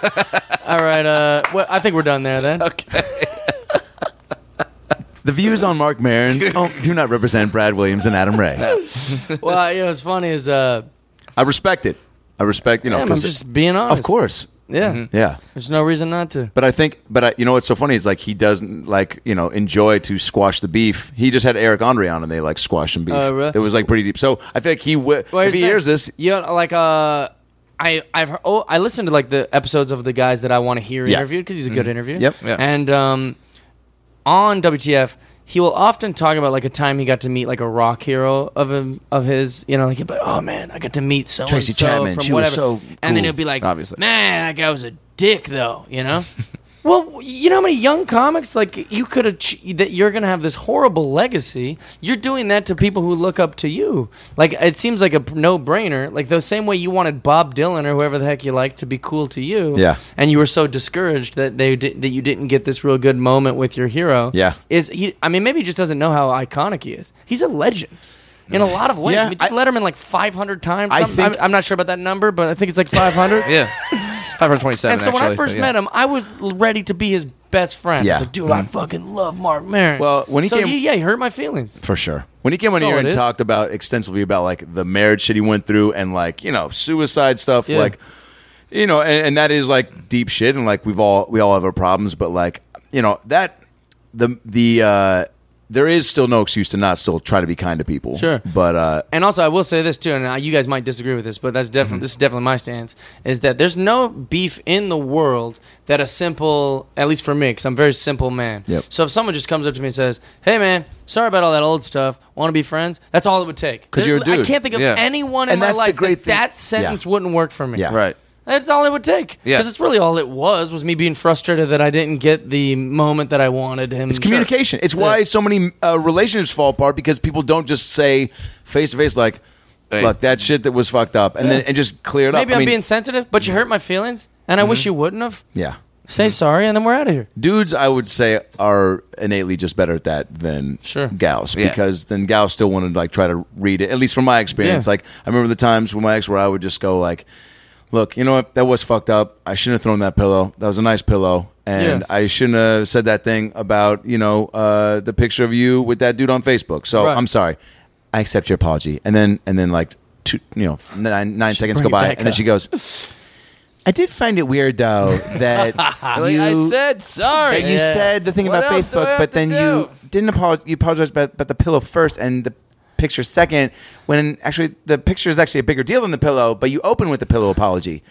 [SPEAKER 3] All right, uh, well, I think we're done there then.
[SPEAKER 1] The views on Mark Maron do not represent Brad Williams and Adam Ray.
[SPEAKER 3] Well, you know, what's funny is, uh,
[SPEAKER 1] I respect it. I respect you know.
[SPEAKER 3] damn, I'm
[SPEAKER 1] Oh, 'cause-
[SPEAKER 3] just being honest.
[SPEAKER 1] of course, Mm-hmm.
[SPEAKER 3] Yeah.
[SPEAKER 1] yeah.
[SPEAKER 3] There's no reason not to.
[SPEAKER 1] But I think, but I, you know what's so funny is like he doesn't like you know enjoy to squash the beef. He just had Eric Andre on and they like squash some beef.
[SPEAKER 3] Oh, really?
[SPEAKER 1] It was like pretty deep. So I feel like he w-
[SPEAKER 3] Well,
[SPEAKER 1] if he
[SPEAKER 3] the thing.
[SPEAKER 1] hears this,
[SPEAKER 3] you know, like uh, I I've heard, oh I listened to like the episodes of the guys that I want to hear
[SPEAKER 1] Yeah. Mm-hmm.
[SPEAKER 3] interviewed because he's a good interview.
[SPEAKER 1] Yep, yeah.
[SPEAKER 3] And um, on WTF. He will often talk about like a time he got to meet like a rock hero of him of his, you know, like but oh man, I got to meet so
[SPEAKER 1] Tracy Chapman,
[SPEAKER 3] from
[SPEAKER 1] she was
[SPEAKER 3] whatever.
[SPEAKER 1] so
[SPEAKER 3] and then
[SPEAKER 1] cool,
[SPEAKER 3] he'll be like,
[SPEAKER 2] obviously.
[SPEAKER 3] man, that guy was a dick though, you know. well, you know how many young comics like you could ach- that you're gonna have this horrible legacy. You're doing that to people who look up to you. Like it seems like a no brainer. Like the same way you wanted Bob Dylan or whoever the heck you like to be cool to you.
[SPEAKER 1] Yeah.
[SPEAKER 3] and you were so discouraged that they di- that you didn't get this real good moment with your hero.
[SPEAKER 1] Yeah.
[SPEAKER 3] is he? I mean, maybe he just doesn't know how iconic he is. He's a legend. In a lot of ways,
[SPEAKER 1] Yeah,
[SPEAKER 3] I mean, just
[SPEAKER 1] I-
[SPEAKER 3] let him in like 500 times.
[SPEAKER 1] I
[SPEAKER 3] I'm-
[SPEAKER 1] think-
[SPEAKER 3] I'm, I'm not sure about that number, but I think it's like 500.
[SPEAKER 2] Yeah. 527.
[SPEAKER 3] And so when I
[SPEAKER 2] actually,
[SPEAKER 3] first
[SPEAKER 2] but yeah.
[SPEAKER 3] met him, I was l- ready to be his best friend. I
[SPEAKER 1] Yeah. Mm-hmm.
[SPEAKER 3] was like, dude, I fucking love Mark Maron.
[SPEAKER 1] Well, when he
[SPEAKER 3] so
[SPEAKER 1] came-
[SPEAKER 3] he, yeah, he hurt my feelings.
[SPEAKER 1] for sure. When he came on
[SPEAKER 3] That's all
[SPEAKER 1] here
[SPEAKER 3] it
[SPEAKER 1] and
[SPEAKER 3] is.
[SPEAKER 1] talked about extensively about like the marriage shit he went through and like you know suicide stuff,
[SPEAKER 3] Yeah.
[SPEAKER 1] like you know, and, and that is like deep shit, and like we've all we all have our problems, but like you know that the the uh there is still no excuse to not still try to be kind to people.
[SPEAKER 3] Sure.
[SPEAKER 1] but uh
[SPEAKER 3] And also, I will say this too, and uh, you guys might disagree with this, but that's
[SPEAKER 1] Mm-hmm.
[SPEAKER 3] definitely this is definitely my stance: is that there's no beef in the world that a simple, at least for me, because I'm a very simple man.
[SPEAKER 1] Yep.
[SPEAKER 3] So if someone just comes up to me and says, "Hey, man, sorry about all that old stuff. Want to be friends?" That's all it would take.
[SPEAKER 1] 'Cause you're a
[SPEAKER 3] I
[SPEAKER 1] dude.
[SPEAKER 3] can't think of
[SPEAKER 2] Yeah.
[SPEAKER 3] anyone in
[SPEAKER 1] And
[SPEAKER 3] my
[SPEAKER 1] that's the
[SPEAKER 3] life
[SPEAKER 1] great
[SPEAKER 3] that
[SPEAKER 1] thing-
[SPEAKER 3] that sentence wouldn't work for me.
[SPEAKER 1] Yeah.
[SPEAKER 2] Right.
[SPEAKER 3] That's all it would take.
[SPEAKER 2] Yeah.
[SPEAKER 3] Because it's really all it was was me being frustrated that I didn't get the moment that I wanted him.
[SPEAKER 1] It's communication. It's why so many uh, relationships fall apart because people don't just say face to face like,
[SPEAKER 2] Hey.
[SPEAKER 1] "Look, that shit that was fucked up," and then and just clear it up.
[SPEAKER 3] Maybe
[SPEAKER 1] I
[SPEAKER 3] I'm
[SPEAKER 1] mean, Mm-hmm.
[SPEAKER 3] being sensitive, but you hurt my feelings, and I wish you wouldn't have.
[SPEAKER 1] yeah. Mm-hmm.
[SPEAKER 3] Say sorry, and then we're out of here.
[SPEAKER 1] Dudes, I would say are innately just better at that than
[SPEAKER 3] Sure.
[SPEAKER 1] gals
[SPEAKER 2] Yeah.
[SPEAKER 1] because then gals still want to like try to read it. At least from my experience,
[SPEAKER 3] Yeah.
[SPEAKER 1] like I remember the times with my ex where I would just go like, "Look, you know what? That was fucked up. I shouldn't have thrown that pillow. That was a nice pillow." And
[SPEAKER 3] Yeah.
[SPEAKER 1] I shouldn't have said that thing about you know uh, the picture of you with that dude on Facebook. So
[SPEAKER 3] Right.
[SPEAKER 1] I'm sorry. I accept your apology. And then and then like two, you know nine, nine seconds
[SPEAKER 3] bring
[SPEAKER 1] go
[SPEAKER 3] it
[SPEAKER 1] by,
[SPEAKER 3] back
[SPEAKER 1] and then
[SPEAKER 3] up.
[SPEAKER 1] she goes. I did find it weird though that
[SPEAKER 2] Like, I said sorry.
[SPEAKER 1] that you
[SPEAKER 3] Yeah.
[SPEAKER 1] said the thing
[SPEAKER 2] What
[SPEAKER 1] about
[SPEAKER 2] else do I
[SPEAKER 1] Facebook,
[SPEAKER 2] have
[SPEAKER 1] but
[SPEAKER 2] to
[SPEAKER 1] then
[SPEAKER 2] do?
[SPEAKER 1] you didn't apologize. You apologized about, about the pillow first, and the picture second when actually the picture is actually a bigger deal than the pillow, but you open with the pillow apology.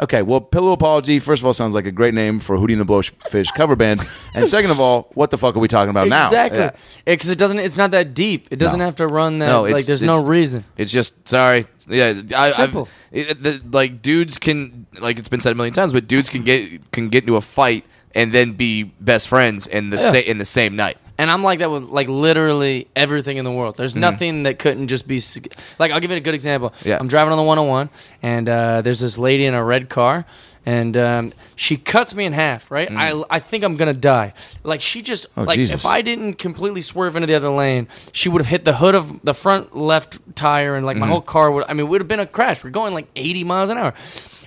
[SPEAKER 1] Okay, well, Pillow Apology, first of all, sounds like a great name for Hootie and the Blowfish cover band. And second of all, what the fuck are we talking about now? Yeah.
[SPEAKER 3] exactly because it doesn't. It's not that deep. It doesn't
[SPEAKER 1] No.
[SPEAKER 3] have to run that.
[SPEAKER 2] No, it's-
[SPEAKER 3] like there's no
[SPEAKER 2] it's-
[SPEAKER 3] reason.
[SPEAKER 2] It's just sorry. Yeah, I,
[SPEAKER 3] Simple.
[SPEAKER 2] I've, it, the, like dudes can like it's been said a million times, but dudes can get can get into a fight and then be best friends in the sa- in the same night.
[SPEAKER 3] And I'm like that with like literally everything in the world. There's nothing that couldn't just be sig- like I'll give it a good example.
[SPEAKER 2] Mm-hmm. Yeah.
[SPEAKER 3] I'm driving on the 101 and uh, there's this lady in a red car and um, she cuts me in half, right?
[SPEAKER 2] Mm.
[SPEAKER 3] I I think I'm going to die. Like she just
[SPEAKER 2] Oh,
[SPEAKER 3] like
[SPEAKER 1] Jesus.
[SPEAKER 3] if I didn't completely swerve into the other lane, she would have hit the hood of the front left tire and like
[SPEAKER 2] Mm-hmm.
[SPEAKER 3] my whole car would I mean, it would have been a crash. We're going like 80 miles an hour.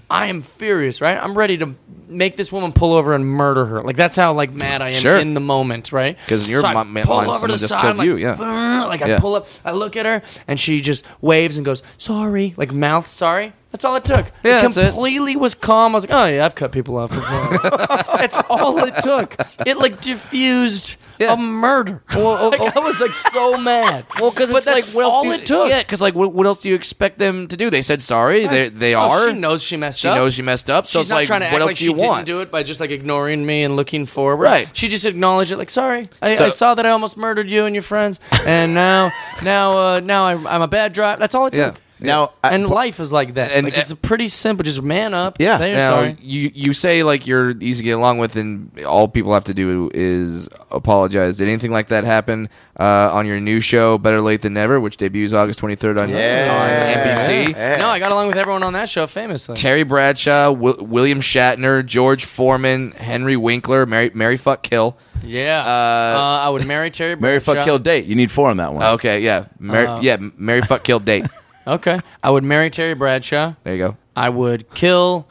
[SPEAKER 3] I am furious, right? I'm ready to make this woman pull over and murder her. Like that's how like mad I am
[SPEAKER 2] Sure.
[SPEAKER 3] in the moment, right?
[SPEAKER 2] 'Cause in your
[SPEAKER 3] I
[SPEAKER 2] mi- mind,
[SPEAKER 3] pull
[SPEAKER 2] someone
[SPEAKER 3] over to the
[SPEAKER 2] just
[SPEAKER 3] side,
[SPEAKER 2] killed
[SPEAKER 3] like,
[SPEAKER 2] you, yeah.
[SPEAKER 3] "Brr," like I
[SPEAKER 2] Yeah.
[SPEAKER 3] pull up, I look at her, and she just waves and goes, "Sorry," like mouth sorry. That's all it took.
[SPEAKER 2] Yeah,
[SPEAKER 3] it
[SPEAKER 2] that's it.
[SPEAKER 3] completely was calm. I was like, "Oh yeah, I've cut people off before." that's all it took. It like diffused
[SPEAKER 2] Yeah. oh,
[SPEAKER 3] a murder. like, I was like so mad.
[SPEAKER 2] Well, because
[SPEAKER 3] But
[SPEAKER 2] it's like
[SPEAKER 3] that's
[SPEAKER 2] what else
[SPEAKER 3] all
[SPEAKER 2] do you,
[SPEAKER 3] it took.
[SPEAKER 2] Yeah, because like what, what else do you expect them to do? They said sorry. They they
[SPEAKER 3] Oh,
[SPEAKER 2] are.
[SPEAKER 3] She knows she messed
[SPEAKER 2] She
[SPEAKER 3] up.
[SPEAKER 2] knows she messed up. So
[SPEAKER 3] She's
[SPEAKER 2] it's
[SPEAKER 3] not
[SPEAKER 2] like,
[SPEAKER 3] trying to
[SPEAKER 2] what
[SPEAKER 3] act
[SPEAKER 2] else
[SPEAKER 3] like
[SPEAKER 2] do
[SPEAKER 3] she
[SPEAKER 2] you want?
[SPEAKER 3] didn't do it by just like ignoring me and looking forward.
[SPEAKER 2] Right.
[SPEAKER 3] She just acknowledged it, like, "Sorry, I,
[SPEAKER 2] So-
[SPEAKER 3] I saw that I almost murdered you and your friends, and now, now, uh, now I'm, I'm a bad driver." That's all it
[SPEAKER 2] Yeah.
[SPEAKER 3] took.
[SPEAKER 1] Now, I-
[SPEAKER 3] and life is like that.
[SPEAKER 2] and-
[SPEAKER 3] like it's a pretty simple. Just man up.
[SPEAKER 1] Yeah.
[SPEAKER 3] Say you're
[SPEAKER 2] Now,
[SPEAKER 3] sorry.
[SPEAKER 2] you you say like you're easy to get along with, and all people have to do is apologize. Did anything like that happen uh, on your new show, Better Late Than Never, which debuts August 23rd on, on NBC?
[SPEAKER 3] No, I got along with everyone on that show famously.
[SPEAKER 2] Terry Bradshaw, Wi- William Shatner, George Foreman, Henry Winkler, Mary, Mary Fuck Kill.
[SPEAKER 3] yeah.
[SPEAKER 2] Uh,
[SPEAKER 3] Uh, I would marry Terry.
[SPEAKER 1] Mary Fuck
[SPEAKER 3] Bradshaw.
[SPEAKER 1] Kill Date. You need four on that one.
[SPEAKER 2] Okay, yeah, Mary,
[SPEAKER 3] Uh-huh.
[SPEAKER 2] yeah, Mary Fuck Kill date.
[SPEAKER 3] Okay. I would marry Terry Bradshaw.
[SPEAKER 2] There you go.
[SPEAKER 3] I would kill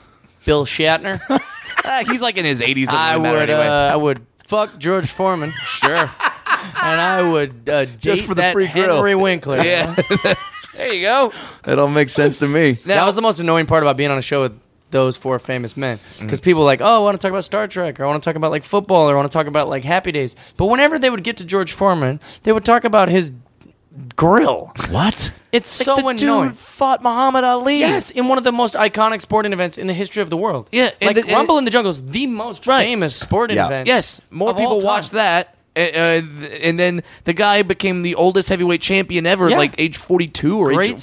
[SPEAKER 3] Bill Shatner.
[SPEAKER 2] Ah, he's like in his 80s. Doesn't
[SPEAKER 3] I
[SPEAKER 2] really matter
[SPEAKER 3] would.
[SPEAKER 2] anyway.
[SPEAKER 3] Uh, I would fuck George Foreman.
[SPEAKER 2] sure.
[SPEAKER 3] and I would uh, date
[SPEAKER 1] for the
[SPEAKER 3] that
[SPEAKER 1] free grill.
[SPEAKER 3] Henry Winkler.
[SPEAKER 2] Yeah. there you go.
[SPEAKER 1] It all makes sense to me.
[SPEAKER 3] that was the most annoying part about being on a show with those four famous men because people were like, oh, I want to talk about Star Trek, or I want to talk about like football, or I want to talk about like Happy Days. But whenever they would get to George Foreman, they would talk about his grill.
[SPEAKER 2] What?
[SPEAKER 3] It's so
[SPEAKER 2] the
[SPEAKER 3] annoying.
[SPEAKER 2] dude fought Muhammad Ali.
[SPEAKER 3] Yes, in one of the most iconic sporting events in the history of the world.
[SPEAKER 2] Yeah, and
[SPEAKER 3] like
[SPEAKER 2] the-
[SPEAKER 3] Rumble in the Jungle is the most
[SPEAKER 2] Right.
[SPEAKER 3] famous sporting
[SPEAKER 1] Yeah.
[SPEAKER 3] event.
[SPEAKER 2] Yes, more
[SPEAKER 3] of all
[SPEAKER 2] people
[SPEAKER 3] time.
[SPEAKER 2] watch that. And, uh, th- and then the guy became the oldest heavyweight champion ever,
[SPEAKER 3] Yeah.
[SPEAKER 2] like age 42 or
[SPEAKER 3] Great
[SPEAKER 2] age 48.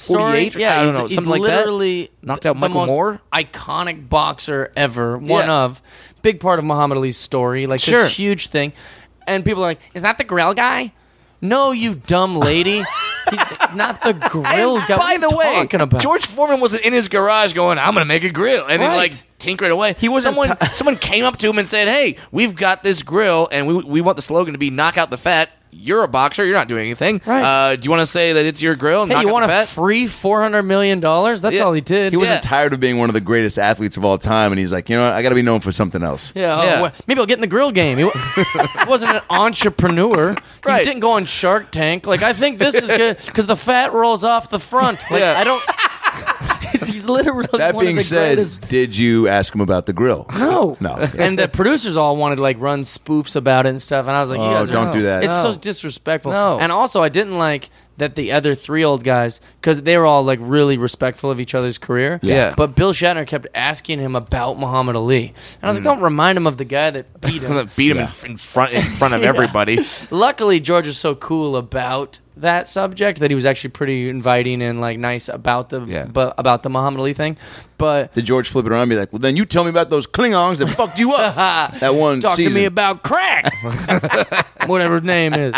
[SPEAKER 3] story.
[SPEAKER 2] or-
[SPEAKER 3] yeah,
[SPEAKER 2] I don't
[SPEAKER 3] he's-
[SPEAKER 2] know,
[SPEAKER 3] he's
[SPEAKER 2] something like that.
[SPEAKER 3] literally
[SPEAKER 2] Knocked
[SPEAKER 3] th-
[SPEAKER 2] out
[SPEAKER 3] the
[SPEAKER 2] Michael
[SPEAKER 3] most
[SPEAKER 2] Moore?
[SPEAKER 3] iconic boxer ever. One
[SPEAKER 2] Yeah.
[SPEAKER 3] of big part of Muhammad Ali's story, like
[SPEAKER 2] Sure.
[SPEAKER 3] this huge thing. And people are like, "Is that the grill guy?" No, you dumb lady. He's not the grill guy. What
[SPEAKER 2] By
[SPEAKER 3] are you
[SPEAKER 2] the way,
[SPEAKER 3] talking about?
[SPEAKER 2] George Foreman was in his garage going, "I'm going to make a grill," and then
[SPEAKER 3] Right.
[SPEAKER 2] like tinkered away. He was someone. someone came up to him and said, "Hey, we've got this grill, and we we want the slogan to be knock out the fat." You're a boxer. You're not doing anything.
[SPEAKER 3] Right.
[SPEAKER 2] Uh, do you want to say that it's your grill?
[SPEAKER 3] hey,
[SPEAKER 2] knock
[SPEAKER 3] you
[SPEAKER 2] out
[SPEAKER 3] want
[SPEAKER 2] the
[SPEAKER 3] a
[SPEAKER 2] fat?
[SPEAKER 3] free four hundred million dollars? That's
[SPEAKER 2] Yeah.
[SPEAKER 3] all he did.
[SPEAKER 1] He wasn't
[SPEAKER 2] Yeah.
[SPEAKER 1] tired of being one of the greatest athletes of all time, and he's like, you know what? I got to be known for something else.
[SPEAKER 3] Yeah, oh,
[SPEAKER 2] Yeah.
[SPEAKER 3] well, maybe I'll get in the grill game. He wa- he wasn't an entrepreneur.
[SPEAKER 2] Right.
[SPEAKER 3] He didn't go on Shark Tank. Like I think this is good because the fat rolls off the front. Like
[SPEAKER 2] Yeah.
[SPEAKER 3] I don't. It's, he's literally
[SPEAKER 1] That
[SPEAKER 3] one
[SPEAKER 1] being
[SPEAKER 3] of the
[SPEAKER 1] said,
[SPEAKER 3] greatest.
[SPEAKER 1] did you ask him about the grill?
[SPEAKER 3] No,
[SPEAKER 1] No.
[SPEAKER 3] and the producers all wanted to, like run spoofs about it and stuff, and I was like,
[SPEAKER 1] Oh,
[SPEAKER 3] you guys are-
[SPEAKER 1] don't do that.
[SPEAKER 3] It's
[SPEAKER 2] No.
[SPEAKER 3] so disrespectful.
[SPEAKER 2] No.
[SPEAKER 3] and also I didn't like that the other three old guys because they were all like really respectful of each other's career.
[SPEAKER 2] Yeah.
[SPEAKER 3] but Bill Shatner kept asking him about Muhammad Ali, and I was like,
[SPEAKER 1] Mm.
[SPEAKER 3] don't remind him of the guy that beat him.
[SPEAKER 2] Beat him in f in front in front of everybody.
[SPEAKER 3] Luckily, George is so cool about that subject that he was actually pretty inviting and like nice about the
[SPEAKER 2] Yeah.
[SPEAKER 3] bu- about the Muhammad Ali thing. But
[SPEAKER 1] Did George flip it around and be like, well, then you tell me about those Klingons that fucked you up that one
[SPEAKER 3] talk
[SPEAKER 1] season?
[SPEAKER 3] to me about crack, whatever his name is.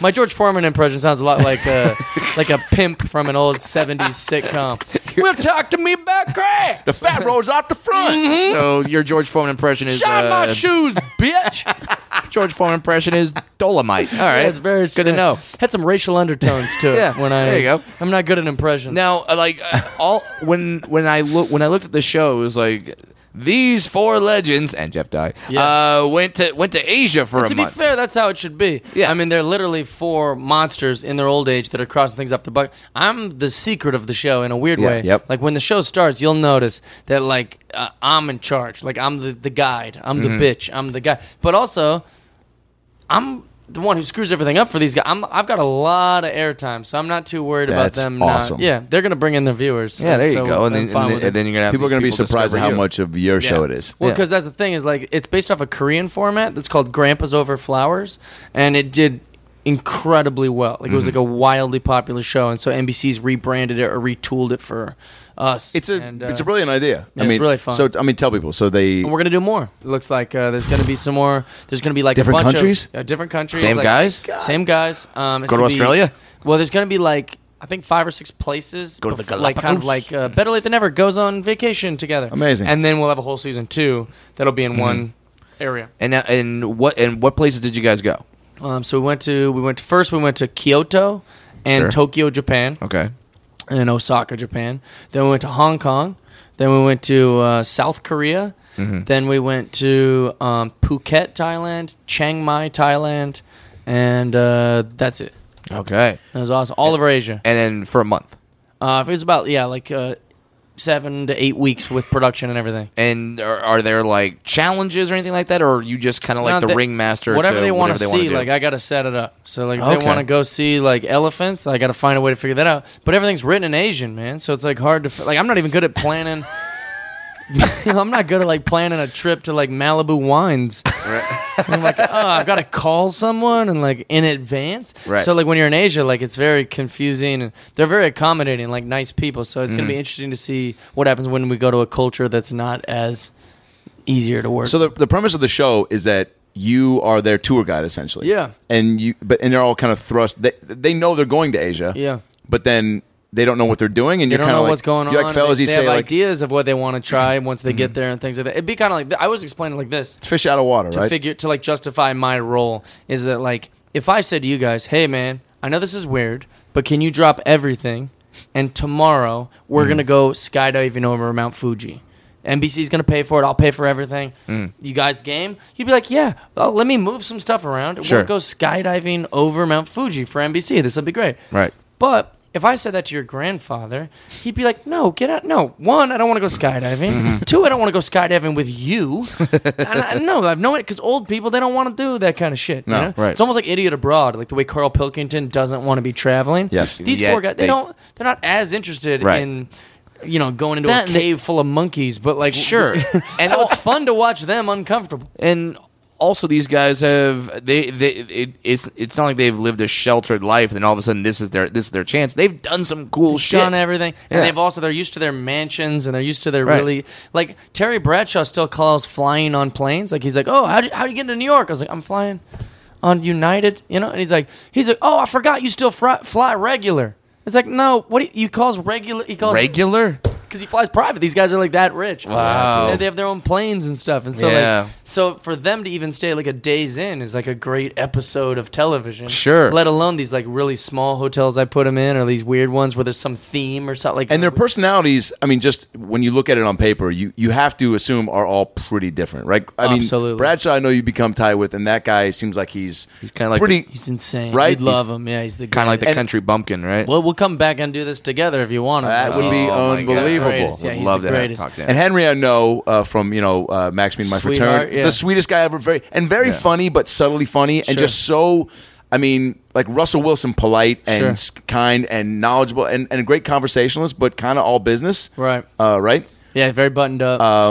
[SPEAKER 3] My George Foreman impression sounds a lot like a like a pimp from an old '70s sitcom. Well, talk to me about crack.
[SPEAKER 1] the fat rolls off the front.
[SPEAKER 2] so your George Foreman impression is
[SPEAKER 3] Mm-hmm. Shine
[SPEAKER 2] uh,
[SPEAKER 3] my shoes, bitch.
[SPEAKER 2] George Foreman impression is Dolomite. All right,
[SPEAKER 3] That's very
[SPEAKER 2] good to
[SPEAKER 3] strange.
[SPEAKER 2] know.
[SPEAKER 3] Had some racial undertones to it.
[SPEAKER 2] Yeah,
[SPEAKER 3] when I
[SPEAKER 2] there you go.
[SPEAKER 3] I'm not good at impressions.
[SPEAKER 2] Now, uh, like uh, all when when I look when I looked at the show, it was like these four legends and Jeff Dye
[SPEAKER 3] Yeah.
[SPEAKER 2] uh, went to went to Asia for a
[SPEAKER 3] to
[SPEAKER 2] month.
[SPEAKER 3] be fair, that's how it should be.
[SPEAKER 2] Yeah.
[SPEAKER 3] I mean, they're literally four monsters in their old age that are crossing things off the bucket. I'm the secret of the show in a weird way.
[SPEAKER 1] yep.
[SPEAKER 3] Like when the show starts, you'll notice that like uh, I'm in
[SPEAKER 2] Mm-hmm.
[SPEAKER 3] charge. Like I'm the, the guide. I'm the bitch. I'm the guy. But also, I'm the one who screws everything up for these guys. I'm, I've got a lot of airtime, so I'm not too worried
[SPEAKER 1] That's
[SPEAKER 3] about them.
[SPEAKER 1] awesome.
[SPEAKER 3] Not, yeah, they're going to bring in their viewers.
[SPEAKER 2] Yeah, there you
[SPEAKER 3] so
[SPEAKER 2] go. And then,
[SPEAKER 3] I'm fine
[SPEAKER 2] and,
[SPEAKER 3] with
[SPEAKER 2] then,
[SPEAKER 3] it.
[SPEAKER 2] and then you're gonna have
[SPEAKER 1] People are
[SPEAKER 2] these
[SPEAKER 1] going to be surprised at how
[SPEAKER 2] discover you.
[SPEAKER 1] much of your
[SPEAKER 3] Yeah.
[SPEAKER 1] show it is.
[SPEAKER 3] Well,
[SPEAKER 2] Yeah.
[SPEAKER 3] because that's the thing is like it's based off a Korean format that's called Grandpa's Over Flowers, and it did incredibly well. Like it
[SPEAKER 1] Mm-hmm.
[SPEAKER 3] was like a wildly popular show, and so NBC's rebranded it or retooled it for us.
[SPEAKER 1] It's a
[SPEAKER 3] and,
[SPEAKER 1] it's a
[SPEAKER 3] uh,
[SPEAKER 1] brilliant idea.
[SPEAKER 3] yeah,
[SPEAKER 1] I
[SPEAKER 3] it's
[SPEAKER 1] mean,
[SPEAKER 3] really fun.
[SPEAKER 1] So I mean, tell people. So they
[SPEAKER 3] and we're gonna do more. It looks like uh, there's gonna be some more. There's gonna be like
[SPEAKER 1] Different
[SPEAKER 3] a bunch
[SPEAKER 1] countries?
[SPEAKER 3] of uh, different countries,
[SPEAKER 2] Same
[SPEAKER 3] like-
[SPEAKER 2] guys?
[SPEAKER 3] same guys. Um, it's
[SPEAKER 2] Go to
[SPEAKER 3] gonna be-
[SPEAKER 2] Australia?
[SPEAKER 3] well, there's gonna be like I think five or six places. Go
[SPEAKER 2] to the
[SPEAKER 3] like kind of
[SPEAKER 2] Galapagos?
[SPEAKER 3] like uh, better late than never. Goes on vacation together.
[SPEAKER 1] Amazing.
[SPEAKER 3] And then we'll have a whole season two that'll be in
[SPEAKER 2] Mm-hmm.
[SPEAKER 3] one area.
[SPEAKER 2] And now- and what and what places did you guys go?
[SPEAKER 3] Um, so we went to we went first we went to Kyoto and
[SPEAKER 2] Sure.
[SPEAKER 3] Tokyo, Japan,
[SPEAKER 2] Okay.
[SPEAKER 3] and Osaka, Japan. Then we went to Hong Kong. Then we went to uh, South Korea. Then we went to um, Phuket, Thailand, Chiang Mai, Thailand, and uh, that's it.
[SPEAKER 2] Okay.
[SPEAKER 3] That was awesome. All over Asia.
[SPEAKER 2] And then for a month.
[SPEAKER 3] Uh, it was about yeah, like uh, seven to eight weeks with production and everything.
[SPEAKER 2] And are, are there like challenges or anything like that, or are you just kind of like
[SPEAKER 3] No,
[SPEAKER 2] the
[SPEAKER 3] they-
[SPEAKER 2] ringmaster?
[SPEAKER 3] Whatever
[SPEAKER 2] to
[SPEAKER 3] they want to
[SPEAKER 2] whatever wanna
[SPEAKER 3] see,
[SPEAKER 2] do?
[SPEAKER 3] like I gotta set it up. So like if
[SPEAKER 2] Okay.
[SPEAKER 3] they want to go see like elephants, I gotta find a way to figure that out. But everything's written in Asian, man, so it's like hard to fi- like. I'm not even good at planning. I'm not good at like planning a trip to like Malibu Wines. And I'm like, oh, I've got to call someone and like in advance.
[SPEAKER 2] Right.
[SPEAKER 3] So like when you're in Asia, like it's very confusing and they're very accommodating, like nice people. So it's gonna
[SPEAKER 2] Mm-hmm.
[SPEAKER 3] be interesting to see what happens when we go to a culture that's not as easier to work.
[SPEAKER 1] so the, the premise of the show is that you are their tour guide essentially.
[SPEAKER 3] Yeah.
[SPEAKER 1] And you but and they're all kind of thrust. They they know they're going to Asia.
[SPEAKER 3] Yeah.
[SPEAKER 1] But then they don't know what they're doing, and
[SPEAKER 3] They
[SPEAKER 1] you're
[SPEAKER 3] don't
[SPEAKER 1] kind
[SPEAKER 3] know
[SPEAKER 1] of like,
[SPEAKER 3] what's going on.
[SPEAKER 1] you like fellas,
[SPEAKER 3] they,
[SPEAKER 1] you
[SPEAKER 3] they
[SPEAKER 1] say
[SPEAKER 3] have
[SPEAKER 1] like Mm-hmm.
[SPEAKER 3] ideas of what they want to try once they get there and things like that. It'd be kind of like I was explaining it like this
[SPEAKER 1] fish out of water,
[SPEAKER 3] to
[SPEAKER 1] right?
[SPEAKER 3] figure to like justify my role is that like if I said to you guys, "Hey man, I know this is weird, but can you drop everything and tomorrow we're
[SPEAKER 1] Mm.
[SPEAKER 3] gonna go skydiving over Mount Fuji." NBC's gonna pay for it. I'll pay for everything.
[SPEAKER 1] Mm.
[SPEAKER 3] You guys game? You'd be like, yeah. Well, let me move some stuff around.
[SPEAKER 2] Sure.
[SPEAKER 3] We'll go skydiving over Mount Fuji for NBC. This will be great.
[SPEAKER 2] Right.
[SPEAKER 3] But if I said that to your grandfather, he'd be like, "No, get out! No, one, I don't want to go skydiving. Two, I don't want to go skydiving with you. I, I, no, I've known it because old people they don't want to do that kind of shit. you
[SPEAKER 1] No,
[SPEAKER 3] know?
[SPEAKER 2] right.
[SPEAKER 3] It's almost like Idiot Abroad, like the way Carl Pilkington doesn't want to be traveling.
[SPEAKER 1] Yes.
[SPEAKER 3] these
[SPEAKER 2] Yet
[SPEAKER 3] four guys, they,
[SPEAKER 2] they-
[SPEAKER 3] don't. They're not as interested
[SPEAKER 2] Right.
[SPEAKER 3] in. You know, going into
[SPEAKER 2] That
[SPEAKER 3] a
[SPEAKER 2] and they-
[SPEAKER 3] cave full of monkeys, but like
[SPEAKER 2] Sure.
[SPEAKER 3] and so it's fun to watch them uncomfortable.
[SPEAKER 2] and also these guys have they they it, it's it's not like they've lived a sheltered life and then all of a sudden this is their this is their chance they've done some cool shit
[SPEAKER 3] done everything. And
[SPEAKER 2] Yeah.
[SPEAKER 3] they've also they're used to their mansions and they're used to their
[SPEAKER 2] Right.
[SPEAKER 3] really like Terry Bradshaw still calls flying on planes. Like he's like, oh, how would you, how you get to New York? I was like, I'm flying on United, you know. And he's like, he's like, oh, I forgot you still fry, fly regular. It's like, no, what do you, you calls regular? He calls
[SPEAKER 2] regular
[SPEAKER 3] because he flies private. These guys are like that rich.
[SPEAKER 2] Wow.
[SPEAKER 3] They, they have their own planes and stuff, and so
[SPEAKER 2] Yeah.
[SPEAKER 3] like, so for them to even stay like a days in is like a great episode of television.
[SPEAKER 2] Sure.
[SPEAKER 3] Let alone these like really small hotels I put them in, or these weird ones where there's some theme or something. Like
[SPEAKER 1] and their personalities i mean just when you look at it on paper you you have to assume are all pretty different right i
[SPEAKER 3] Absolutely.
[SPEAKER 1] mean bradshaw i know you become tied with and that guy seems like he's he's
[SPEAKER 2] kinda like
[SPEAKER 1] pretty
[SPEAKER 3] he's insane.
[SPEAKER 1] Right?
[SPEAKER 3] Right. You'd love him. Yeah, he's the
[SPEAKER 2] kind of like the
[SPEAKER 3] guy.
[SPEAKER 2] country bumpkin right
[SPEAKER 3] Well, we'll come back and do this together if you want. to.
[SPEAKER 1] That would be
[SPEAKER 2] Oh my God.
[SPEAKER 1] unbelievable.
[SPEAKER 3] Greatest. Yeah,
[SPEAKER 2] Would
[SPEAKER 3] he's
[SPEAKER 2] love
[SPEAKER 3] the
[SPEAKER 2] to have
[SPEAKER 3] greatest.
[SPEAKER 2] talked to him.
[SPEAKER 1] and henry i know uh, from you know uh, max being my
[SPEAKER 3] Sweetheart,
[SPEAKER 1] fraternity
[SPEAKER 3] yeah.
[SPEAKER 1] the sweetest guy ever very and very funny but subtly funny and
[SPEAKER 3] Sure.
[SPEAKER 1] just so I mean, like Russell Wilson, polite and
[SPEAKER 3] Sure.
[SPEAKER 1] s- kind and knowledgeable and, and a great conversationalist, but kind of all business.
[SPEAKER 3] Right.
[SPEAKER 1] Uh, right.
[SPEAKER 3] Yeah, very buttoned up.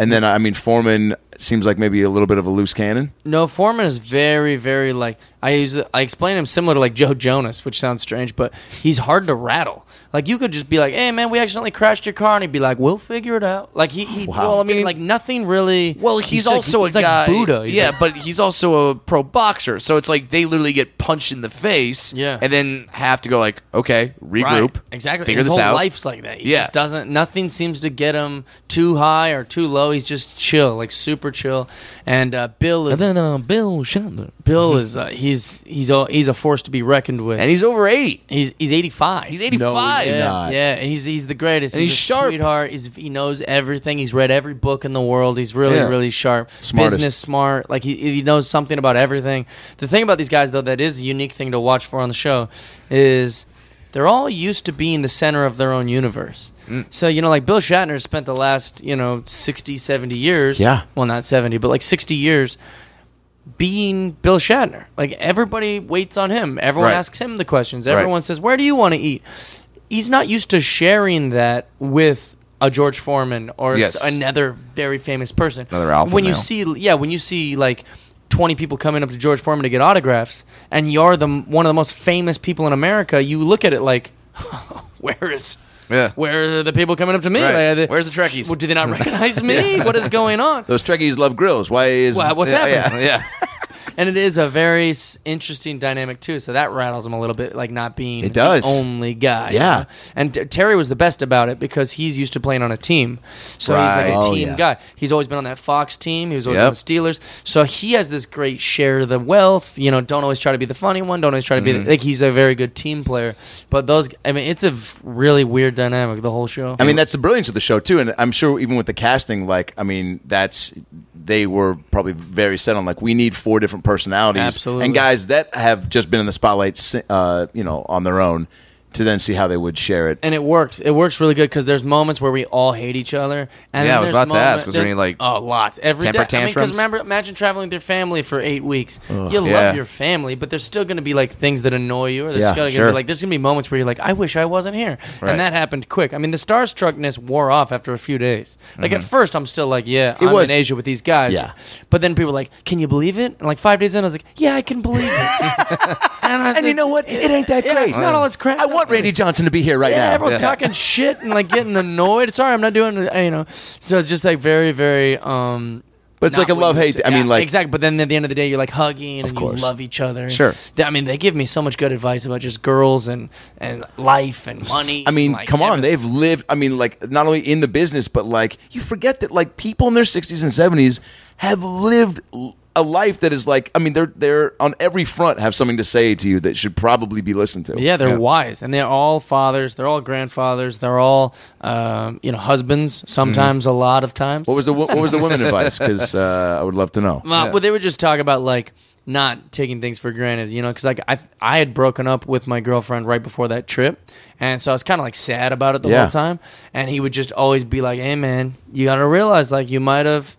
[SPEAKER 1] And then, I mean, Foreman seems like maybe a little bit of a loose cannon.
[SPEAKER 3] No, Foreman is very, very like I use. I explain him similar to like Joe Jonas, which sounds strange, but he's hard to rattle. Like you could just be like, "Hey, man, we accidentally crashed your car," and he'd be like, "We'll figure it out." Like he, he well, I mean, like nothing really.
[SPEAKER 2] Well, he's,
[SPEAKER 3] like-
[SPEAKER 2] also
[SPEAKER 3] he's
[SPEAKER 2] a
[SPEAKER 3] like
[SPEAKER 2] guy.
[SPEAKER 3] Buddha. He's
[SPEAKER 2] yeah,
[SPEAKER 3] like-
[SPEAKER 2] but he's also a pro boxer. So it's like they literally get punched in the face.
[SPEAKER 3] Yeah.
[SPEAKER 2] and then have to go like, okay, regroup.
[SPEAKER 3] Right. Exactly.
[SPEAKER 2] Figure
[SPEAKER 3] His
[SPEAKER 2] this
[SPEAKER 3] whole
[SPEAKER 2] out.
[SPEAKER 3] life's like that. He
[SPEAKER 2] Yeah.
[SPEAKER 3] just doesn't nothing seems to get him too high or too low. He's just chill, like super chill. And uh, Bill is
[SPEAKER 2] uh, Bill Shatner.
[SPEAKER 3] Bill is uh, he's he's all, he's a force to be reckoned with.
[SPEAKER 2] and he's over eighty.
[SPEAKER 3] He's he's 85.
[SPEAKER 2] He's 85.
[SPEAKER 3] yeah,
[SPEAKER 1] not.
[SPEAKER 3] yeah, and he's he's the greatest.
[SPEAKER 2] And
[SPEAKER 3] he's
[SPEAKER 2] he's
[SPEAKER 3] a
[SPEAKER 2] sharp.
[SPEAKER 3] sweetheart. He's, he knows everything. He's read every book in the world. He's really
[SPEAKER 1] Yeah.
[SPEAKER 3] really sharp.
[SPEAKER 1] Smartest.
[SPEAKER 3] Business smart. Like he he knows something about everything. The thing about these guys though that is a unique thing to watch for on the show is they're all used to being the center of their own universe.
[SPEAKER 1] Mm.
[SPEAKER 3] So, you know, like Bill Shatner spent the last, you know, 60, 70 years.
[SPEAKER 1] Yeah.
[SPEAKER 3] Well, not 70, but like 60 years being Bill Shatner. Like everybody waits on him. Everyone
[SPEAKER 2] Right.
[SPEAKER 3] asks him the questions.
[SPEAKER 2] Right.
[SPEAKER 3] Everyone says, "Where do you want to eat?" He's not used to sharing that with a George Foreman or
[SPEAKER 2] Yes.
[SPEAKER 3] s- another very famous person.
[SPEAKER 2] Another alpha
[SPEAKER 3] When you
[SPEAKER 2] male.
[SPEAKER 3] see, yeah, when you see like. 20 people coming up to George Foreman to get autographs, and you're the m- one of the most famous people in America. You look at it like, where is
[SPEAKER 2] Yeah.
[SPEAKER 3] where are the people coming up to me?
[SPEAKER 2] Right.
[SPEAKER 3] Like,
[SPEAKER 2] Where's the Trekkies?
[SPEAKER 3] Well, do they not recognize me? What is going on?
[SPEAKER 1] Those Trekkies love grills. Why is
[SPEAKER 3] Well, what's
[SPEAKER 2] yeah,
[SPEAKER 3] happening?
[SPEAKER 2] Yeah, yeah.
[SPEAKER 3] And it is a very s- interesting dynamic too. So that rattles him a little bit, like not being
[SPEAKER 1] It does.
[SPEAKER 3] the only guy. you
[SPEAKER 1] Yeah.
[SPEAKER 3] know? And T- Terry was the best about it because he's used to playing on a team, so he's
[SPEAKER 2] Right.
[SPEAKER 3] like a
[SPEAKER 2] Oh,
[SPEAKER 3] team
[SPEAKER 1] yeah.
[SPEAKER 3] guy. He's always been on that Fox team. He was always
[SPEAKER 2] Yep.
[SPEAKER 3] on the Steelers. So he has this great share the wealth. You know, don't always try to be the funny one. Don't always try to
[SPEAKER 1] Mm-hmm.
[SPEAKER 3] be the, like he's a very good team player. But those, I mean, it's a v- really weird dynamic the whole show.
[SPEAKER 1] I mean, that's the brilliance of the show too, and I'm sure even with the casting, like, I mean, that's they were probably very set on like we need four different personalities,
[SPEAKER 3] Absolutely.
[SPEAKER 1] and guys that have just been in the spotlight, si- uh, you know, on their own, to then see how they would share it.
[SPEAKER 3] and it works. It works really good because there's moments where we all hate each other. And
[SPEAKER 2] Yeah,
[SPEAKER 3] then
[SPEAKER 2] I was
[SPEAKER 3] there's
[SPEAKER 2] about to ask,
[SPEAKER 3] moment-
[SPEAKER 2] was there any, like,
[SPEAKER 3] oh lots every
[SPEAKER 2] temper
[SPEAKER 3] day? I mean, 'cause
[SPEAKER 2] tantrums?
[SPEAKER 3] remember, imagine traveling with your family for eight weeks. you
[SPEAKER 2] yeah.
[SPEAKER 3] love your family, but there's still going to be like things that annoy you, or there's
[SPEAKER 1] Yeah,
[SPEAKER 3] still gonna
[SPEAKER 2] sure.
[SPEAKER 3] be like there's going to be moments where you're like, I wish I wasn't here,
[SPEAKER 2] Right.
[SPEAKER 3] and that happened quick. I mean, the starstruckness wore off after a few days. Like
[SPEAKER 2] Mm-hmm.
[SPEAKER 3] at first, I'm still like, yeah, I'm
[SPEAKER 1] was-
[SPEAKER 3] in Asia with these guys.
[SPEAKER 1] Yeah.
[SPEAKER 3] But then people were like, can you believe it? And like five days in, I was like, yeah, I can believe it. and I-
[SPEAKER 1] And you know what? It ain't that
[SPEAKER 3] yeah,
[SPEAKER 1] great.
[SPEAKER 3] It's not all it's cracked.
[SPEAKER 1] I
[SPEAKER 3] up
[SPEAKER 1] want
[SPEAKER 3] to be.
[SPEAKER 1] Randy Johnson to be here right
[SPEAKER 3] Yeah,
[SPEAKER 1] now.
[SPEAKER 3] everyone's
[SPEAKER 2] Yeah.
[SPEAKER 3] talking shit and like getting annoyed. Sorry, I'm not doing it, you know. So it's just like very, very. um
[SPEAKER 1] But it's
[SPEAKER 3] not
[SPEAKER 1] like a
[SPEAKER 3] what
[SPEAKER 1] love
[SPEAKER 3] you
[SPEAKER 1] hate.
[SPEAKER 3] said.
[SPEAKER 1] I mean,
[SPEAKER 3] Yeah,
[SPEAKER 1] like
[SPEAKER 3] exactly. But then at the end of the day, you're like hugging and you
[SPEAKER 1] course.
[SPEAKER 3] love each other.
[SPEAKER 2] Sure.
[SPEAKER 3] They- I mean, they give me so much good advice about just girls and and life and money.
[SPEAKER 1] I mean,
[SPEAKER 3] like,
[SPEAKER 1] come on,
[SPEAKER 3] everything.
[SPEAKER 1] they've lived. I mean, like not only in the business, but like you forget that like people in their sixties and seventies have lived l- a life that is like. I mean, they're they're on every front have something to say to you that should probably be listened to.
[SPEAKER 3] Yeah, they're wise, and they're all fathers. They're all grandfathers. They're all, um, you know, husbands. Sometimes, a
[SPEAKER 1] Mm-hmm.
[SPEAKER 3] lot of times.
[SPEAKER 1] What was the wo- what was the women advice? Because uh, I would love to know.
[SPEAKER 3] Well, well, they would just talk about like not taking things for granted, you know, because like I I had broken up with my girlfriend right before that trip, and so I was kind of like sad about it the
[SPEAKER 1] Yeah.
[SPEAKER 3] whole time. And he would just always be like, "Hey, man, you gotta realize like you might have."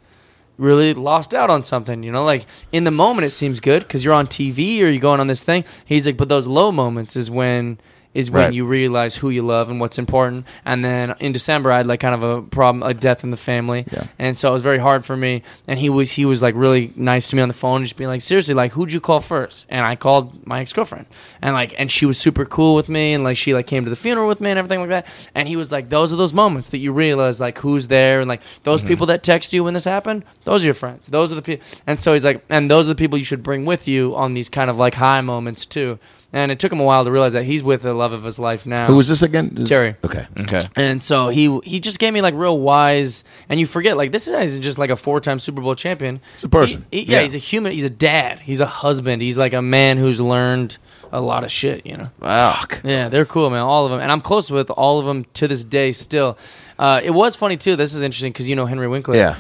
[SPEAKER 3] Really lost out on something, you know. Like in the moment, it seems good because you're on TV or you're going on this thing. He's like, but those low moments is when is when
[SPEAKER 2] Right.
[SPEAKER 3] you realize who you love and what's important. And then in December, I had like kind of a problem, a death in the family, and so it was very hard for me. And he was he was like really nice to me on the phone, just being like, seriously, like who'd you call first? And I called my ex girlfriend, and like and she was super cool with me, and like she like came to the funeral with me and everything like that. And he was like, those are those moments that you realize like who's there and like those
[SPEAKER 1] Mm-hmm.
[SPEAKER 3] people that text you when this happened, those are your friends. Those are the people. And so he's like, and those are the people you should bring with you on these kind of like high moments too. And it took him a while to realize that he's with the love of his life now.
[SPEAKER 1] Who was this again? This-
[SPEAKER 3] Terry.
[SPEAKER 1] Okay.
[SPEAKER 2] Okay.
[SPEAKER 3] And so he he just gave me like real wise, and you forget like this guy isn't just like a four time Super Bowl champion. He's
[SPEAKER 1] a person.
[SPEAKER 3] yeah,
[SPEAKER 2] Yeah.
[SPEAKER 3] he's a human. He's a dad. He's a husband. He's like a man who's learned a lot of shit. You know.
[SPEAKER 2] Wow.
[SPEAKER 3] Yeah, they're cool, man. All of them, and I'm close with all of them to this day. Still, uh, it was funny too. This is interesting because you know Henry Winkler.
[SPEAKER 1] Yeah.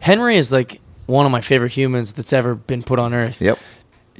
[SPEAKER 3] Henry is like one of my favorite humans that's ever been put on Earth.
[SPEAKER 1] Yep.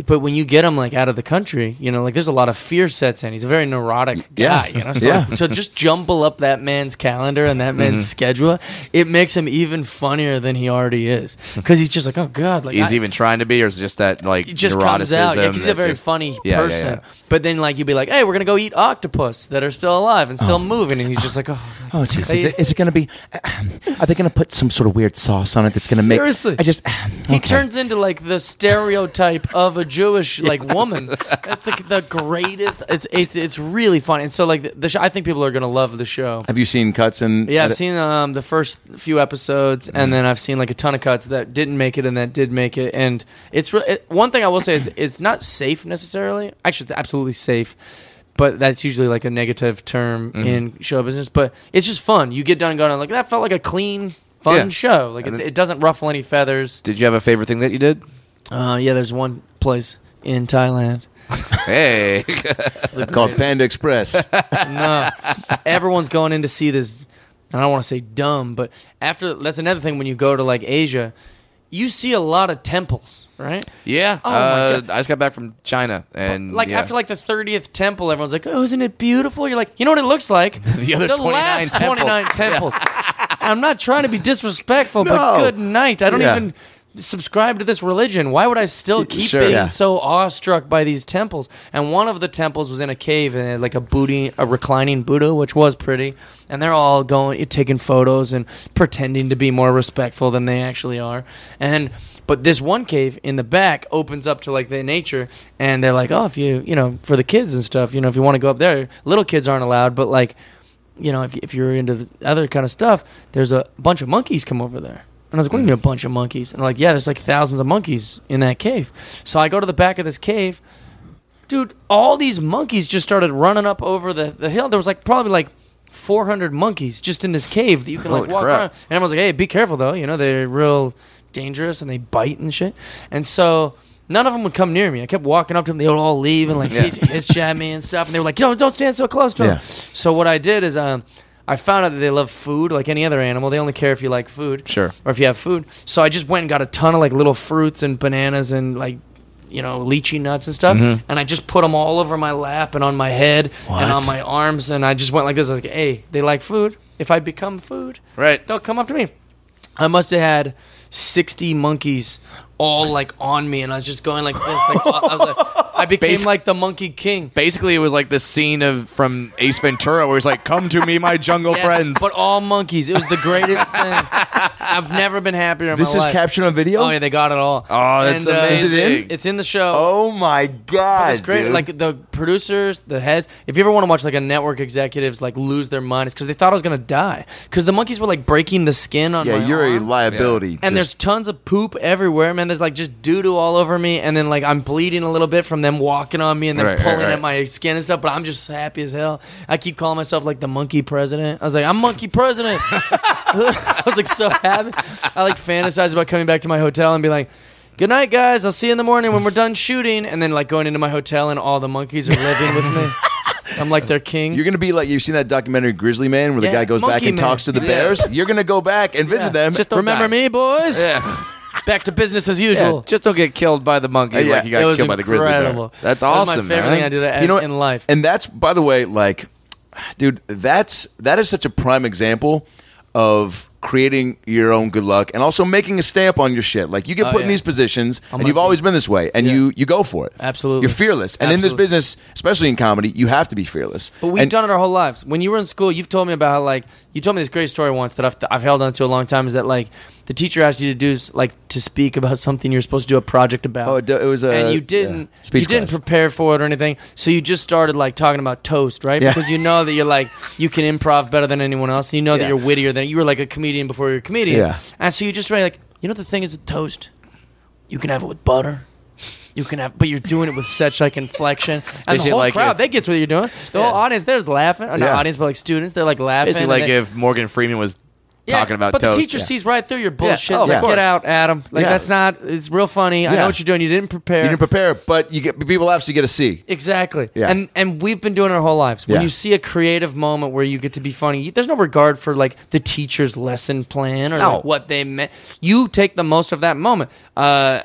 [SPEAKER 3] But when you get him like out of the country, you know, like there's a lot of fear sets in. He's a very neurotic guy, you know. So,
[SPEAKER 1] Yeah.
[SPEAKER 3] so just jumble up that man's calendar and that
[SPEAKER 2] Mm-hmm.
[SPEAKER 3] man's schedule. It makes him even funnier than he already is because he's just like, oh god, like
[SPEAKER 2] He's
[SPEAKER 3] I-
[SPEAKER 2] even trying to be, or is it just that like
[SPEAKER 3] it just comes
[SPEAKER 2] neuroticism?
[SPEAKER 3] out. Yeah, 'cause he's a
[SPEAKER 2] that
[SPEAKER 3] very
[SPEAKER 2] just-
[SPEAKER 3] funny
[SPEAKER 2] Yeah, yeah,
[SPEAKER 3] person.
[SPEAKER 2] yeah.
[SPEAKER 3] But then like you'd be like, hey, we're gonna go eat octopus that are still alive and
[SPEAKER 2] Oh.
[SPEAKER 3] still moving, and he's just like, oh,
[SPEAKER 7] Oh, jeez. Is it, is it going to be. are they going to put some sort of weird sauce on it that's going to make.
[SPEAKER 3] Seriously.
[SPEAKER 7] I just.
[SPEAKER 3] He
[SPEAKER 7] okay.
[SPEAKER 3] turns into like the stereotype of a Jewish like woman. That's like the greatest. It's it's it's really funny. And so like the, the show, I think people are gonna love the show.
[SPEAKER 1] Have you seen cuts and?
[SPEAKER 3] Yeah, I've seen um, the first few episodes, and then I've seen like a ton of cuts that didn't make it and that did make it. And it's re- it, one thing I will say is it's not safe necessarily. Actually, it's absolutely safe, but that's usually like a negative term in show business. But it's just fun. You get done going like that felt like a clean, fun
[SPEAKER 2] Yeah.
[SPEAKER 3] show. Like it, it doesn't ruffle any feathers.
[SPEAKER 2] Did you have a favorite thing that you did?
[SPEAKER 3] Uh, yeah, there's one place in Thailand.
[SPEAKER 2] Hey.
[SPEAKER 1] called Panda Express.
[SPEAKER 3] No, everyone's going in to see this. And I don't want to say dumb, but after that's another thing when you go to like Asia, you see a lot of temples, right?
[SPEAKER 2] yeah.
[SPEAKER 3] Oh my
[SPEAKER 2] uh,
[SPEAKER 3] God.
[SPEAKER 2] I just got back from China, and
[SPEAKER 3] Like
[SPEAKER 2] yeah.
[SPEAKER 3] after like the thirtieth temple, everyone's like, "Oh, isn't it beautiful?" You're like, "You know what it looks like? the
[SPEAKER 2] other 29
[SPEAKER 3] last
[SPEAKER 2] temples."
[SPEAKER 3] twenty nine temples." I'm not trying to be disrespectful, but
[SPEAKER 1] No.
[SPEAKER 3] good night. I don't
[SPEAKER 1] Yeah.
[SPEAKER 3] even. subscribe to this religion. Why would I still keep
[SPEAKER 1] Sure,
[SPEAKER 3] being
[SPEAKER 1] yeah.
[SPEAKER 3] so awestruck by these temples? And one of the temples was in a cave and it had like a booty, a reclining Buddha, which was pretty. And they're all going, taking photos and pretending to be more respectful than they actually are. And but this one cave in the back opens up to like the nature, and they're like, oh, if you you know for the kids and stuff, you know if you want to go up there, little kids aren't allowed, but like you know, if, if you're into the other kind of stuff, there's a bunch of monkeys come over there. And I was like, what do you mean a
[SPEAKER 2] Mm.
[SPEAKER 3] bunch of monkeys? And they're like, yeah, there's like thousands of monkeys in that cave. So I go to the back of this cave. Dude, all these monkeys just started running up over the, the hill. There was like probably like 400 monkeys just in this cave that you can like
[SPEAKER 2] Holy
[SPEAKER 3] walk
[SPEAKER 2] crap.
[SPEAKER 3] around. And everyone's like, hey, be careful though. You know, they're real dangerous and they bite and shit. And so none of them would come near me. I kept walking up to them. They would all leave and like hitch, hitch at me and stuff. And they were like, no, don't stand so close to them. So what I did is um, I found out that they love food like any other animal. They only care if you like food.
[SPEAKER 2] Sure.
[SPEAKER 3] Or if you have food. So I just went and got a ton of like little fruits and bananas and like, you know, lychee nuts and stuff,
[SPEAKER 2] Mm-hmm.
[SPEAKER 3] and I just put them all over my lap and on my head and on my arms, and I just went like this. I was like, "Hey, they like food. If I become food,
[SPEAKER 2] Right.
[SPEAKER 3] they'll come up to me." I must have had 60 monkeys all like on me, and I was just going like this. Like, I, was like, I became
[SPEAKER 2] Basic-
[SPEAKER 3] like the monkey king.
[SPEAKER 2] Basically, it was like the scene of from Ace Ventura where he's like, "Come to me, my jungle
[SPEAKER 3] Yes,
[SPEAKER 2] friends."
[SPEAKER 3] But all monkeys. It was the greatest thing. I've never been happier in
[SPEAKER 1] This
[SPEAKER 3] my
[SPEAKER 1] is
[SPEAKER 3] life.
[SPEAKER 1] captured on video.
[SPEAKER 3] Oh, yeah, they got it all.
[SPEAKER 2] Oh, that's
[SPEAKER 3] uh,
[SPEAKER 2] amazing. Is it in?
[SPEAKER 3] It's in the show.
[SPEAKER 1] Oh my god!
[SPEAKER 3] It's great.
[SPEAKER 1] dude.
[SPEAKER 3] Like the producers, the heads. If you ever want to watch like a network executives like lose their mind, it's because they thought I was gonna die. Because the monkeys were like breaking the skin on
[SPEAKER 1] yeah,
[SPEAKER 3] my
[SPEAKER 1] you're a
[SPEAKER 3] arm.
[SPEAKER 1] liability.
[SPEAKER 3] and there's
[SPEAKER 1] Just-
[SPEAKER 3] tons of poop everywhere, man. There's like just doo doo all over me, and then like I'm bleeding a little bit from them walking on me and then
[SPEAKER 2] Right, right,
[SPEAKER 3] pulling
[SPEAKER 2] right.
[SPEAKER 3] at my skin and stuff. But I'm just happy as hell. I keep calling myself like the monkey president. I was like, I'm monkey president. I was like so happy. I like fantasize about coming back to my hotel and be like. Good night, guys. I'll see you in the morning when we're done shooting. And then, like, going into my hotel and all the monkeys are living with me. I'm like their king.
[SPEAKER 1] You're gonna be like you've seen that documentary Grizzly Man where the
[SPEAKER 3] Yeah,
[SPEAKER 1] guy goes back
[SPEAKER 3] Monkey
[SPEAKER 1] and
[SPEAKER 3] Man.
[SPEAKER 1] talks to the
[SPEAKER 3] Yeah.
[SPEAKER 1] bears. You're gonna go back and visit them.
[SPEAKER 2] Just don't
[SPEAKER 3] Remember
[SPEAKER 2] die.
[SPEAKER 3] me, boys?
[SPEAKER 2] yeah.
[SPEAKER 3] Back to business as
[SPEAKER 2] Yeah,
[SPEAKER 3] usual.
[SPEAKER 2] just don't get killed by the monkeys
[SPEAKER 1] Yeah.
[SPEAKER 2] like you got
[SPEAKER 3] Uh, It was
[SPEAKER 2] killed by the grizzly bear.
[SPEAKER 3] incredible.
[SPEAKER 2] That's
[SPEAKER 3] That was
[SPEAKER 2] awesome,
[SPEAKER 3] my favorite
[SPEAKER 2] man.
[SPEAKER 3] thing I did at,
[SPEAKER 1] you know what?
[SPEAKER 3] in life.
[SPEAKER 1] And that's by the way, like, dude, that's that is such a prime example of creating your own good luck and also making a stamp on your shit. Like you get
[SPEAKER 3] Oh,
[SPEAKER 1] put in
[SPEAKER 3] yeah.
[SPEAKER 1] these positions and
[SPEAKER 3] like
[SPEAKER 1] you've
[SPEAKER 3] that.
[SPEAKER 1] always been this way and you you go for it.
[SPEAKER 3] Absolutely.
[SPEAKER 1] You're fearless. And in this
[SPEAKER 3] Absolutely.
[SPEAKER 1] business, especially in comedy, you have to be fearless.
[SPEAKER 3] But we've
[SPEAKER 1] And-
[SPEAKER 3] done it our whole lives. When you were in school, you've told me about how, like, you told me this great story once that I've, I've held on to a long time is that, like, the teacher asked you to do, s- like, to speak about something you're supposed to do a project about.
[SPEAKER 1] Oh, it do- it was a-
[SPEAKER 3] And you didn't,
[SPEAKER 1] yeah, speech
[SPEAKER 3] you didn't
[SPEAKER 1] class.
[SPEAKER 3] prepare for it or anything. So you just started, like, talking about toast, right?
[SPEAKER 1] Yeah.
[SPEAKER 3] Because you know that you're, like, you can improv better than anyone else. And you know that you're wittier than, you were, like, a comedian before you're a comedian.
[SPEAKER 1] Yeah.
[SPEAKER 3] And so you just, write, like, you know, the thing is with toast, you can have it with butter. You can have, but you're doing it with such like inflection, and the
[SPEAKER 2] basically
[SPEAKER 3] whole
[SPEAKER 2] like
[SPEAKER 3] crowd
[SPEAKER 2] if-
[SPEAKER 3] they gets what you're doing. The whole audience, there's laughing. Or not
[SPEAKER 1] Yeah.
[SPEAKER 3] audience, but like students, they're like laughing.
[SPEAKER 2] Basically,
[SPEAKER 3] and
[SPEAKER 2] like
[SPEAKER 3] they-
[SPEAKER 2] if Morgan Freeman was
[SPEAKER 3] Yeah,
[SPEAKER 2] talking about
[SPEAKER 3] But
[SPEAKER 2] toast.
[SPEAKER 3] the teacher
[SPEAKER 2] Yeah.
[SPEAKER 3] sees right through your bullshit.
[SPEAKER 2] Oh,
[SPEAKER 3] It's
[SPEAKER 2] of
[SPEAKER 3] like,
[SPEAKER 2] course.
[SPEAKER 3] get out, Adam. Like
[SPEAKER 1] Yeah.
[SPEAKER 3] that's not. It's real funny. I
[SPEAKER 1] Yeah.
[SPEAKER 3] know what you're doing. You didn't prepare.
[SPEAKER 1] you didn't prepare, but you get people laugh, so you get a C.
[SPEAKER 3] Exactly.
[SPEAKER 1] Yeah.
[SPEAKER 3] And and we've been doing it our whole lives. When
[SPEAKER 1] Yeah.
[SPEAKER 3] you see a creative moment where you get to be funny, you, there's no regard for like the teacher's lesson plan or
[SPEAKER 2] No.
[SPEAKER 3] like, what they meant. You take the most of that moment. Uh,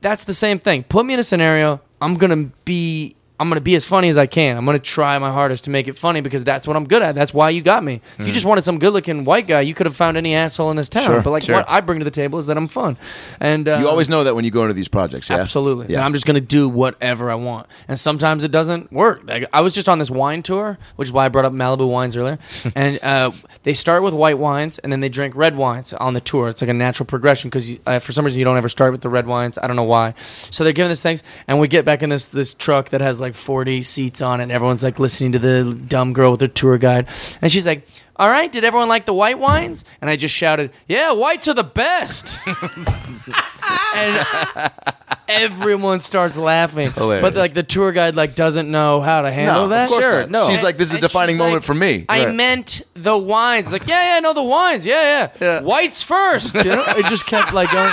[SPEAKER 3] that's the same thing. Put me in a scenario. I'm gonna be. I'm gonna be as funny as I can. I'm gonna try my hardest to make it funny because that's what I'm good at. That's why you got me. If you just wanted some good-looking white guy, you could have found any asshole in this town. but like,
[SPEAKER 2] sure.
[SPEAKER 3] what I bring to the table is that I'm fun. And uh,
[SPEAKER 1] You always know that when you go into these projects, yeah?
[SPEAKER 3] Absolutely.
[SPEAKER 1] Yeah.
[SPEAKER 3] I'm just going to do whatever I want. And sometimes it doesn't work. Like, I was just on this wine tour, which is why I brought up Malibu wines earlier. and uh, they start with white wines and then they drink red wines on the tour. It's like a natural progression because uh, for some reason you don't ever start with the red wines. I don't know why. So they're giving us things. And we get back in this, this truck that has like 40 seats on it. And everyone's like listening to the dumb girl with her tour guide. And she's like, all right, did everyone like the white wines? And I just shouted, yeah, whites are the best. and everyone starts laughing. But like the tour guide like doesn't know how to handle
[SPEAKER 1] No, of
[SPEAKER 3] that.
[SPEAKER 1] course
[SPEAKER 2] Sure,
[SPEAKER 1] not.
[SPEAKER 2] no.
[SPEAKER 1] She's like, this is a
[SPEAKER 3] And she's
[SPEAKER 1] defining
[SPEAKER 3] like,
[SPEAKER 1] moment for me.
[SPEAKER 3] I meant the wines. Like, yeah, yeah, I know the wines. Yeah, yeah. Whites first. You know? It just kept like going.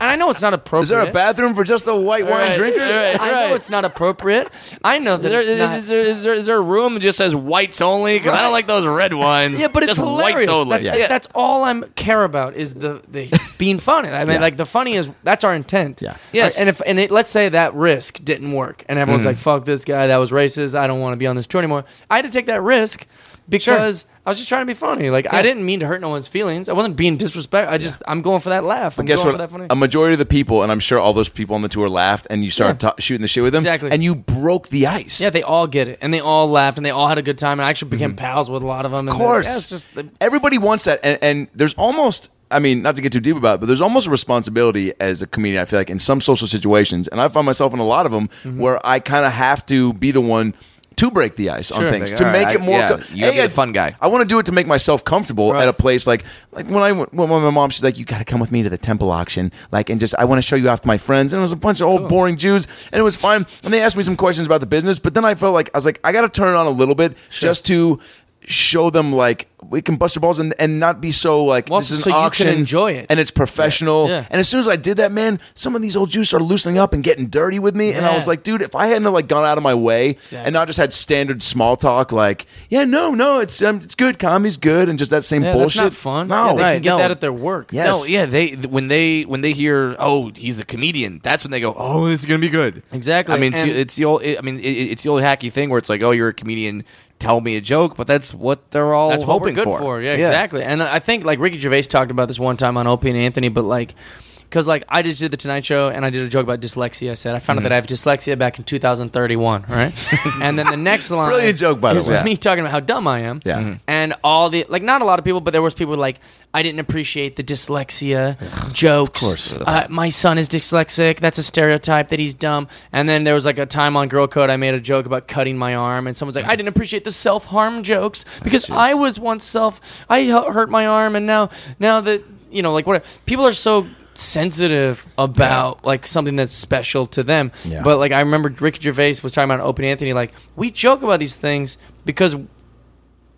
[SPEAKER 3] And I know it's not appropriate.
[SPEAKER 1] Is there a bathroom for just the white wine
[SPEAKER 3] Right,
[SPEAKER 1] drinkers?
[SPEAKER 3] right, I know it's not appropriate. I know that
[SPEAKER 2] Is there,
[SPEAKER 3] it's
[SPEAKER 2] is,
[SPEAKER 3] not.
[SPEAKER 2] is there, is, there, is there a room that just says whites only? 'Cause I don't like those red wines.
[SPEAKER 3] Yeah, but it's
[SPEAKER 2] just
[SPEAKER 3] hilarious.
[SPEAKER 2] whites only.
[SPEAKER 3] That's, that's all I'm care about is the, the being funny. I mean, like the funny is that's our intent. Yeah.
[SPEAKER 2] Yes.
[SPEAKER 3] And if and it, let's say that risk didn't work, and everyone's like, "Fuck this guy, that was racist. I don't want to be on this tour anymore." I had to take that risk, because I was just trying to be funny. Like I didn't mean to hurt no one's feelings. I wasn't being disrespectful. I just I'm going for that laugh. I'm
[SPEAKER 1] Guess
[SPEAKER 3] going for
[SPEAKER 1] what?
[SPEAKER 3] that funny.
[SPEAKER 1] A majority of the people, and I'm sure all those people on the tour laughed, and you started ta- shooting the shit with them,
[SPEAKER 3] Exactly.
[SPEAKER 1] and you broke the ice.
[SPEAKER 3] yeah, they all get it, and they all laughed, and they all had a good time, and I actually became pals with a lot of them.
[SPEAKER 1] Of course.
[SPEAKER 3] yeah, it's just the,
[SPEAKER 1] Everybody wants that. And, and there's almost, I mean, not to get too deep about it, but there's almost a responsibility as a comedian, I feel like, in some social situations. And I find myself in a lot of them
[SPEAKER 2] Mm-hmm.
[SPEAKER 1] where I kind of have to be the one to break the ice on
[SPEAKER 3] Sure.
[SPEAKER 1] things
[SPEAKER 2] Like,
[SPEAKER 1] to
[SPEAKER 2] all
[SPEAKER 1] make
[SPEAKER 2] right,
[SPEAKER 1] it more
[SPEAKER 2] yeah,
[SPEAKER 1] co-
[SPEAKER 2] you gotta be
[SPEAKER 1] Hey,
[SPEAKER 2] the fun guy.
[SPEAKER 1] i want to do it to make myself comfortable
[SPEAKER 3] Right.
[SPEAKER 1] at a place like like when i went- when my mom she's like you got to come with me to the temple auction like and just i want to show you off to my friends and it was a bunch of old boring jews and it was fine and they asked me some questions about the business but then i felt like i was like i got to turn it on a little bit just to show them like we can bust your balls and, and not be so like
[SPEAKER 3] Well,
[SPEAKER 1] this is an
[SPEAKER 3] so you can
[SPEAKER 1] auction
[SPEAKER 3] enjoy it.
[SPEAKER 1] and it's professional
[SPEAKER 3] Yeah.
[SPEAKER 1] and as soon as i did that man some of these old jews started loosening up and getting dirty with me and i
[SPEAKER 3] Yeah.
[SPEAKER 1] was like dude if i hadn't have, like gone out of my way and not just had standard small talk like yeah no no it's um, it's good comedy's good and just that same
[SPEAKER 3] yeah, that's
[SPEAKER 1] bullshit
[SPEAKER 3] not fun.
[SPEAKER 1] no
[SPEAKER 3] yeah, they
[SPEAKER 2] right,
[SPEAKER 3] can get
[SPEAKER 2] no.
[SPEAKER 3] that at their work.
[SPEAKER 1] Yes.
[SPEAKER 2] No, yeah, they th- when they when they hear oh he's a comedian, that's when they go oh this is gonna be good.
[SPEAKER 3] Exactly,
[SPEAKER 2] I mean, it's,
[SPEAKER 3] and-
[SPEAKER 2] it's the old. I mean, it, it's the old hacky thing where it's like oh you're a comedian, tell me a joke, but that's what they're all
[SPEAKER 3] that's what
[SPEAKER 2] hoping
[SPEAKER 3] we're good for. Yeah, exactly. And I think like Ricky Gervais talked about this one time on Opie and Anthony, but like. Because like I just did the Tonight Show and I did a joke about dyslexia. I said I found
[SPEAKER 1] Mm-hmm.
[SPEAKER 3] out that I have dyslexia back in 2031, right? and then the next line,
[SPEAKER 1] Brilliant joke, by the
[SPEAKER 3] is
[SPEAKER 1] way.
[SPEAKER 3] me talking about how dumb I am.
[SPEAKER 1] Yeah. Mhm.
[SPEAKER 3] Mm. And all the like, not a lot of people, but there was people like I didn't appreciate the dyslexia jokes. Of course, uh, my son is dyslexic. That's a stereotype that he's dumb. And then there was like a time on Girl Code I made a joke about cutting my arm, and someone's like, I didn't appreciate the self harm jokes because I was once self. I hu- hurt my arm, and now now that you know, like what people are so sensitive about like something that's special to them but like i remember ricky gervais was talking about an open anthony like we joke about these things because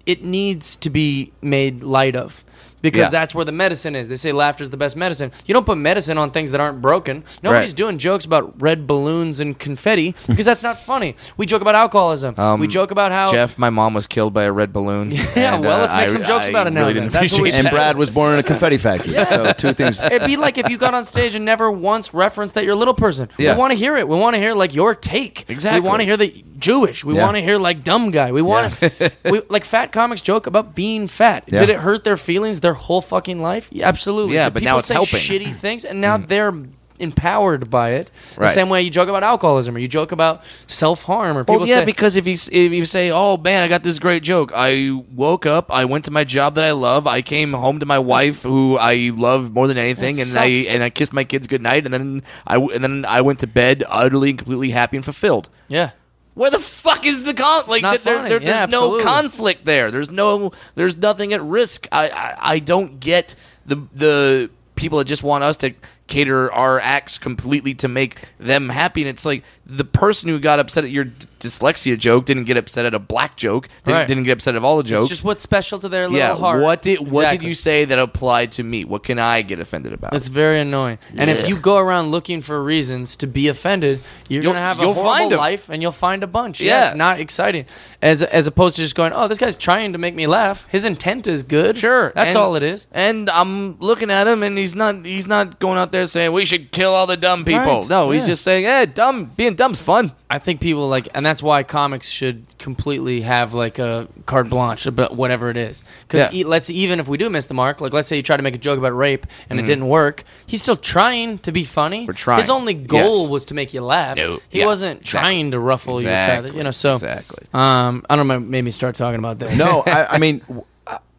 [SPEAKER 3] it needs to be made light of because
[SPEAKER 2] Yeah.
[SPEAKER 3] that's where the medicine is. They say laughter is the best medicine. You don't put medicine on things that aren't broken. Nobody's
[SPEAKER 2] Right.
[SPEAKER 3] doing jokes about red balloons and confetti because that's not funny. We joke about alcoholism.
[SPEAKER 2] Um,
[SPEAKER 3] we joke about how
[SPEAKER 2] Jeff, uh, my mom was killed by a red balloon.
[SPEAKER 3] Yeah, well, let's make some jokes about it now then. That's what we
[SPEAKER 1] and
[SPEAKER 3] should-
[SPEAKER 1] brad was born in a confetti factory so two things
[SPEAKER 3] It'd be like if you got on stage and never once referenced that you're a little person.
[SPEAKER 2] Yeah.
[SPEAKER 3] We want to hear it. We want to hear like your take.
[SPEAKER 2] Exactly.
[SPEAKER 3] We want to hear the Jewish. We
[SPEAKER 1] Yeah.
[SPEAKER 3] want to hear like dumb guy. We want to we, like fat comics joke about being fat.
[SPEAKER 1] Yeah.
[SPEAKER 3] Did it hurt their feelings their whole fucking life? Yeah, absolutely.
[SPEAKER 2] Yeah,
[SPEAKER 3] Did
[SPEAKER 2] but
[SPEAKER 3] people
[SPEAKER 2] now it's
[SPEAKER 3] say
[SPEAKER 2] helping. Mm-hmm.
[SPEAKER 3] Shitty things, and now they're empowered by it.
[SPEAKER 2] Right.
[SPEAKER 3] The same way you joke about alcoholism or you joke about self harm or people
[SPEAKER 2] Well, yeah,
[SPEAKER 3] say,
[SPEAKER 2] because if you s- if you say, "Oh man, I got this great joke," I woke up, I went to my job that I love, I came home to my wife who I love more than anything,
[SPEAKER 3] That
[SPEAKER 2] and
[SPEAKER 3] sucks.
[SPEAKER 2] I and I kissed my kids goodnight, and then I w- and then I went to bed utterly and completely happy and fulfilled.
[SPEAKER 3] yeah.
[SPEAKER 2] Where the fuck is the con? Like
[SPEAKER 3] not
[SPEAKER 2] th- there,
[SPEAKER 3] funny.
[SPEAKER 2] there-
[SPEAKER 3] Yeah,
[SPEAKER 2] there's no
[SPEAKER 3] absolutely.
[SPEAKER 2] conflict there. There's no there's nothing at risk. I, I I don't get the the people that just want us to cater our acts completely to make them happy. And it's like the person who got upset at your d- dyslexia joke didn't get upset at a black joke. Didn't,
[SPEAKER 3] Right.
[SPEAKER 2] didn't get upset at all the jokes.
[SPEAKER 3] It's just what's special to their little
[SPEAKER 2] yeah.
[SPEAKER 3] heart.
[SPEAKER 2] What did what did
[SPEAKER 3] Exactly.
[SPEAKER 2] you say that applied to me? What can I get offended about?
[SPEAKER 3] It's very annoying. And if you go around looking for reasons to be offended, you're
[SPEAKER 2] You'll-
[SPEAKER 3] going to have
[SPEAKER 2] you'll
[SPEAKER 3] a horrible
[SPEAKER 2] find 'em.
[SPEAKER 3] life and you'll find a bunch. Yeah.
[SPEAKER 2] Yeah.
[SPEAKER 3] it's not exciting. As as opposed to just going, "Oh, this guy's trying to make me laugh. His intent is good."
[SPEAKER 2] Sure,
[SPEAKER 3] That's
[SPEAKER 2] and-
[SPEAKER 3] all it is.
[SPEAKER 2] And I'm looking at him, and he's not he's not going out there saying we should kill all the dumb people.
[SPEAKER 3] Right,
[SPEAKER 2] No, he's
[SPEAKER 3] yeah.
[SPEAKER 2] just saying, eh, dumb being dumb's fun.
[SPEAKER 3] I think people like and that's why comics should completely have like a carte blanche about whatever it is. Cuz
[SPEAKER 2] Yeah.
[SPEAKER 3] let's even if we do miss the mark, like let's say you try to make a joke about rape and it didn't work, he's still trying to be funny.
[SPEAKER 2] Mm-hmm. We're trying.
[SPEAKER 3] His only goal
[SPEAKER 2] Yes.
[SPEAKER 3] was to make you laugh.
[SPEAKER 2] No.
[SPEAKER 3] He
[SPEAKER 2] Yeah.
[SPEAKER 3] wasn't
[SPEAKER 2] Exactly.
[SPEAKER 3] trying to ruffle your feather,
[SPEAKER 2] Exactly.
[SPEAKER 3] you know, so
[SPEAKER 2] Exactly.
[SPEAKER 3] Um, I don't know. Made me start talking about that.
[SPEAKER 1] no i, I mean w-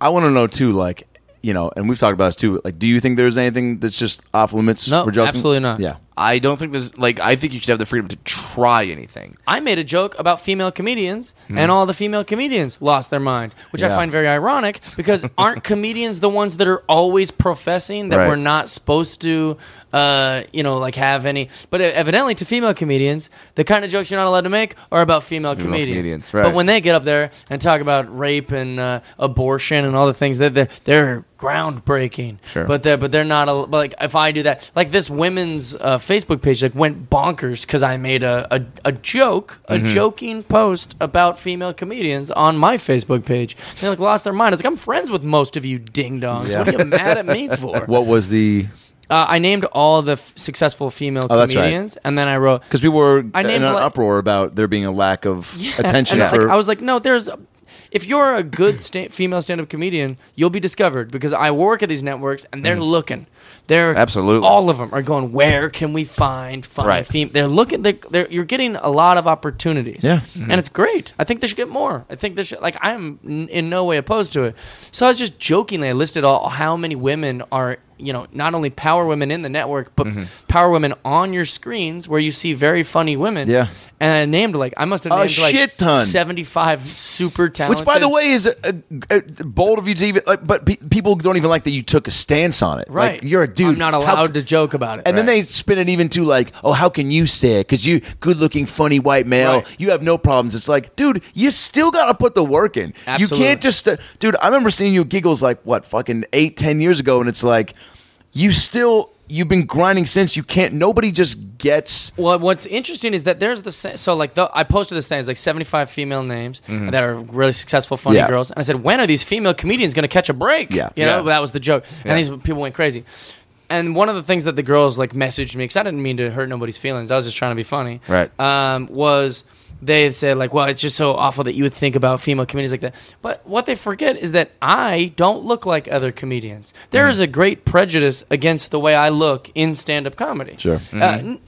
[SPEAKER 1] i, want to know too like you know and we've talked about this too like do you think there's anything that's just off limits
[SPEAKER 3] No,
[SPEAKER 1] for joking
[SPEAKER 3] absolutely not.
[SPEAKER 1] yeah
[SPEAKER 2] I don't think there's like I think you should have the freedom to try anything.
[SPEAKER 3] I made a joke about female comedians,
[SPEAKER 2] Hmm.
[SPEAKER 3] and all the female comedians lost their mind, which I
[SPEAKER 1] Yeah.
[SPEAKER 3] find very ironic because aren't comedians the ones that are always professing that
[SPEAKER 2] Right.
[SPEAKER 3] we're not supposed to, uh, you know, like have any? But uh, evidently, to female comedians, the kind of jokes you're not allowed to make are about female, comedians.
[SPEAKER 2] comedians, right.
[SPEAKER 3] But when they get up there and talk about rape and uh, abortion and all the things that they're, they're groundbreaking,
[SPEAKER 2] Sure.
[SPEAKER 3] but they're but they're not al- but, like if I do that like this women's uh, Facebook page like went bonkers because I made a, a, a joke a
[SPEAKER 1] Mm-hmm.
[SPEAKER 3] joking post about female comedians on my Facebook page they like lost their mind I was like I'm friends with most of you ding dongs what are you mad at me for
[SPEAKER 1] what was the
[SPEAKER 3] uh, I named all the f- successful female
[SPEAKER 1] Oh, that's right.
[SPEAKER 3] comedians and then I wrote
[SPEAKER 1] because people were
[SPEAKER 3] I
[SPEAKER 1] in
[SPEAKER 3] named,
[SPEAKER 1] an
[SPEAKER 3] like-
[SPEAKER 1] uproar about there being a lack of
[SPEAKER 3] Yeah,
[SPEAKER 1] attention
[SPEAKER 3] and I was
[SPEAKER 1] for
[SPEAKER 3] like, I was like, no, there's. if you're a good sta- female stand-up comedian, you'll be discovered because I work at these networks and they're looking. They're
[SPEAKER 2] Absolutely.
[SPEAKER 3] all of them are going. Where can we find fun
[SPEAKER 2] Right.
[SPEAKER 3] fem-" They're looking. They're, they're you're getting a lot of opportunities.
[SPEAKER 7] Yeah.
[SPEAKER 3] and it's great. I think they should get more. I think they should. Like I am n- in no way opposed to it. So I was just jokingly I listed all how many women are you know not only power women in the network but power women on your screens where you see very funny women.
[SPEAKER 1] Yeah.
[SPEAKER 3] and I named like I must have
[SPEAKER 1] A
[SPEAKER 3] named like
[SPEAKER 1] Oh, shit ton.
[SPEAKER 3] seventy-five super talented.
[SPEAKER 1] Which, by the way, is uh uh bold of you to even. Like, but pe- people don't even like that you took a stance on it.
[SPEAKER 3] right?
[SPEAKER 1] Like, you're a dude.
[SPEAKER 3] I'm not
[SPEAKER 1] How-
[SPEAKER 3] allowed to joke about it.
[SPEAKER 1] And then they spin it even to like, oh, how can you say it? Because you good-looking, funny white male,
[SPEAKER 3] Right.
[SPEAKER 1] you have no problems. It's like, dude, you still got to put the work in. You
[SPEAKER 3] Absolutely.
[SPEAKER 1] can't just, uh, dude. I remember seeing you at giggles like what, fucking eight, ten years ago, and it's like, you still, you've been grinding since. You can't. Nobody just gets.
[SPEAKER 3] Well, what's interesting is that there's the sa- so like the, I posted this thing. It's like 75 female names that are really successful, funny
[SPEAKER 1] Mm-hmm. Yeah.
[SPEAKER 3] girls, and I said, when are these female comedians going to catch a break?
[SPEAKER 1] Yeah.
[SPEAKER 3] you
[SPEAKER 1] Yeah.
[SPEAKER 3] know that was the joke, and these people went crazy. And one of the things that the girls like messaged me because I didn't mean to hurt nobody's feelings. I was just trying to be funny.
[SPEAKER 2] Right.
[SPEAKER 3] Um, was they said like, well, it's just so awful that you would think about female comedians like that. But what they forget is that I don't look like other comedians.
[SPEAKER 1] Mm-hmm.
[SPEAKER 3] There is a great prejudice against the way I look in stand-up comedy. Sure. Uh,
[SPEAKER 1] Mm-hmm.
[SPEAKER 3] n-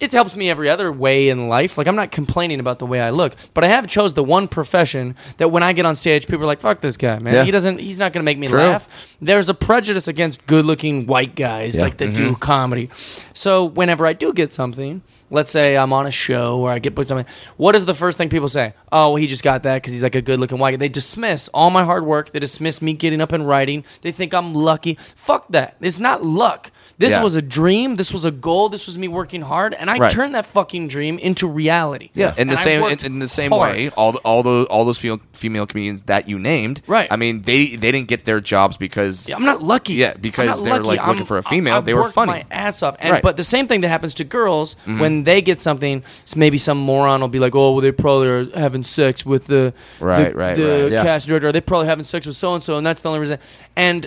[SPEAKER 3] it helps me every other way in life. Like I'm not complaining about the way I look, but I have chose the one profession that when I get on stage, people are like, "Fuck this guy, man. He doesn't. He's not going to make me laugh." There's a prejudice against good-looking white guys like that do comedy. So whenever I do get something, let's say I'm on a show or I get booked something, what is the first thing people say? Oh, well, he just got that because he's like a good-looking white guy. They dismiss all my hard work. They dismiss me getting up and writing. They think I'm lucky. Fuck that. It's not luck. This
[SPEAKER 2] Yeah.
[SPEAKER 3] was a dream. This was a goal. This was me working hard, and I
[SPEAKER 2] Right.
[SPEAKER 3] turned that fucking dream into reality.
[SPEAKER 2] Yeah, in the
[SPEAKER 3] And I
[SPEAKER 2] same in,
[SPEAKER 3] worked
[SPEAKER 2] in the same
[SPEAKER 3] hard.
[SPEAKER 2] way, all the, all those all those female, female comedians that you named,
[SPEAKER 3] Right.
[SPEAKER 2] I mean, they they didn't get their jobs because
[SPEAKER 3] Yeah, I'm not lucky.
[SPEAKER 2] Yeah,
[SPEAKER 3] I'm
[SPEAKER 2] because
[SPEAKER 3] not
[SPEAKER 2] they were, like, looking for a female.
[SPEAKER 3] I- I
[SPEAKER 2] They were
[SPEAKER 3] worked
[SPEAKER 2] funny.
[SPEAKER 3] My ass off. And,
[SPEAKER 2] Right. Mm-hmm.
[SPEAKER 3] But the same thing that happens to girls when they get something, s- maybe some moron will be like, "Oh, well, they probably are having sex with the
[SPEAKER 2] Right,
[SPEAKER 3] the,
[SPEAKER 2] right,
[SPEAKER 3] the
[SPEAKER 2] right. Yeah.
[SPEAKER 3] cast director. Or they probably having sex with so and so, and that's the only reason." And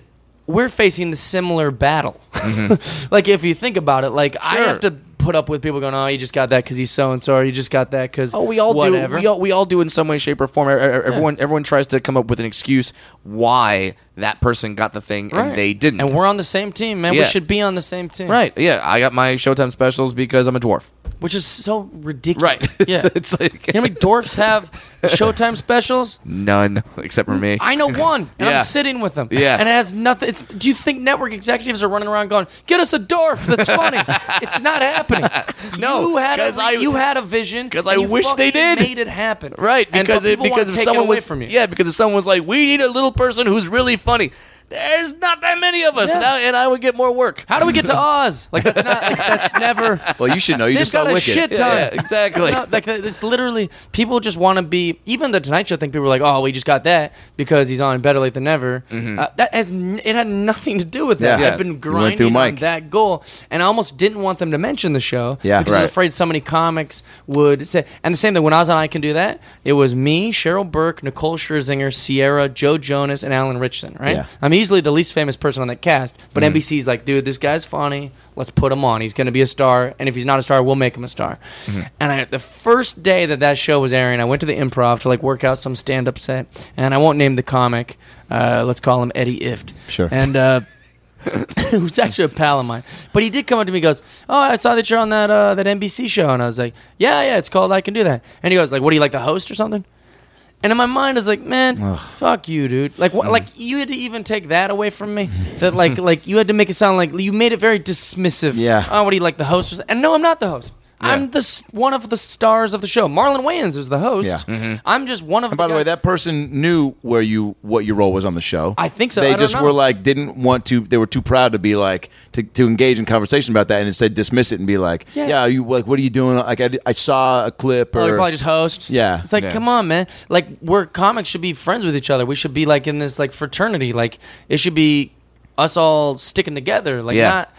[SPEAKER 3] we're facing the similar battle. like if you think about it, like I
[SPEAKER 2] Mm-hmm. Sure.
[SPEAKER 3] have to put up with people going, "Oh, you just got that because he's so and so, or you just got that because
[SPEAKER 2] Oh, we all
[SPEAKER 3] whatever.
[SPEAKER 2] do. We all we all do in some way, shape, or form. E- e- Everyone everyone tries to come up with an excuse why that person got the thing and they didn't.
[SPEAKER 3] And we're on the same team, man.
[SPEAKER 2] Yeah.
[SPEAKER 3] We should be on the same team.
[SPEAKER 2] right. Yeah, I got my Showtime specials because I'm a dwarf.
[SPEAKER 3] Which is so ridiculous. Yeah.
[SPEAKER 2] it's like
[SPEAKER 3] you know how many dwarfs have Showtime specials?
[SPEAKER 2] none except for me.
[SPEAKER 3] I know one, and
[SPEAKER 2] Yeah.
[SPEAKER 3] I'm sitting with them.
[SPEAKER 2] Yeah.
[SPEAKER 3] And it has nothing. It's, do you think network executives are running around going, get us a dwarf that's funny? it's not happening.
[SPEAKER 2] No,
[SPEAKER 3] You had, a,
[SPEAKER 2] 'cause I-
[SPEAKER 3] you had a vision.
[SPEAKER 2] 'cause I
[SPEAKER 3] and you
[SPEAKER 2] wish they
[SPEAKER 3] fucking
[SPEAKER 2] did.
[SPEAKER 3] made it happen.
[SPEAKER 2] Right,
[SPEAKER 3] And-
[SPEAKER 2] because
[SPEAKER 3] but
[SPEAKER 2] it,
[SPEAKER 3] people wanna
[SPEAKER 2] because if
[SPEAKER 3] take it
[SPEAKER 2] someone
[SPEAKER 3] away
[SPEAKER 2] was
[SPEAKER 3] from you.
[SPEAKER 2] yeah, because if someone was like, we need a little person who's really funny. There's not that many of us,
[SPEAKER 3] Yeah.
[SPEAKER 2] and, I, and I would get more work.
[SPEAKER 3] How do we get to Oz? Like, that's not, like, that's never.
[SPEAKER 1] Well, you should know. You
[SPEAKER 3] They've
[SPEAKER 1] just
[SPEAKER 3] got
[SPEAKER 1] saw
[SPEAKER 3] a
[SPEAKER 1] Wicked.
[SPEAKER 3] shit
[SPEAKER 2] Yeah,
[SPEAKER 3] ton.
[SPEAKER 2] yeah, exactly.
[SPEAKER 3] No, like uh, it's literally people just want to be. Even the Tonight Show thing, people were like, "Oh, we just got that because he's on Better Late Than Never." Uh, that has n- it had nothing to do with that.
[SPEAKER 1] Mm-hmm. Yeah. You
[SPEAKER 3] I've been
[SPEAKER 1] went through
[SPEAKER 3] grinding on
[SPEAKER 1] Mike.
[SPEAKER 3] that goal, and I almost didn't want them to mention the show.
[SPEAKER 1] Yeah,
[SPEAKER 3] because I
[SPEAKER 1] right.
[SPEAKER 3] was afraid so many comics would say. And the same thing when I was on I Can Do That, it was me, Cheryl Burke, Nicole Scherzinger, Sierra, Joe Jonas, and Alan Richardson. Right,
[SPEAKER 1] Yeah.
[SPEAKER 3] I'm easily the least famous person on that cast, but NBC's like, dude, this guy's funny. Let's put him on. He's going to be a star, and if he's not a star, we'll make him a star. And I, the first day that that show was airing, I went to the Improv to like work out some stand-up set, and I won't name the comic. Uh, let's call him Eddie Ift.
[SPEAKER 1] Sure.
[SPEAKER 3] And uh, who's actually a pal of mine, but he did come up to me. and Goes, oh, I saw that you're on that uh, that NBC show, and I was like, yeah, yeah, it's called I Can Do That. And he goes, like, what do you like the host or something? And in my mind, I was like, man, fuck you, dude. Like,
[SPEAKER 1] Mm.
[SPEAKER 3] wh- like you had to even take that away from me. That like, like you had to make it sound like you made it very dismissive.
[SPEAKER 1] Yeah.
[SPEAKER 3] Oh, what do you like the host? or s- And no, I'm not the host. I'm the s- one of the stars of the show. Marlon Wayans is the host.
[SPEAKER 1] Yeah. Mm-hmm.
[SPEAKER 3] I'm just one of.
[SPEAKER 1] And by the way,
[SPEAKER 3] guys-
[SPEAKER 1] that person knew where you what your role was on the show.
[SPEAKER 3] I think so.
[SPEAKER 1] They
[SPEAKER 3] I don't
[SPEAKER 1] just
[SPEAKER 3] know.
[SPEAKER 1] were like didn't want to. They were too proud to be like to, to engage in conversation about that, and instead dismiss it and be like, "Yeah,
[SPEAKER 3] Yeah.
[SPEAKER 1] you like what are you doing? Like I, did- I saw a clip
[SPEAKER 3] Oh,
[SPEAKER 1] or
[SPEAKER 3] you're probably just host.
[SPEAKER 1] Yeah.
[SPEAKER 3] It's like,
[SPEAKER 2] Yeah.
[SPEAKER 3] come on, man. Like, we're comics should be friends with each other. We should be like in this like fraternity. Like, it should be us all sticking together. Like,
[SPEAKER 2] Yeah.
[SPEAKER 3] not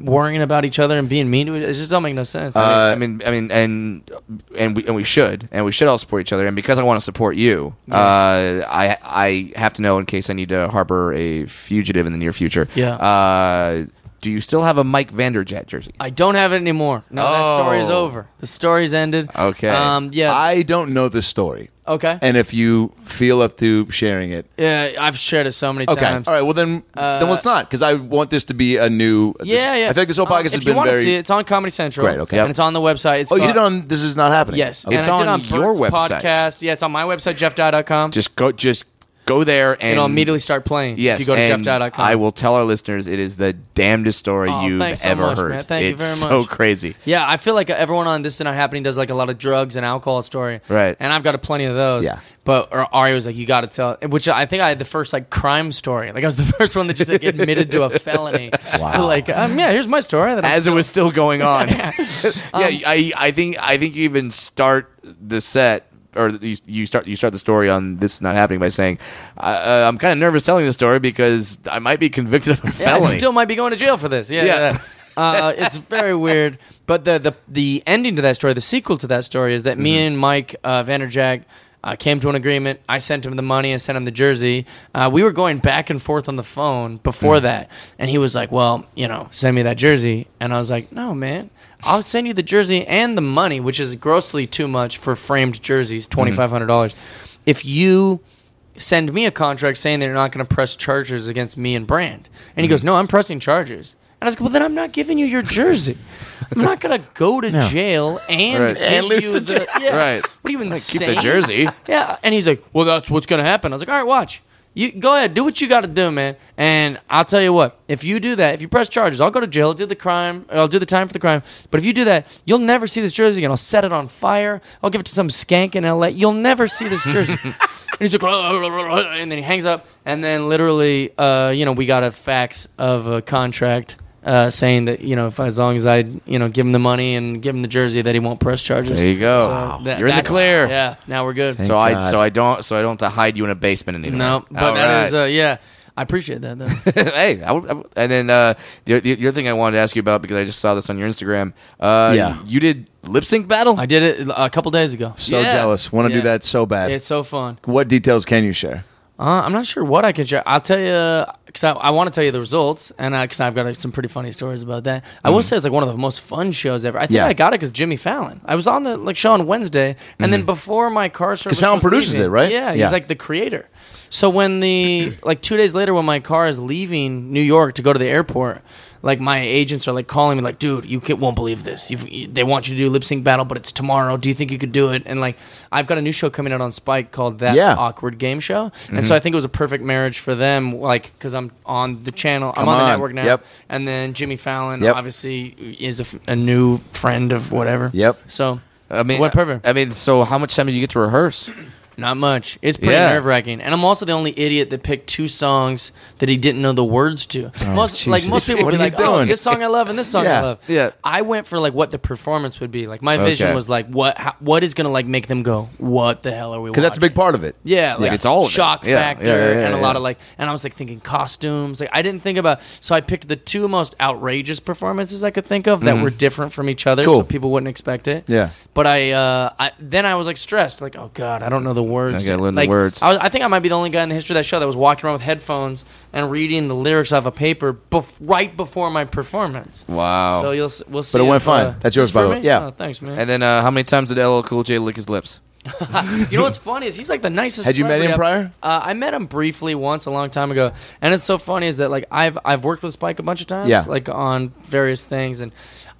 [SPEAKER 3] worrying about each other and being mean to it. It just don't make no sense.
[SPEAKER 1] Uh,
[SPEAKER 2] Uh, I mean, I mean, and and we and we should, and we should all support each other. And because I want to support you, uh, I I have to know in case I need to harbor a fugitive in the near future.
[SPEAKER 3] Yeah.
[SPEAKER 2] Uh, do you still have a Mike Vanderjet jersey?
[SPEAKER 3] I don't have it anymore. No, that story is
[SPEAKER 2] Oh.
[SPEAKER 3] over. The story's ended.
[SPEAKER 2] Okay.
[SPEAKER 3] Um. Yeah.
[SPEAKER 1] I don't know the story.
[SPEAKER 3] okay.
[SPEAKER 1] And if you feel up to sharing it,
[SPEAKER 3] yeah, I've shared it so many
[SPEAKER 1] okay.
[SPEAKER 3] times. Uh,
[SPEAKER 1] All right. Well, then, then let's not, because I want this to be a new. this-
[SPEAKER 3] Yeah, yeah.
[SPEAKER 1] I think this whole
[SPEAKER 3] Um,
[SPEAKER 1] podcast
[SPEAKER 3] if
[SPEAKER 1] has
[SPEAKER 3] you
[SPEAKER 1] been
[SPEAKER 3] wanna
[SPEAKER 1] very.
[SPEAKER 3] see it, it's on Comedy Central.
[SPEAKER 1] Great, okay.
[SPEAKER 3] And it's on the website. It's
[SPEAKER 1] Oh, you
[SPEAKER 3] called-
[SPEAKER 1] did on. This is not happening.
[SPEAKER 2] It's
[SPEAKER 3] Yes, and I did
[SPEAKER 2] on your
[SPEAKER 3] Bert's
[SPEAKER 2] website.
[SPEAKER 3] Podcast. Yeah, it's on my website, jeffdye.com. Just
[SPEAKER 2] Just go, just go there and
[SPEAKER 3] it'll immediately start playing.
[SPEAKER 2] Yes,
[SPEAKER 3] if you go to
[SPEAKER 2] and
[SPEAKER 3] jeffdye.com.
[SPEAKER 2] I will tell our listeners it is the damnedest story
[SPEAKER 3] Oh,
[SPEAKER 2] you've
[SPEAKER 3] thanks so
[SPEAKER 2] ever
[SPEAKER 3] much,
[SPEAKER 2] heard.
[SPEAKER 3] man. Thank you
[SPEAKER 2] it's
[SPEAKER 3] very
[SPEAKER 2] so
[SPEAKER 3] much.
[SPEAKER 2] crazy.
[SPEAKER 3] Yeah, I feel like everyone on This Is Not Happening does like a lot of drugs and alcohol story.
[SPEAKER 2] Right.
[SPEAKER 3] And I've got a plenty of those.
[SPEAKER 1] Yeah.
[SPEAKER 3] But or Ari was like, you got to tell, which I think I had the first like crime story. Like I was the first one that just like admitted to a felony. Wow. Like, um, yeah, here's my story. That I'm
[SPEAKER 2] As it was still going on. yeah, I, I think I think you even start the set or you, you start you start the story on this is not happening by saying I- uh, I'm kind of nervous telling this story because I might be convicted of a
[SPEAKER 3] Yeah,
[SPEAKER 2] felony.
[SPEAKER 3] I still might be going to jail for this. Yeah,
[SPEAKER 2] Yeah.
[SPEAKER 3] yeah. Uh, it's very weird. But the, the the ending to that story, the sequel to that story, is that me
[SPEAKER 2] Mm-hmm.
[SPEAKER 3] and Mike uh, Vanderjack uh, came to an agreement. I sent him the money. I sent him the jersey. Uh, we were going back and forth on the phone before
[SPEAKER 2] Mm-hmm.
[SPEAKER 3] that, and he was like, "Well, you know, send me that jersey," and I was like, "No, man." I'll send you the jersey and the money, which is grossly too much for framed jerseys,
[SPEAKER 2] Mm-hmm.
[SPEAKER 3] twenty five hundred dollars. If you send me a contract saying they're not going to press charges against me and Brand. And he goes, No, I'm pressing charges. And I was like, Well, then I'm not giving you your jersey. I'm not going to go to jail and
[SPEAKER 2] Right.
[SPEAKER 3] give
[SPEAKER 2] And
[SPEAKER 3] you the, yeah.
[SPEAKER 2] Right.
[SPEAKER 3] What are you
[SPEAKER 2] keep
[SPEAKER 3] insane?
[SPEAKER 2] the jersey.
[SPEAKER 3] Yeah. And he's like, Well, that's what's going to happen. I was like, All right, watch. You go ahead, do what you got to do, man. And I'll tell you what: if you do that, if you press charges, I'll go to jail, I'll do the crime, I'll do the time for the crime. But if you do that, you'll never see this jersey again. I'll set it on fire. I'll give it to some skank in L.A. You'll never see this jersey. and he's like, "Rah, rah, rah, rah," and then he hangs up. And then literally, uh, you know, we got a fax of a contract uh, saying that you know, if as long as I, you know, give him the money and give him the jersey, that he won't press charges.
[SPEAKER 2] There you go.
[SPEAKER 3] So uh,
[SPEAKER 2] Wow.
[SPEAKER 3] that-
[SPEAKER 2] You're in the
[SPEAKER 3] that's-
[SPEAKER 2] clear.
[SPEAKER 3] Yeah. Now we're good.
[SPEAKER 2] so I so I don't so I don't have to hide you in a basement anymore.
[SPEAKER 3] No, but
[SPEAKER 2] All
[SPEAKER 3] that is
[SPEAKER 2] right.
[SPEAKER 3] uh, yeah. I appreciate that. Though.
[SPEAKER 2] hey, I would- I would- and then uh, the, the, the other thing I wanted to ask you about because I just saw this on your Instagram. Uh,
[SPEAKER 1] Yeah.
[SPEAKER 2] you did lip sync battle.
[SPEAKER 3] I did it a couple days ago.
[SPEAKER 1] So
[SPEAKER 2] Yeah.
[SPEAKER 1] jealous. Want to
[SPEAKER 3] Yeah.
[SPEAKER 1] do that so bad.
[SPEAKER 3] It's so fun.
[SPEAKER 1] what details can you share?
[SPEAKER 3] Uh, I'm not sure what I can share. I'll tell you because I, I want to tell you the results, and because I've got like, some pretty funny stories about that. I will say it's like one of the most fun shows ever. I think
[SPEAKER 1] Mm. Yeah.
[SPEAKER 3] I got it because Jimmy Fallon. I was on the like show on Wednesday, and then before my car service,
[SPEAKER 1] Mm-hmm. Fallon
[SPEAKER 3] was
[SPEAKER 1] produces
[SPEAKER 3] leaving-
[SPEAKER 1] it, right?
[SPEAKER 3] Yeah, he's
[SPEAKER 1] Yeah.
[SPEAKER 3] like the creator. So when the like two days later, when my car is leaving New York to go to the airport, like my agents are like calling me, like, dude, you can, won't believe this. You've, you, they want you to do lip sync battle, but it's tomorrow. Do you think you could do it? And like, I've got a new show coming out on Spike called That
[SPEAKER 1] Yeah. Mm-hmm.
[SPEAKER 3] Awkward Game Show, and so I think it was a perfect marriage for them, like, because I'm on the channel, I'm
[SPEAKER 1] Come
[SPEAKER 3] on, the
[SPEAKER 1] on.
[SPEAKER 3] network now,
[SPEAKER 1] Yep.
[SPEAKER 3] and then Jimmy Fallon
[SPEAKER 1] Yep.
[SPEAKER 3] obviously is a, f- a new friend of whatever.
[SPEAKER 1] Yep.
[SPEAKER 3] So.
[SPEAKER 2] I mean,
[SPEAKER 3] what perfect?
[SPEAKER 2] I mean, so how much time did you get to rehearse?
[SPEAKER 3] Not much. It's pretty
[SPEAKER 2] Yeah.
[SPEAKER 3] nerve wracking, and I'm also the only idiot that picked two songs that he didn't know the words to. most like most people
[SPEAKER 1] What
[SPEAKER 3] would
[SPEAKER 1] are
[SPEAKER 3] be
[SPEAKER 1] you
[SPEAKER 3] like, "Oh,
[SPEAKER 1] doing?"
[SPEAKER 3] this song I love and this song I
[SPEAKER 1] Yeah.
[SPEAKER 3] love."
[SPEAKER 2] Yeah.
[SPEAKER 3] I went for like what the performance would be. Like my vision
[SPEAKER 2] Okay.
[SPEAKER 3] was like, "What? How, what is gonna like make them go? What the hell are we?"
[SPEAKER 1] Because that's a big part of it.
[SPEAKER 3] Yeah, like
[SPEAKER 2] It's all of it.
[SPEAKER 3] shock
[SPEAKER 2] Yeah,
[SPEAKER 3] factor
[SPEAKER 2] yeah, yeah, yeah,
[SPEAKER 3] and a lot
[SPEAKER 2] yeah.
[SPEAKER 3] of like and I was like thinking costumes. Like I didn't think about so I picked the two most outrageous performances I could think of that were different from each other so
[SPEAKER 1] Cool.
[SPEAKER 3] people wouldn't expect it.
[SPEAKER 1] Yeah.
[SPEAKER 3] But I uh I then I was like stressed like oh god, I don't know the words.
[SPEAKER 2] I gotta learn the
[SPEAKER 3] Like,
[SPEAKER 2] words.
[SPEAKER 3] I, was, I think I might be the only guy in the history of that show that was walking around with headphones and reading the lyrics off a paper bef- right before my performance.
[SPEAKER 2] Wow.
[SPEAKER 3] So you'll s- we'll see.
[SPEAKER 1] But it went
[SPEAKER 3] if,
[SPEAKER 1] fine.
[SPEAKER 3] uh,
[SPEAKER 1] That's
[SPEAKER 3] is
[SPEAKER 1] yours,
[SPEAKER 3] this
[SPEAKER 1] by
[SPEAKER 3] for
[SPEAKER 1] the way.
[SPEAKER 3] me?
[SPEAKER 1] Yeah.
[SPEAKER 3] Oh, thanks, man.
[SPEAKER 2] and then uh, how many times did LL Cool J lick his lips?
[SPEAKER 3] You know what's funny is he's like the nicest.
[SPEAKER 1] Had you met
[SPEAKER 3] celebrity
[SPEAKER 1] him
[SPEAKER 3] I've-
[SPEAKER 1] prior?
[SPEAKER 3] Uh, I met him briefly once a long time ago, and it's so funny is that like I've I've worked with Spike a bunch of times,
[SPEAKER 1] Yeah.
[SPEAKER 3] like on various things, and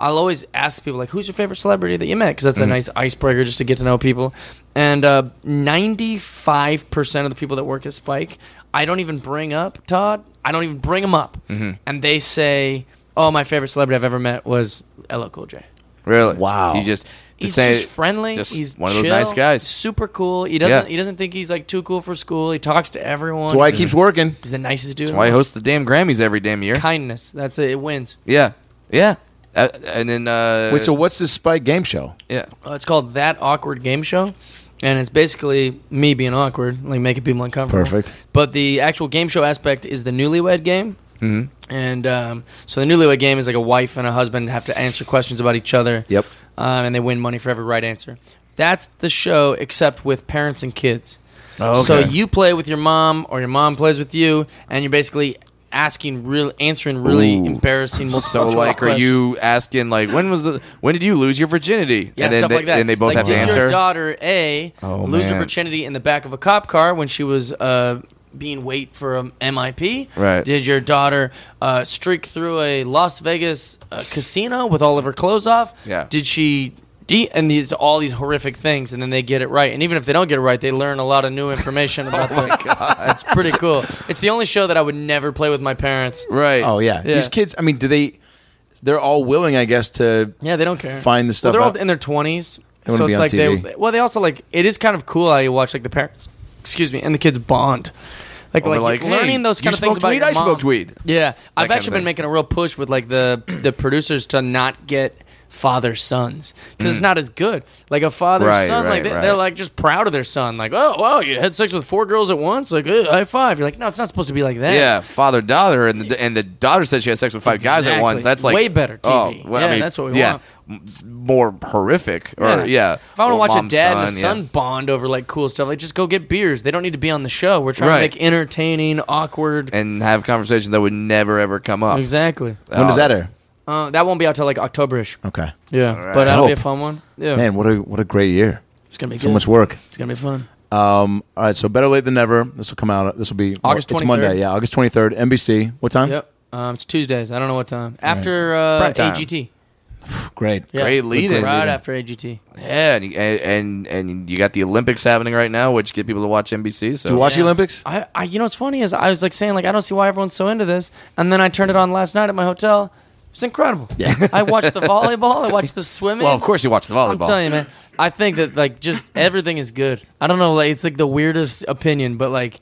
[SPEAKER 3] I'll always ask people like, "Who's your favorite celebrity that you met?" Because that's
[SPEAKER 1] Mm-hmm.
[SPEAKER 3] a nice icebreaker just to get to know people. And ninety five percent of the people that work at Spike, I don't even bring up Todd. I don't even bring him up,
[SPEAKER 1] Mm-hmm.
[SPEAKER 3] and they say, "Oh, my favorite celebrity I've ever met was LL Cool J."
[SPEAKER 2] Really?
[SPEAKER 1] Wow.
[SPEAKER 2] He just
[SPEAKER 3] He's
[SPEAKER 2] say-
[SPEAKER 3] just friendly.
[SPEAKER 2] just
[SPEAKER 3] he's
[SPEAKER 2] one of those
[SPEAKER 3] chill,
[SPEAKER 2] nice guys.
[SPEAKER 3] Super cool. He
[SPEAKER 2] Yeah.
[SPEAKER 3] doesn't. He doesn't think he's like too cool for school. He talks to everyone.
[SPEAKER 1] That's why it
[SPEAKER 3] he's,
[SPEAKER 1] keeps working.
[SPEAKER 3] he's the nicest dude.
[SPEAKER 2] That's why he hosts the damn Grammys every damn year.
[SPEAKER 3] Kindness. That's it. It wins.
[SPEAKER 2] Yeah, yeah. Uh, and then uh,
[SPEAKER 1] Wait, so what's this Spike game show?
[SPEAKER 2] yeah,
[SPEAKER 3] Uh, it's called that awkward game show, and it's basically me being awkward, like making people uncomfortable.
[SPEAKER 1] Perfect.
[SPEAKER 3] But the actual game show aspect is the newlywed game. Mm-hmm. And um, so the newlywed game is like a wife and a husband have to answer questions about each other.
[SPEAKER 1] Yep.
[SPEAKER 3] Um, and they win money for every right answer. That's the show, except with parents and kids.
[SPEAKER 2] Oh,
[SPEAKER 3] So
[SPEAKER 2] okay.
[SPEAKER 3] you play with your mom, or your mom plays with you, and you're basically asking real answering really embarrassing
[SPEAKER 2] So
[SPEAKER 3] multiple choice
[SPEAKER 2] like, are
[SPEAKER 3] questions.
[SPEAKER 2] you asking like when was the when did you lose your virginity?
[SPEAKER 3] Yeah,
[SPEAKER 2] and then
[SPEAKER 3] stuff
[SPEAKER 2] they,
[SPEAKER 3] like that.
[SPEAKER 2] And they both
[SPEAKER 3] Like,
[SPEAKER 2] have to
[SPEAKER 3] did
[SPEAKER 2] answer.
[SPEAKER 3] Your daughter A
[SPEAKER 2] Oh,
[SPEAKER 3] lose her
[SPEAKER 2] man.
[SPEAKER 3] virginity in the back of a cop car when she was uh, being wait for um, a MIP.
[SPEAKER 2] Right.
[SPEAKER 3] Did your daughter uh, streak through a Las Vegas uh, casino with all of her clothes off?
[SPEAKER 2] Yeah.
[SPEAKER 3] Did she? De- and these all these horrific things, and then they get it right. And even if they don't get it right, they learn a lot of new information about. oh my god, it's pretty cool. It's the only show that I would never play with my parents.
[SPEAKER 2] right.
[SPEAKER 1] Oh yeah.
[SPEAKER 3] Yeah.
[SPEAKER 1] these kids. I mean, do they? They're all willing, I guess, to
[SPEAKER 3] Yeah, they don't care.
[SPEAKER 1] Find the
[SPEAKER 3] Well,
[SPEAKER 1] stuff
[SPEAKER 3] they're
[SPEAKER 1] out.
[SPEAKER 3] all in their twenties,
[SPEAKER 1] wanna
[SPEAKER 3] so
[SPEAKER 1] be
[SPEAKER 3] it's
[SPEAKER 1] on
[SPEAKER 3] like they.
[SPEAKER 1] TV.
[SPEAKER 3] Well, they also like it is kind of cool how you watch like the parents, excuse me, and the kids bond. Like,
[SPEAKER 2] Over,
[SPEAKER 3] like,
[SPEAKER 2] like,
[SPEAKER 3] learning
[SPEAKER 2] hey,
[SPEAKER 3] those kind
[SPEAKER 2] you
[SPEAKER 3] of
[SPEAKER 2] smoked
[SPEAKER 3] things about
[SPEAKER 2] weed,
[SPEAKER 3] your
[SPEAKER 2] I
[SPEAKER 3] mom.
[SPEAKER 2] smoked weed.
[SPEAKER 3] Yeah, I've
[SPEAKER 2] kind of
[SPEAKER 3] actually been
[SPEAKER 2] thing.
[SPEAKER 3] making a real push with like the the producers to not get father sons because
[SPEAKER 1] Mm.
[SPEAKER 3] it's not as good. Like a father
[SPEAKER 2] Right,
[SPEAKER 3] son, like
[SPEAKER 2] right,
[SPEAKER 3] they,
[SPEAKER 2] right.
[SPEAKER 3] they're like just proud of their son. Like, oh wow, you had sex with four girls at once. Like, eh, high five. You're like, no, it's not supposed to be like that.
[SPEAKER 2] Yeah, father daughter, and the, and the daughter said she had sex with five guys at
[SPEAKER 3] Exactly.
[SPEAKER 2] once. That's like oh,
[SPEAKER 3] Way better TV. Yeah, that's what we
[SPEAKER 2] yeah,
[SPEAKER 3] want.
[SPEAKER 2] It's more horrific. Or yeah,
[SPEAKER 3] If I want to
[SPEAKER 2] Or
[SPEAKER 3] watch a
[SPEAKER 2] mom,
[SPEAKER 3] dad and a
[SPEAKER 2] yeah.
[SPEAKER 3] son bond over like cool stuff, like just go get beers. They don't need to be on the show. We're trying
[SPEAKER 2] Right.
[SPEAKER 3] to make entertaining, awkward.
[SPEAKER 2] and have conversations that would never ever come up.
[SPEAKER 3] exactly.
[SPEAKER 2] Oh,
[SPEAKER 1] When does that
[SPEAKER 2] that's-
[SPEAKER 1] air?
[SPEAKER 3] Uh, that won't be out till like Octoberish.
[SPEAKER 1] Okay.
[SPEAKER 3] Yeah, but that'll be a
[SPEAKER 1] Dope.
[SPEAKER 3] fun one. Yeah,
[SPEAKER 1] Man, what a what a great year.
[SPEAKER 3] it's gonna be
[SPEAKER 1] So
[SPEAKER 3] good.
[SPEAKER 1] much work.
[SPEAKER 3] It's gonna be fun.
[SPEAKER 1] Um, all right, so better late than never. This will come out. This will be
[SPEAKER 3] August
[SPEAKER 1] It's
[SPEAKER 3] 23rd.
[SPEAKER 1] Monday, yeah, August twenty third. NBC. What time?
[SPEAKER 3] Yep. Um, it's Tuesdays. I don't know what time. After uh,
[SPEAKER 2] Prime time.
[SPEAKER 3] AGT.
[SPEAKER 1] Great.
[SPEAKER 3] Yeah.
[SPEAKER 2] Great lead in.
[SPEAKER 3] Right after AGT.
[SPEAKER 2] Yeah, and, you- and and and you got the Olympics happening right now, which get people to watch NBC. So
[SPEAKER 1] Do you watch the
[SPEAKER 3] Yeah.
[SPEAKER 1] Olympics?
[SPEAKER 3] I, I, you know what's funny is I was like saying like I don't see why everyone's so into this, and then I turned it on last night at my hotel. It was incredible. Yeah. I watched the volleyball. I watched the swimming.
[SPEAKER 2] Well, of course you watch the
[SPEAKER 3] I'm
[SPEAKER 2] volleyball.
[SPEAKER 3] telling you, man. I think that like just everything is good. I don't know, like it's like the weirdest opinion, but like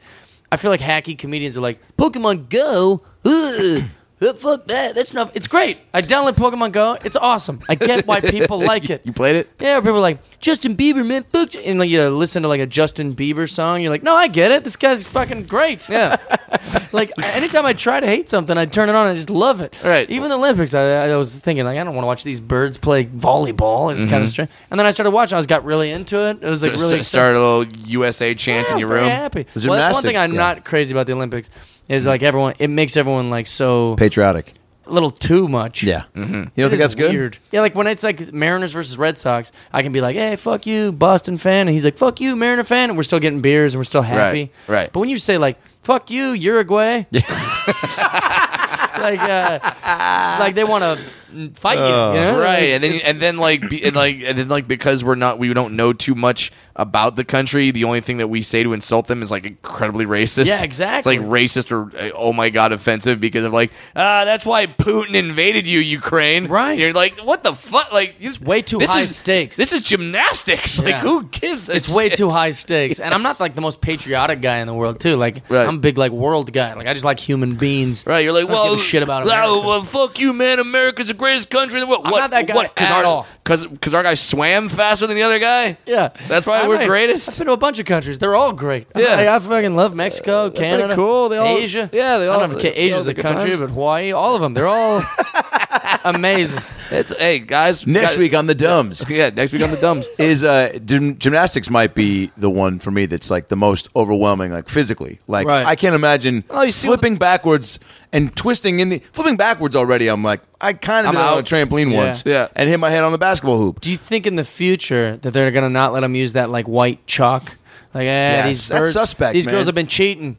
[SPEAKER 3] I feel like hacky comedians are like Pokemon Go. Ugh, uh, fuck that. That's not. It's great. I download Pokemon Go. It's awesome. I get why people like it.
[SPEAKER 1] You played it?
[SPEAKER 3] Yeah, people are like Justin Bieber, man, fuck. you." And like you listen to like a Justin Bieber song, you're like, no, I get it. This guy's fucking great. Yeah. like anytime I try to hate something, I turn it on. and I just love it.
[SPEAKER 2] Right.
[SPEAKER 3] Even the Olympics, I, I was thinking like, I don't want to watch these birds play volleyball. It's kind of strange. And then I started watching. I was got really into it. It was like
[SPEAKER 2] Just
[SPEAKER 3] really excited.
[SPEAKER 2] start a little USA chant
[SPEAKER 3] Yeah,
[SPEAKER 2] in
[SPEAKER 3] I
[SPEAKER 2] your
[SPEAKER 3] was
[SPEAKER 2] room.
[SPEAKER 3] very Happy. Well, that's one
[SPEAKER 1] gymnastics,
[SPEAKER 3] thing I'm
[SPEAKER 1] yeah.
[SPEAKER 3] not crazy about the Olympics is like everyone. It makes everyone like so
[SPEAKER 1] Patriotic.
[SPEAKER 3] a little too much.
[SPEAKER 1] Yeah. Mm-hmm. You don't think
[SPEAKER 3] It is
[SPEAKER 1] that's good?
[SPEAKER 3] Weird. Yeah, like when it's like Mariners versus Red Sox, I can be like, "Hey, fuck you, Boston fan," and he's like, "Fuck you, Mariner fan," and we're still getting beers and we're still happy.
[SPEAKER 2] Right, right.
[SPEAKER 3] But when you say like, "Fuck you, Uruguay," like, uh, like they want to fight you, you know?
[SPEAKER 2] Oh, Right,
[SPEAKER 3] Like,
[SPEAKER 2] and then
[SPEAKER 3] it's-
[SPEAKER 2] and then like be, and like and then like because we're not we don't know too much about the country. The only thing that we say to insult them is like incredibly racist.
[SPEAKER 3] Yeah, exactly.
[SPEAKER 2] It's like racist or uh, oh my god offensive because of like ah that's why Putin invaded you Ukraine.
[SPEAKER 3] Right.
[SPEAKER 2] You're like what the fuck like this
[SPEAKER 3] Way too
[SPEAKER 2] this
[SPEAKER 3] high
[SPEAKER 2] is-
[SPEAKER 3] stakes.
[SPEAKER 2] This is gymnastics.
[SPEAKER 3] Yeah.
[SPEAKER 2] Like who gives? A
[SPEAKER 3] it's way
[SPEAKER 2] shit?
[SPEAKER 3] too high stakes, and I'm not like the most patriotic guy in the world too. Like
[SPEAKER 2] Right.
[SPEAKER 3] I'm a big like world guy. Like I just like human beings.
[SPEAKER 2] Right, you're like,
[SPEAKER 3] I don't
[SPEAKER 2] well,
[SPEAKER 3] give a shit about
[SPEAKER 2] well,
[SPEAKER 3] America.
[SPEAKER 2] well, fuck you, man. America's the greatest country in the world.
[SPEAKER 3] I'm
[SPEAKER 2] what,
[SPEAKER 3] not that guy
[SPEAKER 2] what,
[SPEAKER 3] at
[SPEAKER 2] our,
[SPEAKER 3] all.
[SPEAKER 2] Because our guy swam faster than the other guy.
[SPEAKER 3] Yeah,
[SPEAKER 2] That's why
[SPEAKER 3] I
[SPEAKER 2] we're
[SPEAKER 3] might-
[SPEAKER 2] greatest.
[SPEAKER 3] I've been to a bunch of countries; they're all great.
[SPEAKER 2] Yeah.
[SPEAKER 3] I, I fucking love Mexico, Canada,
[SPEAKER 2] cool. They all-
[SPEAKER 3] Asia.
[SPEAKER 2] yeah, they
[SPEAKER 3] I
[SPEAKER 2] all-
[SPEAKER 3] don't know if
[SPEAKER 2] they all
[SPEAKER 3] Ca- Asia's
[SPEAKER 2] have
[SPEAKER 3] a
[SPEAKER 2] good
[SPEAKER 3] country,
[SPEAKER 2] times.
[SPEAKER 3] but Hawaii, all of them, they're all amazing.
[SPEAKER 2] It's hey guys.
[SPEAKER 1] Next
[SPEAKER 2] guys-
[SPEAKER 1] week on the Dumbs
[SPEAKER 2] Yeah, next week on the Dumbs.
[SPEAKER 1] is uh gym- gymnastics might be the one for me that's like the most overwhelming, like physically. Like
[SPEAKER 3] Right.
[SPEAKER 1] I can't imagine
[SPEAKER 2] Oh, you see what-
[SPEAKER 1] flipping backwards and twisting in the flipping backwards already. I'm like I kind of
[SPEAKER 2] I'm
[SPEAKER 1] did it on
[SPEAKER 2] out.
[SPEAKER 1] a trampoline
[SPEAKER 3] Yeah.
[SPEAKER 1] once,
[SPEAKER 2] Yeah.
[SPEAKER 1] and hit my head on the basketball hoop.
[SPEAKER 3] Do you think in the future that they're gonna not let them use that like white chalk? Like, eh,
[SPEAKER 1] Yes,
[SPEAKER 3] these
[SPEAKER 1] that's
[SPEAKER 3] birds,
[SPEAKER 1] suspect,
[SPEAKER 3] These girls
[SPEAKER 1] man.
[SPEAKER 3] have been cheating.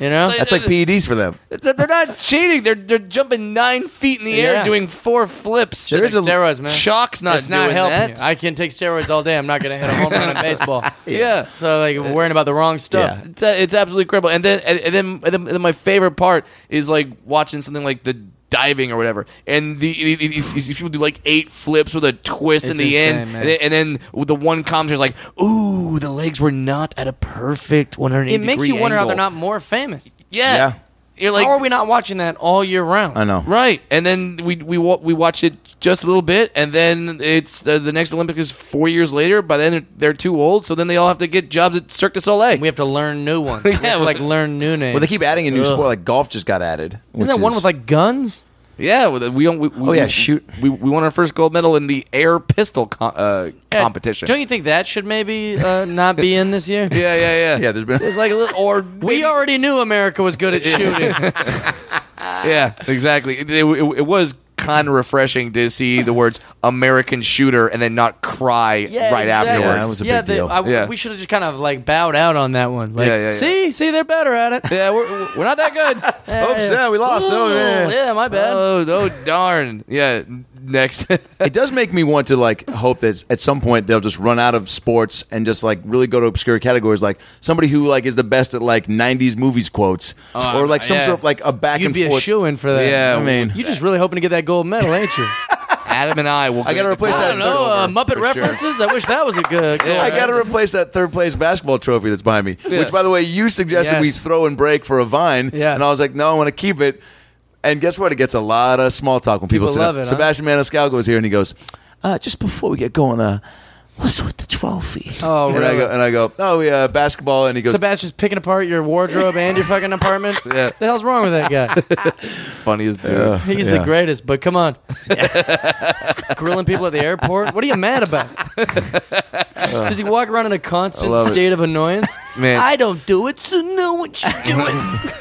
[SPEAKER 3] You know,
[SPEAKER 2] It's
[SPEAKER 1] That's like PEDs for them.
[SPEAKER 2] They're they're not cheating. They're they're jumping nine feet in the
[SPEAKER 3] Yeah.
[SPEAKER 2] air, doing four flips.
[SPEAKER 3] Just like steroids, man.
[SPEAKER 2] Chalk's not
[SPEAKER 3] it's not
[SPEAKER 2] doing
[SPEAKER 3] helping.
[SPEAKER 2] that.
[SPEAKER 3] you. I can take steroids all day. I'm not gonna hit a home run in baseball.
[SPEAKER 2] yeah.
[SPEAKER 3] So like, we're worrying about the wrong stuff.
[SPEAKER 1] Yeah.
[SPEAKER 2] It's, uh, it's absolutely incredible. And then and, and then and then and then my favorite part is like watching something like the diving or whatever, and the the- the- these, these people do like eight flips with a twist in
[SPEAKER 3] It's
[SPEAKER 2] the
[SPEAKER 3] insane,
[SPEAKER 2] end,
[SPEAKER 3] man.
[SPEAKER 2] and then, and then with the one commentator's like, "Ooh, the legs were not at a perfect 180
[SPEAKER 3] It makes
[SPEAKER 2] degree
[SPEAKER 3] you wonder how
[SPEAKER 2] angle."
[SPEAKER 3] they're not more famous.
[SPEAKER 2] Yeah.
[SPEAKER 1] Yeah.
[SPEAKER 2] You're like,
[SPEAKER 3] how are we not watching that all year round?
[SPEAKER 1] I know.
[SPEAKER 2] Right, and then we we wa- we watch it just a little bit, and then it's uh, the, the next Olympic is four years later. By then they're, they're too old, so then they all have to get jobs at Cirque du Soleil.
[SPEAKER 3] We have to learn new ones. yeah, we have to, like learn new names.
[SPEAKER 1] Well, they keep adding a new
[SPEAKER 3] Ugh.
[SPEAKER 1] sport. Like golf just got added.
[SPEAKER 3] Isn't
[SPEAKER 1] which
[SPEAKER 3] that one
[SPEAKER 1] is-
[SPEAKER 3] with like guns?
[SPEAKER 2] yeah, we, we, we oh
[SPEAKER 1] yeah, shoot.
[SPEAKER 2] we, we won our first gold medal in the air pistol co- uh,
[SPEAKER 3] Yeah,
[SPEAKER 2] competition.
[SPEAKER 3] Don't you think that should maybe uh, not be in this year?
[SPEAKER 2] yeah, yeah, yeah.
[SPEAKER 1] yeah? There's been
[SPEAKER 2] It's like a little or
[SPEAKER 3] We already knew America was good at shooting.
[SPEAKER 2] yeah, exactly. It, it- it was kind of refreshing to see the words "American Shooter" and then not cry right afterward.
[SPEAKER 1] Yeah, that was a
[SPEAKER 3] yeah,
[SPEAKER 1] big
[SPEAKER 3] they-
[SPEAKER 1] deal.
[SPEAKER 3] I-
[SPEAKER 2] Yeah.
[SPEAKER 3] We should have just kind of like bowed out on that one. Like,
[SPEAKER 2] Yeah, yeah, yeah.
[SPEAKER 3] see, see, they're better at it.
[SPEAKER 2] Yeah, we're, we're not that good.
[SPEAKER 1] Oops, yeah, Uh, we lost. Oh,
[SPEAKER 3] Ooh,
[SPEAKER 1] man.
[SPEAKER 3] yeah, my bad.
[SPEAKER 2] oh, oh, darn. Yeah, n- next.
[SPEAKER 1] It does make me want to like hope that at some point they'll just run out of sports and just like really go to obscure categories, like somebody who like is the best at like '90s movies quotes, or like some
[SPEAKER 3] Oh, yeah.
[SPEAKER 1] sort of like a back
[SPEAKER 3] You'd
[SPEAKER 1] and
[SPEAKER 3] be a
[SPEAKER 1] forth.
[SPEAKER 3] shoe in for that.
[SPEAKER 2] Yeah, I
[SPEAKER 1] mean-
[SPEAKER 3] you're just really hoping to get that gold medal, ain't you?
[SPEAKER 2] Adam and I will.
[SPEAKER 1] I gotta
[SPEAKER 2] get the
[SPEAKER 1] replace
[SPEAKER 3] I
[SPEAKER 1] that
[SPEAKER 3] don't know.
[SPEAKER 1] silver,
[SPEAKER 3] Uh, Muppet references. I wish that was a good. gold
[SPEAKER 1] I
[SPEAKER 3] medal.
[SPEAKER 1] gotta replace that third place basketball trophy that's behind me, which by the way you suggested we
[SPEAKER 3] Yes.
[SPEAKER 1] throw and break for a vine,
[SPEAKER 3] Yeah.
[SPEAKER 1] and I was like, no, I want to keep it. And guess what? It gets a lot of small talk when people,
[SPEAKER 3] People
[SPEAKER 1] sit
[SPEAKER 3] love
[SPEAKER 1] up.
[SPEAKER 3] it, huh?
[SPEAKER 1] Sebastian Maniscalco was here, and he goes,
[SPEAKER 7] Uh, just before we get going, uh, what's with the trophy?
[SPEAKER 3] Oh,
[SPEAKER 1] and I
[SPEAKER 3] really?
[SPEAKER 1] go, and I go, oh yeah, basketball, and he goes,
[SPEAKER 3] Sebastian's picking apart your wardrobe and your fucking apartment.
[SPEAKER 2] Yeah.
[SPEAKER 3] The hell's wrong with that guy?
[SPEAKER 2] funniest dude.
[SPEAKER 3] He's the greatest, but come on. Grilling people at the airport? What are you mad about? Does he walk around in a constant
[SPEAKER 2] love it.
[SPEAKER 3] state of annoyance?
[SPEAKER 2] Man.
[SPEAKER 3] I don't do it, so no one should do it.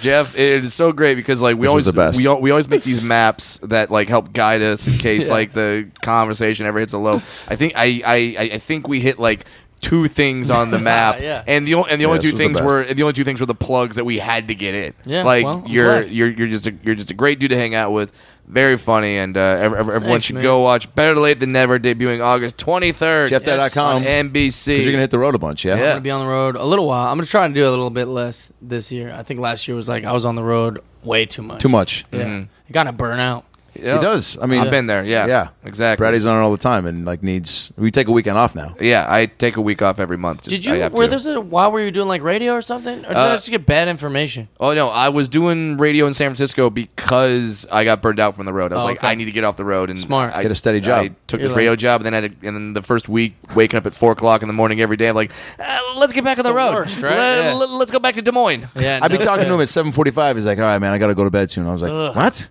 [SPEAKER 2] Jeff, it is so great because like we
[SPEAKER 1] was
[SPEAKER 2] always
[SPEAKER 1] the best.
[SPEAKER 2] we al- we always make these maps that like help guide us in case like the conversation ever hits a low. I think I I I I think we hit like two things on the map,
[SPEAKER 3] Yeah.
[SPEAKER 2] and the o- and the only
[SPEAKER 1] this
[SPEAKER 2] two
[SPEAKER 1] was the
[SPEAKER 2] things
[SPEAKER 1] best.
[SPEAKER 2] were and the only two things were the plugs that we had to get in.
[SPEAKER 3] Yeah,
[SPEAKER 2] like
[SPEAKER 3] well, I'm
[SPEAKER 2] you're
[SPEAKER 3] glad.
[SPEAKER 2] you're you're just a, you're just a great dude to hang out with. Very funny, and uh, ev- ev- everyone
[SPEAKER 3] Thanks,
[SPEAKER 2] should
[SPEAKER 3] man.
[SPEAKER 2] go watch "Better Late Than Never," debuting August twenty third.
[SPEAKER 1] Jeff.com.
[SPEAKER 2] on NBC.
[SPEAKER 1] 'Cause you're gonna hit the road a bunch, yeah.
[SPEAKER 3] I'm gonna be on the road a little while. I'm gonna try to do a little bit less this year. I think last year was like I was on the road way too much.
[SPEAKER 1] Too much.
[SPEAKER 3] Yeah.
[SPEAKER 2] Mm-hmm.
[SPEAKER 3] I got to burn out.
[SPEAKER 2] Yeah.
[SPEAKER 1] He does. I mean, uh,
[SPEAKER 2] I've been there. Yeah,
[SPEAKER 1] Yeah,
[SPEAKER 2] exactly.
[SPEAKER 1] Brady's on it all the time, and like needs. We take a weekend off now.
[SPEAKER 2] Yeah, I take a week off every month. Just-
[SPEAKER 3] Did
[SPEAKER 2] I
[SPEAKER 3] you?
[SPEAKER 2] have
[SPEAKER 3] Were
[SPEAKER 2] to.
[SPEAKER 3] there's a while were you doing like radio or something? Or did
[SPEAKER 2] Uh,
[SPEAKER 3] I just get bad information?
[SPEAKER 2] Oh no, I was doing radio in San Francisco because I got burned out from the road. I was
[SPEAKER 3] Oh,
[SPEAKER 2] like,
[SPEAKER 3] okay.
[SPEAKER 2] I need to get off the road and
[SPEAKER 3] Smart.
[SPEAKER 2] I,
[SPEAKER 1] Get a steady
[SPEAKER 2] I
[SPEAKER 1] job.
[SPEAKER 2] took
[SPEAKER 3] You're
[SPEAKER 2] this
[SPEAKER 3] like-
[SPEAKER 2] radio job, and then I had to, and then the first week waking up at four o'clock in the morning every day. I'm like, uh, let's get back on the,
[SPEAKER 3] the
[SPEAKER 2] road.
[SPEAKER 3] worst, right?
[SPEAKER 2] Let,
[SPEAKER 3] Yeah.
[SPEAKER 2] us go back to Des Moines.
[SPEAKER 3] Yeah,
[SPEAKER 1] I'd be
[SPEAKER 3] no,
[SPEAKER 1] talking
[SPEAKER 3] yeah.
[SPEAKER 1] to him at seven forty-five. He's like, "All right, man, I gotta go to bed soon." I was like,
[SPEAKER 3] Ugh.
[SPEAKER 1] "What?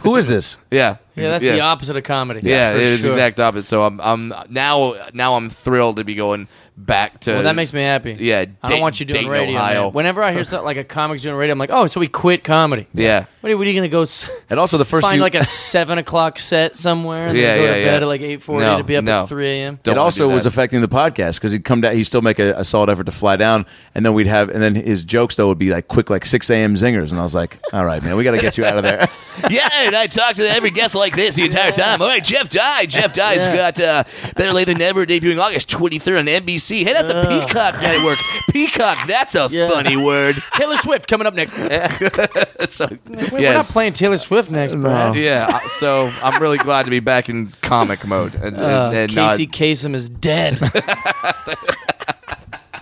[SPEAKER 1] Who is this?"
[SPEAKER 2] Yeah,
[SPEAKER 3] Yeah, that's the opposite of comedy.
[SPEAKER 2] Yeah,
[SPEAKER 3] for
[SPEAKER 2] it is
[SPEAKER 3] sure.
[SPEAKER 2] exact opposite. So I'm, I'm now now I'm thrilled to be going back to.
[SPEAKER 3] Well, that makes me happy.
[SPEAKER 2] Yeah,
[SPEAKER 3] I don't
[SPEAKER 2] Dayton-
[SPEAKER 3] want you doing
[SPEAKER 2] Dayton,
[SPEAKER 3] radio.
[SPEAKER 2] Ohio.
[SPEAKER 3] man. Whenever I hear something like a comic's doing radio, I'm like, oh, so he quit comedy.
[SPEAKER 2] Yeah.
[SPEAKER 3] What are, what are you gonna go s-
[SPEAKER 1] And also the first
[SPEAKER 3] find
[SPEAKER 1] few-
[SPEAKER 3] like a seven o'clock set somewhere and
[SPEAKER 2] Yeah,
[SPEAKER 3] then go
[SPEAKER 2] yeah,
[SPEAKER 3] to
[SPEAKER 2] yeah.
[SPEAKER 3] bed at like eight forty
[SPEAKER 2] No,
[SPEAKER 3] to be up
[SPEAKER 2] no.
[SPEAKER 3] at three a.m.
[SPEAKER 2] Don't
[SPEAKER 1] it
[SPEAKER 2] wanna
[SPEAKER 1] also
[SPEAKER 2] do
[SPEAKER 1] was
[SPEAKER 2] that.
[SPEAKER 1] affecting the podcast because he'd come down. He'd still make a, a solid effort to fly down, and then we'd have, and then his jokes though would be like quick, like six a.m. zingers, and I was like, "All right, man, we got to get you out of there."
[SPEAKER 8] Yeah, and I talked to every guest like this the entire time. All right, Jeff Dye. Jeff Dye's got uh, Better Late Than Never debuting August 23rd on NBC. Hey, that's the Peacock Network. Peacock, that's a
[SPEAKER 3] Yeah.
[SPEAKER 8] funny word.
[SPEAKER 3] Taylor Swift coming up next. Wait,
[SPEAKER 2] So,
[SPEAKER 3] We're not
[SPEAKER 2] yes.
[SPEAKER 3] playing Taylor Swift next, Brad.
[SPEAKER 2] yeah, uh, so I'm really glad to be back in comic mode and, and,
[SPEAKER 3] Uh,
[SPEAKER 2] and not-
[SPEAKER 3] Casey Kasem is dead.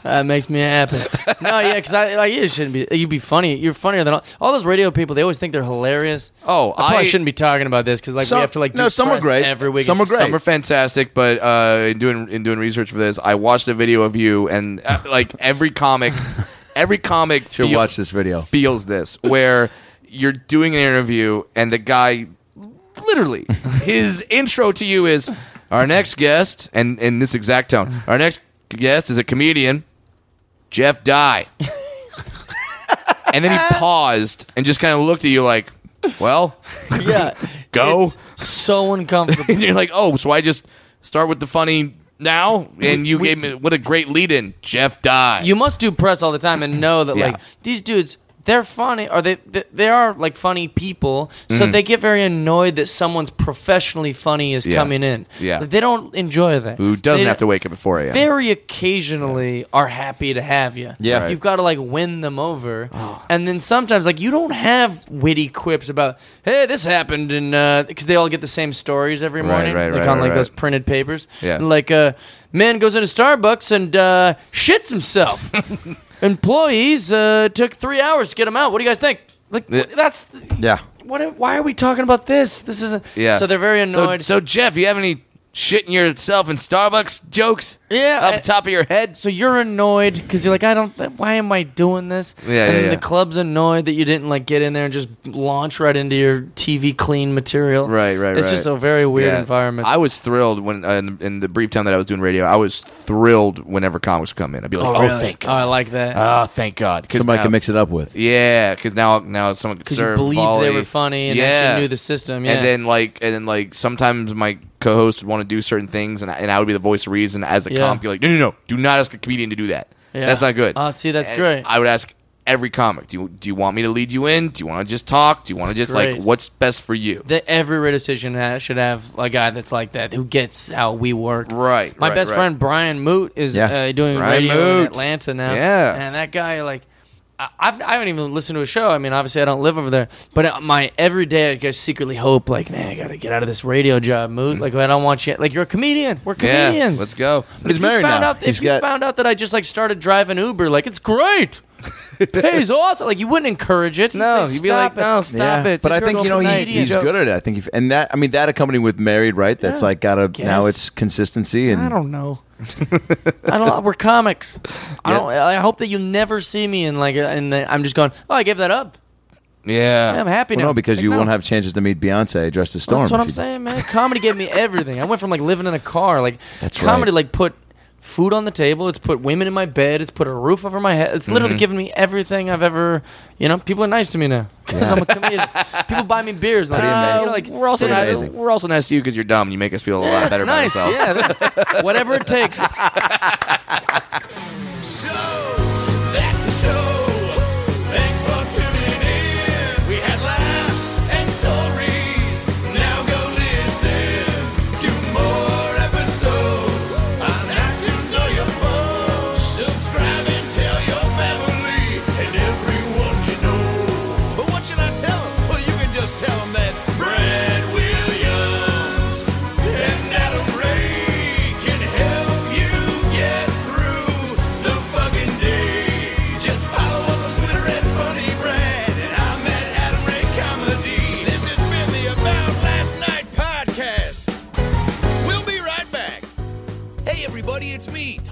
[SPEAKER 3] That makes me happy. No, yeah, because I like you shouldn't be. You'd be funny. You're funnier than all, all those radio people. They always think they're hilarious.
[SPEAKER 2] Oh,
[SPEAKER 3] I probably
[SPEAKER 2] I-
[SPEAKER 3] shouldn't be talking about this because like
[SPEAKER 1] Some-
[SPEAKER 3] we have to like do
[SPEAKER 1] no, some are
[SPEAKER 3] press
[SPEAKER 1] great.
[SPEAKER 3] every week.
[SPEAKER 1] Some are great.
[SPEAKER 2] Some are fantastic, but uh, in doing in doing research for this, I watched a video of you, and uh, like every comic, every comic
[SPEAKER 1] Should
[SPEAKER 2] feel-
[SPEAKER 1] watch this video.
[SPEAKER 2] feels this, where you're doing an interview and the guy, literally, his intro to you is, "Our next guest," and in this exact tone, "Our next guest is a comedian, Jeff Dye," and then he paused and just kind of looked at you like, "Well."
[SPEAKER 3] Yeah,
[SPEAKER 2] Go.
[SPEAKER 3] It's so uncomfortable.
[SPEAKER 2] and you're like, oh, so I just start with the funny now, and you gave me what a great lead in, Jeff Dye.
[SPEAKER 3] you must do press all the time and know that
[SPEAKER 2] Yeah.
[SPEAKER 3] like these dudes. They're funny, or they they- they are like funny people. So
[SPEAKER 2] Mm-hmm.
[SPEAKER 3] they get very annoyed that someone's professionally funny is
[SPEAKER 2] Yeah.
[SPEAKER 3] coming in.
[SPEAKER 2] Yeah.
[SPEAKER 3] they don't enjoy that.
[SPEAKER 2] who doesn't
[SPEAKER 3] They-
[SPEAKER 2] have to wake up at 4 a.m.
[SPEAKER 3] very occasionally are happy to have you.
[SPEAKER 1] Yeah. Right.
[SPEAKER 3] You've got to like win them over.
[SPEAKER 2] Oh.
[SPEAKER 3] And then sometimes like you don't have witty quips about, "Hey, this happened and uh 'cause they all get the same stories every morning,
[SPEAKER 2] right,
[SPEAKER 3] like
[SPEAKER 2] right,
[SPEAKER 3] on
[SPEAKER 2] right,
[SPEAKER 3] like
[SPEAKER 2] right.
[SPEAKER 3] those printed papers.
[SPEAKER 2] Yeah.
[SPEAKER 3] Like uh man goes into Starbucks and uh shits himself. Employees uh took 3 hours to get him out. What do you guys think? Like
[SPEAKER 2] Yeah.
[SPEAKER 3] that's
[SPEAKER 1] Yeah,
[SPEAKER 3] what why are we talking about this? This isn't
[SPEAKER 2] yeah.
[SPEAKER 3] So they're very
[SPEAKER 2] So-
[SPEAKER 3] annoyed.
[SPEAKER 2] So, Jeff, you have any
[SPEAKER 9] shitting yourself in Starbucks jokes
[SPEAKER 3] Yeah,
[SPEAKER 9] off
[SPEAKER 3] I-
[SPEAKER 9] the top of your head.
[SPEAKER 3] So you're annoyed because you're like, I don't. Why am I doing this?
[SPEAKER 9] Yeah,
[SPEAKER 3] and
[SPEAKER 9] yeah,
[SPEAKER 3] then
[SPEAKER 9] yeah.
[SPEAKER 3] the club's annoyed that you didn't like get in there and just launch right into your TV clean material.
[SPEAKER 2] Right, right,
[SPEAKER 3] It's
[SPEAKER 2] right.
[SPEAKER 3] just a very weird
[SPEAKER 2] Yeah.
[SPEAKER 3] environment.
[SPEAKER 2] I was thrilled when uh, in, in the brief time that I was doing radio, I was thrilled whenever comics would come in. I'd be like, "Oh, thank
[SPEAKER 3] oh,
[SPEAKER 2] God!
[SPEAKER 3] I like that
[SPEAKER 2] Oh, thank God!" Cause
[SPEAKER 10] Somebody
[SPEAKER 2] now-
[SPEAKER 10] can mix it up with.
[SPEAKER 2] Yeah, because now now someone could
[SPEAKER 3] because you
[SPEAKER 2] serve
[SPEAKER 3] believed
[SPEAKER 2] volley.
[SPEAKER 3] they were funny and
[SPEAKER 2] yeah.
[SPEAKER 3] actually knew the system. Yeah.
[SPEAKER 2] And then like and then like sometimes my co-host would want to do certain things, and I, and I would be the voice of reason as a
[SPEAKER 3] Yeah.
[SPEAKER 2] comic. Be like, "No, no, no! Do not ask a comedian to do that.
[SPEAKER 3] Yeah.
[SPEAKER 2] That's not good."
[SPEAKER 3] Oh, see, that's
[SPEAKER 2] And
[SPEAKER 3] great.
[SPEAKER 2] I would ask every comic, "Do you do you want me to lead you in? Do you want to just talk? Do you want to just
[SPEAKER 3] great.
[SPEAKER 2] like what's best for you?"
[SPEAKER 3] that every radio station ha- should have a guy that's like that who gets how we work.
[SPEAKER 2] Right,
[SPEAKER 3] My
[SPEAKER 2] right,
[SPEAKER 3] best
[SPEAKER 2] right.
[SPEAKER 3] friend Brian Moot is
[SPEAKER 10] Yeah.
[SPEAKER 3] uh, doing
[SPEAKER 2] Brian
[SPEAKER 3] radio in
[SPEAKER 2] Moot.
[SPEAKER 3] Atlanta now.
[SPEAKER 2] Yeah.
[SPEAKER 3] and that guy like. I- I've, I haven't even listened to a show. I mean, obviously, I don't live over there, but uh, my every day, I guess, secretly hope, like, man, I gotta get out of this radio job, mood. Like, I don't want you. Like, you're a comedian. We're
[SPEAKER 2] Mm-hmm. Yeah,
[SPEAKER 3] comedians.
[SPEAKER 2] let's go.
[SPEAKER 3] But if
[SPEAKER 10] He's
[SPEAKER 3] you
[SPEAKER 10] married
[SPEAKER 3] found
[SPEAKER 10] now.
[SPEAKER 3] Out,
[SPEAKER 10] He's
[SPEAKER 3] if you
[SPEAKER 10] got-
[SPEAKER 3] found out that I just like started driving Uber, like, it's great. Pays awesome. Like, you wouldn't encourage it. You'd
[SPEAKER 2] No,
[SPEAKER 3] say,
[SPEAKER 2] you'd be like,
[SPEAKER 3] "Stop it."
[SPEAKER 2] no, stop it.
[SPEAKER 10] But I
[SPEAKER 2] Just
[SPEAKER 10] think
[SPEAKER 2] go
[SPEAKER 10] you know
[SPEAKER 2] for
[SPEAKER 10] he,
[SPEAKER 2] night.
[SPEAKER 10] he's good at it. I think, if, and that I mean that accompanied with married, right? That's
[SPEAKER 3] Yeah,
[SPEAKER 10] like got a now
[SPEAKER 3] guess.
[SPEAKER 10] it's consistency and
[SPEAKER 3] I don't know. I don't. We're comics. I don't. I hope that you never see me in like. And I'm just going. Oh, I gave that up. Yeah,
[SPEAKER 2] Yeah.
[SPEAKER 3] I'm happy
[SPEAKER 10] Well,
[SPEAKER 3] now.
[SPEAKER 10] no, because
[SPEAKER 3] Like,
[SPEAKER 10] you
[SPEAKER 3] no.
[SPEAKER 10] won't have chances to meet Beyonce dressed as Storm.
[SPEAKER 3] That's what
[SPEAKER 10] if
[SPEAKER 3] I'm
[SPEAKER 10] you-
[SPEAKER 3] saying, man. Comedy gave me everything. I went from like living in a car, like
[SPEAKER 10] That's
[SPEAKER 3] comedy,
[SPEAKER 10] right.
[SPEAKER 3] like put food on the table. It's put women in my bed. It's put a roof over my head. It's
[SPEAKER 10] Mm-hmm.
[SPEAKER 3] literally given me everything I've ever. You know, people are nice to me now because I'm a comedian. people buy me beers. Like,
[SPEAKER 2] Uh,
[SPEAKER 3] you know, like
[SPEAKER 2] we're also
[SPEAKER 3] sitting-
[SPEAKER 2] nice.
[SPEAKER 10] amazing.
[SPEAKER 2] We're also nice to you because you're dumb. You make us feel a
[SPEAKER 3] Yeah,
[SPEAKER 2] lot
[SPEAKER 3] it's
[SPEAKER 2] better
[SPEAKER 3] nice.
[SPEAKER 2] about ourselves.
[SPEAKER 3] Yeah, whatever it takes.
[SPEAKER 1] That's the show. Thanks for tuning in. We had laughs and stories. Now go listen to more episodes on iTunes or your phone. Subscribe and tell your family and everyone you know. But what should I tell 'em? Well, you can just tell 'em that Brad Williams and Adam Ray can help you get through the fucking day. Just follow us on Twitter at Funny Brad, and I'm at Adam Ray Comedy. This has been the About Last Night podcast. We'll be right back. Hey, everybody, it's me,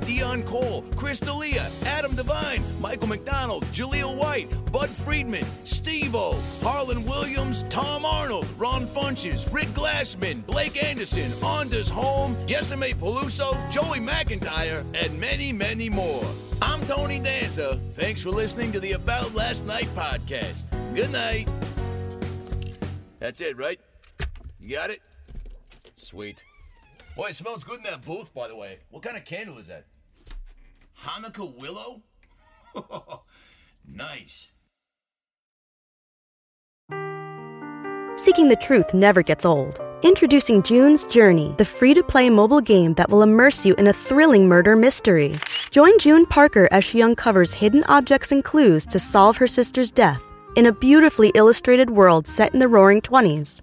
[SPEAKER 1] Dion Cole, Chris D'Elia, Adam Devine, Michael McDonald, Jaleel White, Bud Friedman, Steve-O, Harlan Williams, Tom Arnold, Ron Funches, Rick Glassman, Blake Anderson, Anders Holm, Jesame Peluso, Joey McIntyre, and many, many more. I'm Tony Danza. Thanks for listening to the About Last Night podcast. Good night. That's it, right? You got it? Sweet. Boy, it smells good in that booth, by the way. What kind of candle is that? Hanukkah willow? nice.
[SPEAKER 11] Seeking the truth never gets old. Introducing June's Journey, the free to play mobile game that will immerse you in a thrilling murder mystery. Join June Parker as she uncovers hidden objects and clues to solve her sister's death in a beautifully illustrated world set in the roaring 20s.